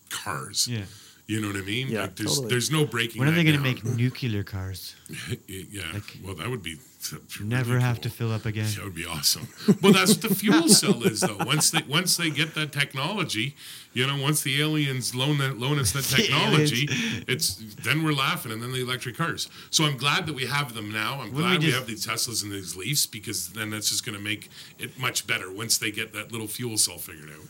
Speaker 3: cars
Speaker 4: Yeah.
Speaker 3: You know what I mean?
Speaker 5: Yeah,
Speaker 3: like there's
Speaker 5: totally.
Speaker 3: there's no breaking.
Speaker 4: When are
Speaker 3: that
Speaker 4: they going to
Speaker 3: down.
Speaker 4: make nuclear cars?
Speaker 3: yeah.
Speaker 4: like,
Speaker 3: well, that would be t- really
Speaker 4: Never have to
Speaker 3: cool.
Speaker 4: fill up again.
Speaker 3: That would be awesome. Well, that's what the fuel cell is, though. Once they once they get that technology, you know, once the aliens loan that loan us that
Speaker 4: The
Speaker 3: technology, it's then we're laughing, and then the electric cars. So I'm glad that we have them now. I'm
Speaker 4: Wouldn't
Speaker 3: glad
Speaker 4: we
Speaker 3: we
Speaker 4: just-
Speaker 3: have these Teslas and these Leafs because then that's just going to make it much better once they get that little fuel cell figured out.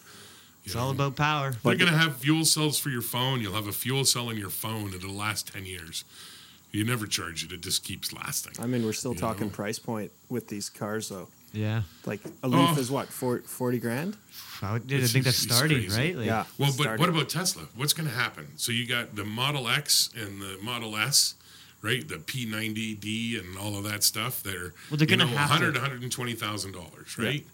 Speaker 4: It's all about power.
Speaker 3: They're going to have fuel cells for your phone. You'll have a fuel cell in your phone. It'll last ten years. You never charge it; it just keeps lasting.
Speaker 5: I mean, we're still
Speaker 3: You
Speaker 5: talking
Speaker 3: know?
Speaker 5: price point with these cars, though.
Speaker 4: Yeah.
Speaker 5: Like a Leaf
Speaker 3: Oh.
Speaker 5: is what four- 40 grand?
Speaker 4: I, would, dude, I
Speaker 3: It's-
Speaker 4: think that's
Speaker 3: it's- it's
Speaker 4: starting,
Speaker 3: crazy.
Speaker 4: right? Like,
Speaker 5: yeah.
Speaker 3: Well, but
Speaker 5: starting.
Speaker 3: what about Tesla? What's going to happen? So you got the Model X and the Model S, right? The P90D and all of that stuff. They're
Speaker 4: Well, they're
Speaker 3: you
Speaker 4: gonna
Speaker 3: know,
Speaker 4: have to.
Speaker 3: 100, 120,000 dollars, right?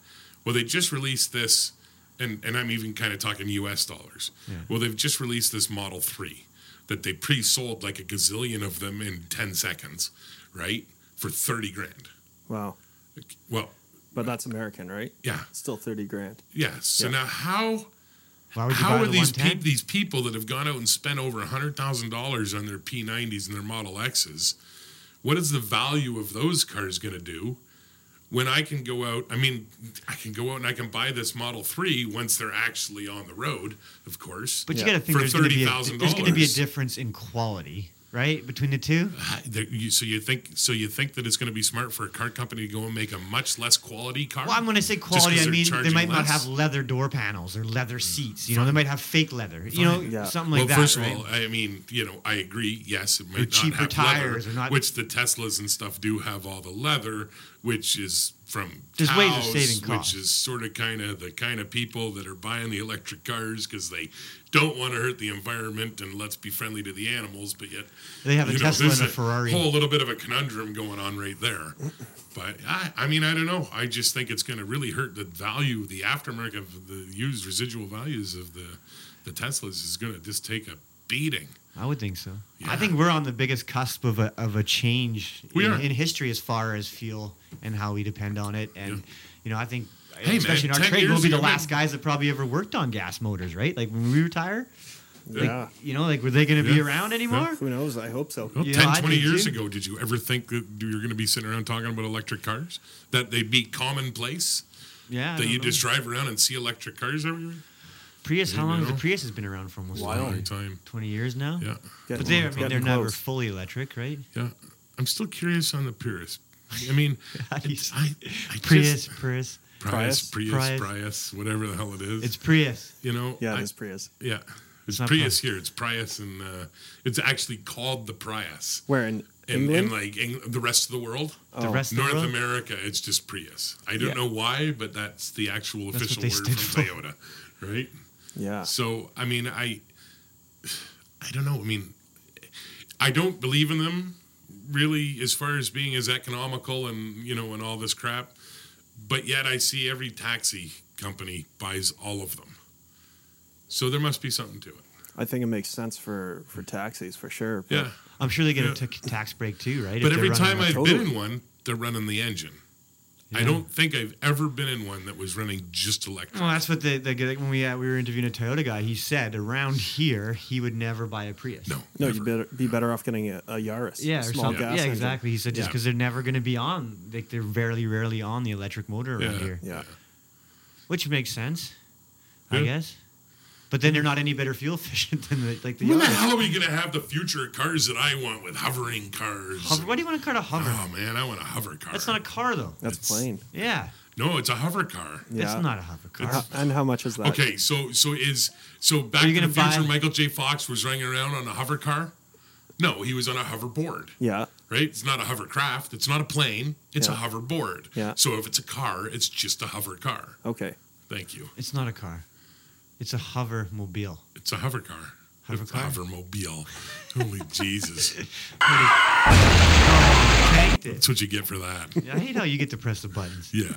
Speaker 3: Well, they just released this, and and I'm even kind of talking U.S. dollars. Well, they've just released this Model Three that they pre-sold like a gazillion of them in 10 seconds, right? For 30 grand.
Speaker 5: Wow.
Speaker 3: Well,
Speaker 5: But that's American, right?
Speaker 3: yeah,
Speaker 5: Still 30 grand.
Speaker 3: yeah. So
Speaker 5: Yeah.
Speaker 3: now how?
Speaker 4: Why would you
Speaker 3: How
Speaker 4: buy
Speaker 3: are
Speaker 4: the
Speaker 3: these pe-
Speaker 4: 110?
Speaker 3: these people that have gone out and spent over hundred thousand dollars on their P90s and their Model X's? What is the value of those cars going to do when I can go out? I mean, I can go out and I can buy this Model Three once they're actually on the road, of course.
Speaker 4: But you
Speaker 5: Yeah.
Speaker 4: got to think
Speaker 3: For
Speaker 4: there's going to be a,
Speaker 3: $30,000.
Speaker 4: there's going to be a difference in quality, right, between the two.
Speaker 3: Uh, there- you- so you think so you think that it's going to be smart for a car company to go and make a much less quality car?
Speaker 4: Well, I'm when I say
Speaker 3: Just 'cause
Speaker 4: quality, I
Speaker 3: they're
Speaker 4: mean they
Speaker 3: charging
Speaker 4: might not
Speaker 3: less?
Speaker 4: have leather door panels or leather seats. You know, they might have fake leather. You know,
Speaker 5: Yeah.
Speaker 4: something like
Speaker 3: well,
Speaker 4: that.
Speaker 3: first
Speaker 4: right?
Speaker 3: of all, I mean, you know, I agree. Yes, it might not
Speaker 4: cheaper
Speaker 3: have
Speaker 4: tires
Speaker 3: leather,
Speaker 4: or not-
Speaker 3: which the Teslas and stuff do have all the leather, which is from
Speaker 4: There's
Speaker 3: cows,
Speaker 4: ways of saving costs.
Speaker 3: which is sort of kind of the kind of people that are buying the electric cars because they don't want to hurt the environment and let's be friendly to the animals, but yet
Speaker 4: They have a
Speaker 3: you
Speaker 4: Tesla
Speaker 3: there's
Speaker 4: and a Ferrari.
Speaker 3: Whole little bit of a conundrum going on right there. But I, I mean, I don't know. I just think it's going to really hurt the value, the aftermarket of the used residual values of the the Teslas is going to just take a beating.
Speaker 4: I would think so.
Speaker 3: Yeah.
Speaker 4: I think we're on the biggest cusp of a of a change
Speaker 3: We
Speaker 4: in,
Speaker 3: are.
Speaker 4: in history as far as fuel and how we depend on it. And
Speaker 3: Yeah.
Speaker 4: you know, I think uh,
Speaker 3: Hey,
Speaker 4: especially
Speaker 3: man,
Speaker 4: in
Speaker 3: 10
Speaker 4: our trade, we'll
Speaker 3: years
Speaker 4: be the
Speaker 3: ago,
Speaker 4: last
Speaker 3: man.
Speaker 4: guys that probably ever worked on gas motors, right? Like when we retire, like,
Speaker 5: Yeah.
Speaker 4: you know, like were they going to be
Speaker 3: Yeah.
Speaker 4: around anymore?
Speaker 5: Who knows? I hope so.
Speaker 3: Well,
Speaker 4: Yeah,
Speaker 3: 10,
Speaker 4: I
Speaker 3: 20
Speaker 4: do
Speaker 3: years
Speaker 4: too.
Speaker 3: ago, did you ever think that you were going to be sitting around talking about electric cars? That they'd be commonplace?
Speaker 4: Yeah, I
Speaker 3: that
Speaker 4: don't
Speaker 3: you
Speaker 4: know.
Speaker 3: just drive around and see electric cars everywhere?
Speaker 4: Prius. How
Speaker 3: you
Speaker 4: long has the
Speaker 3: know.
Speaker 4: Prius has been around for? Almost
Speaker 5: Wow.
Speaker 3: Long time.
Speaker 4: twenty years now.
Speaker 3: Yeah.
Speaker 4: But they, I mean,
Speaker 5: Getting
Speaker 4: they're never
Speaker 5: close.
Speaker 4: fully electric, right?
Speaker 3: Yeah. I'm still curious on the Prius. I mean,
Speaker 4: Prius,
Speaker 3: I, I
Speaker 4: Prius,
Speaker 3: just- Prius,
Speaker 5: Prius?
Speaker 3: Prius,
Speaker 4: Prius.
Speaker 3: Prius, whatever the hell it is.
Speaker 4: It's Prius.
Speaker 3: you know,
Speaker 5: Yeah,
Speaker 3: I-
Speaker 5: it is Prius.
Speaker 3: yeah. It's
Speaker 4: not
Speaker 3: Prius here. It's Prius, and uh, it's actually called the Prius
Speaker 5: Where in
Speaker 3: in,
Speaker 5: England?
Speaker 3: in like Eng- the rest of the world.
Speaker 4: Oh,
Speaker 5: Oh.
Speaker 4: The rest of the
Speaker 3: North
Speaker 4: world?
Speaker 3: America, it's just Prius. I don't
Speaker 5: Yeah.
Speaker 3: know why, but that's the actual
Speaker 4: That's
Speaker 3: official
Speaker 4: what they
Speaker 3: word from
Speaker 4: stood for.
Speaker 3: Toyota, right?
Speaker 5: yeah.
Speaker 3: So I mean, I I don't know. I mean, I don't believe in them really as far as being as economical and you know and all this crap. But yet I see every taxi company buys all of them. So there must be something to it.
Speaker 5: I think it makes sense for, for taxis for sure. but
Speaker 3: Yeah.
Speaker 4: I'm sure they get
Speaker 3: Yeah.
Speaker 4: a t- tax break too, right? If
Speaker 3: But
Speaker 4: they're
Speaker 3: every
Speaker 4: running
Speaker 3: time I've
Speaker 4: electric.
Speaker 3: been
Speaker 5: Totally.
Speaker 3: in one, they're running the engine. I
Speaker 4: Yeah.
Speaker 3: don't think I've ever been in one that was running just electric.
Speaker 4: Well, that's what the, the guy- when we uh, we were interviewing a Toyota guy, he said around here he would never buy a Prius.
Speaker 3: no.
Speaker 5: No,
Speaker 3: never.
Speaker 5: you better be better off getting a, a Yaris.
Speaker 4: Yeah, or
Speaker 5: small
Speaker 4: something.
Speaker 5: gas
Speaker 4: yeah,
Speaker 5: engine.
Speaker 4: exactly. He said just
Speaker 3: Yeah.
Speaker 4: because they're never going to be on, like they're very rarely on the electric motor around
Speaker 3: Yeah.
Speaker 4: here,
Speaker 5: Yeah,
Speaker 4: which makes sense, I
Speaker 3: Yeah.
Speaker 4: guess. But then they're not any better fuel efficient than the, like the.
Speaker 3: When the
Speaker 4: Yaris.
Speaker 3: hell are we going to have the future cars that I want with hovering cars?
Speaker 4: Hover, why do you want a car to hover?
Speaker 3: Oh man, I want a hover car.
Speaker 4: that's not a car though.
Speaker 5: that's
Speaker 3: It's-
Speaker 5: plain.
Speaker 4: Yeah,
Speaker 3: no, it's a hover car.
Speaker 5: Yeah,
Speaker 4: that's not a hover car.
Speaker 5: How- and how much is that?
Speaker 3: Okay, so so is so back
Speaker 4: Are
Speaker 3: to
Speaker 4: you
Speaker 3: the
Speaker 4: gonna
Speaker 3: future.
Speaker 4: buy-
Speaker 3: Michael J. Fox was running around on a hover car. No, he was on a hoverboard.
Speaker 5: Yeah,
Speaker 3: Right? It's not a hovercraft. It's not a plane. It's a
Speaker 5: Yeah.
Speaker 3: hoverboard.
Speaker 5: Yeah.
Speaker 3: So if it's a car, it's just a hover car.
Speaker 5: okay.
Speaker 3: Thank you.
Speaker 4: It's not a car. It's a hover mobile.
Speaker 3: It's a hover car.
Speaker 4: Hover
Speaker 3: it's
Speaker 4: car.
Speaker 3: a hovermobile. Holy Jesus!
Speaker 4: Tanked it.
Speaker 3: That's what you get for that.
Speaker 4: I hate how you get to press the buttons.
Speaker 3: Yeah.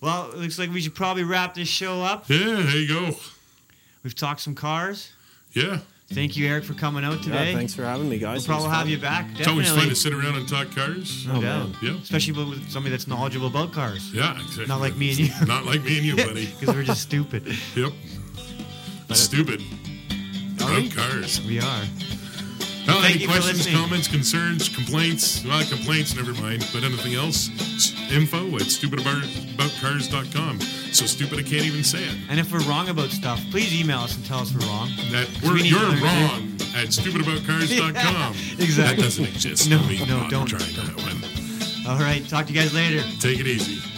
Speaker 4: Well, it looks like we should probably wrap this show up.
Speaker 3: Yeah. There you go.
Speaker 4: We've talked some cars.
Speaker 3: Yeah.
Speaker 4: Thank you, Eric, for coming out today.
Speaker 5: Yeah, thanks for having me, guys.
Speaker 4: We'll probably
Speaker 5: It was
Speaker 4: have
Speaker 5: fun.
Speaker 4: you back. Definitely.
Speaker 3: It's always fun to sit around and talk cars.
Speaker 4: No
Speaker 5: Oh,
Speaker 4: doubt.
Speaker 5: man.
Speaker 3: Yeah.
Speaker 4: Especially with somebody that's knowledgeable about cars.
Speaker 3: Yeah. Exactly.
Speaker 4: Not like me and you.
Speaker 3: Not like me and you, buddy.
Speaker 4: Because we're just stupid.
Speaker 3: Yep. Stupid. about cars.
Speaker 4: We are.
Speaker 3: Well,
Speaker 4: Thank
Speaker 3: any
Speaker 4: you for
Speaker 3: questions,
Speaker 4: listening.
Speaker 3: comments, concerns, complaints? Well, complaints, never mind. But anything else? s- Info at stupidaboutcars.com. So stupid I can't even say it.
Speaker 4: And if we're wrong about stuff, please email us and tell us we're wrong.
Speaker 3: That we're,
Speaker 4: We need
Speaker 3: you're
Speaker 4: to learn
Speaker 3: wrong at stupidaboutcars.com.
Speaker 4: Yeah, eh? exactly.
Speaker 3: That doesn't exist.
Speaker 4: No,
Speaker 3: I mean,
Speaker 4: no,
Speaker 3: I'm
Speaker 4: don't.
Speaker 3: trying that one.
Speaker 4: All right. Talk to you guys later.
Speaker 3: Take it easy.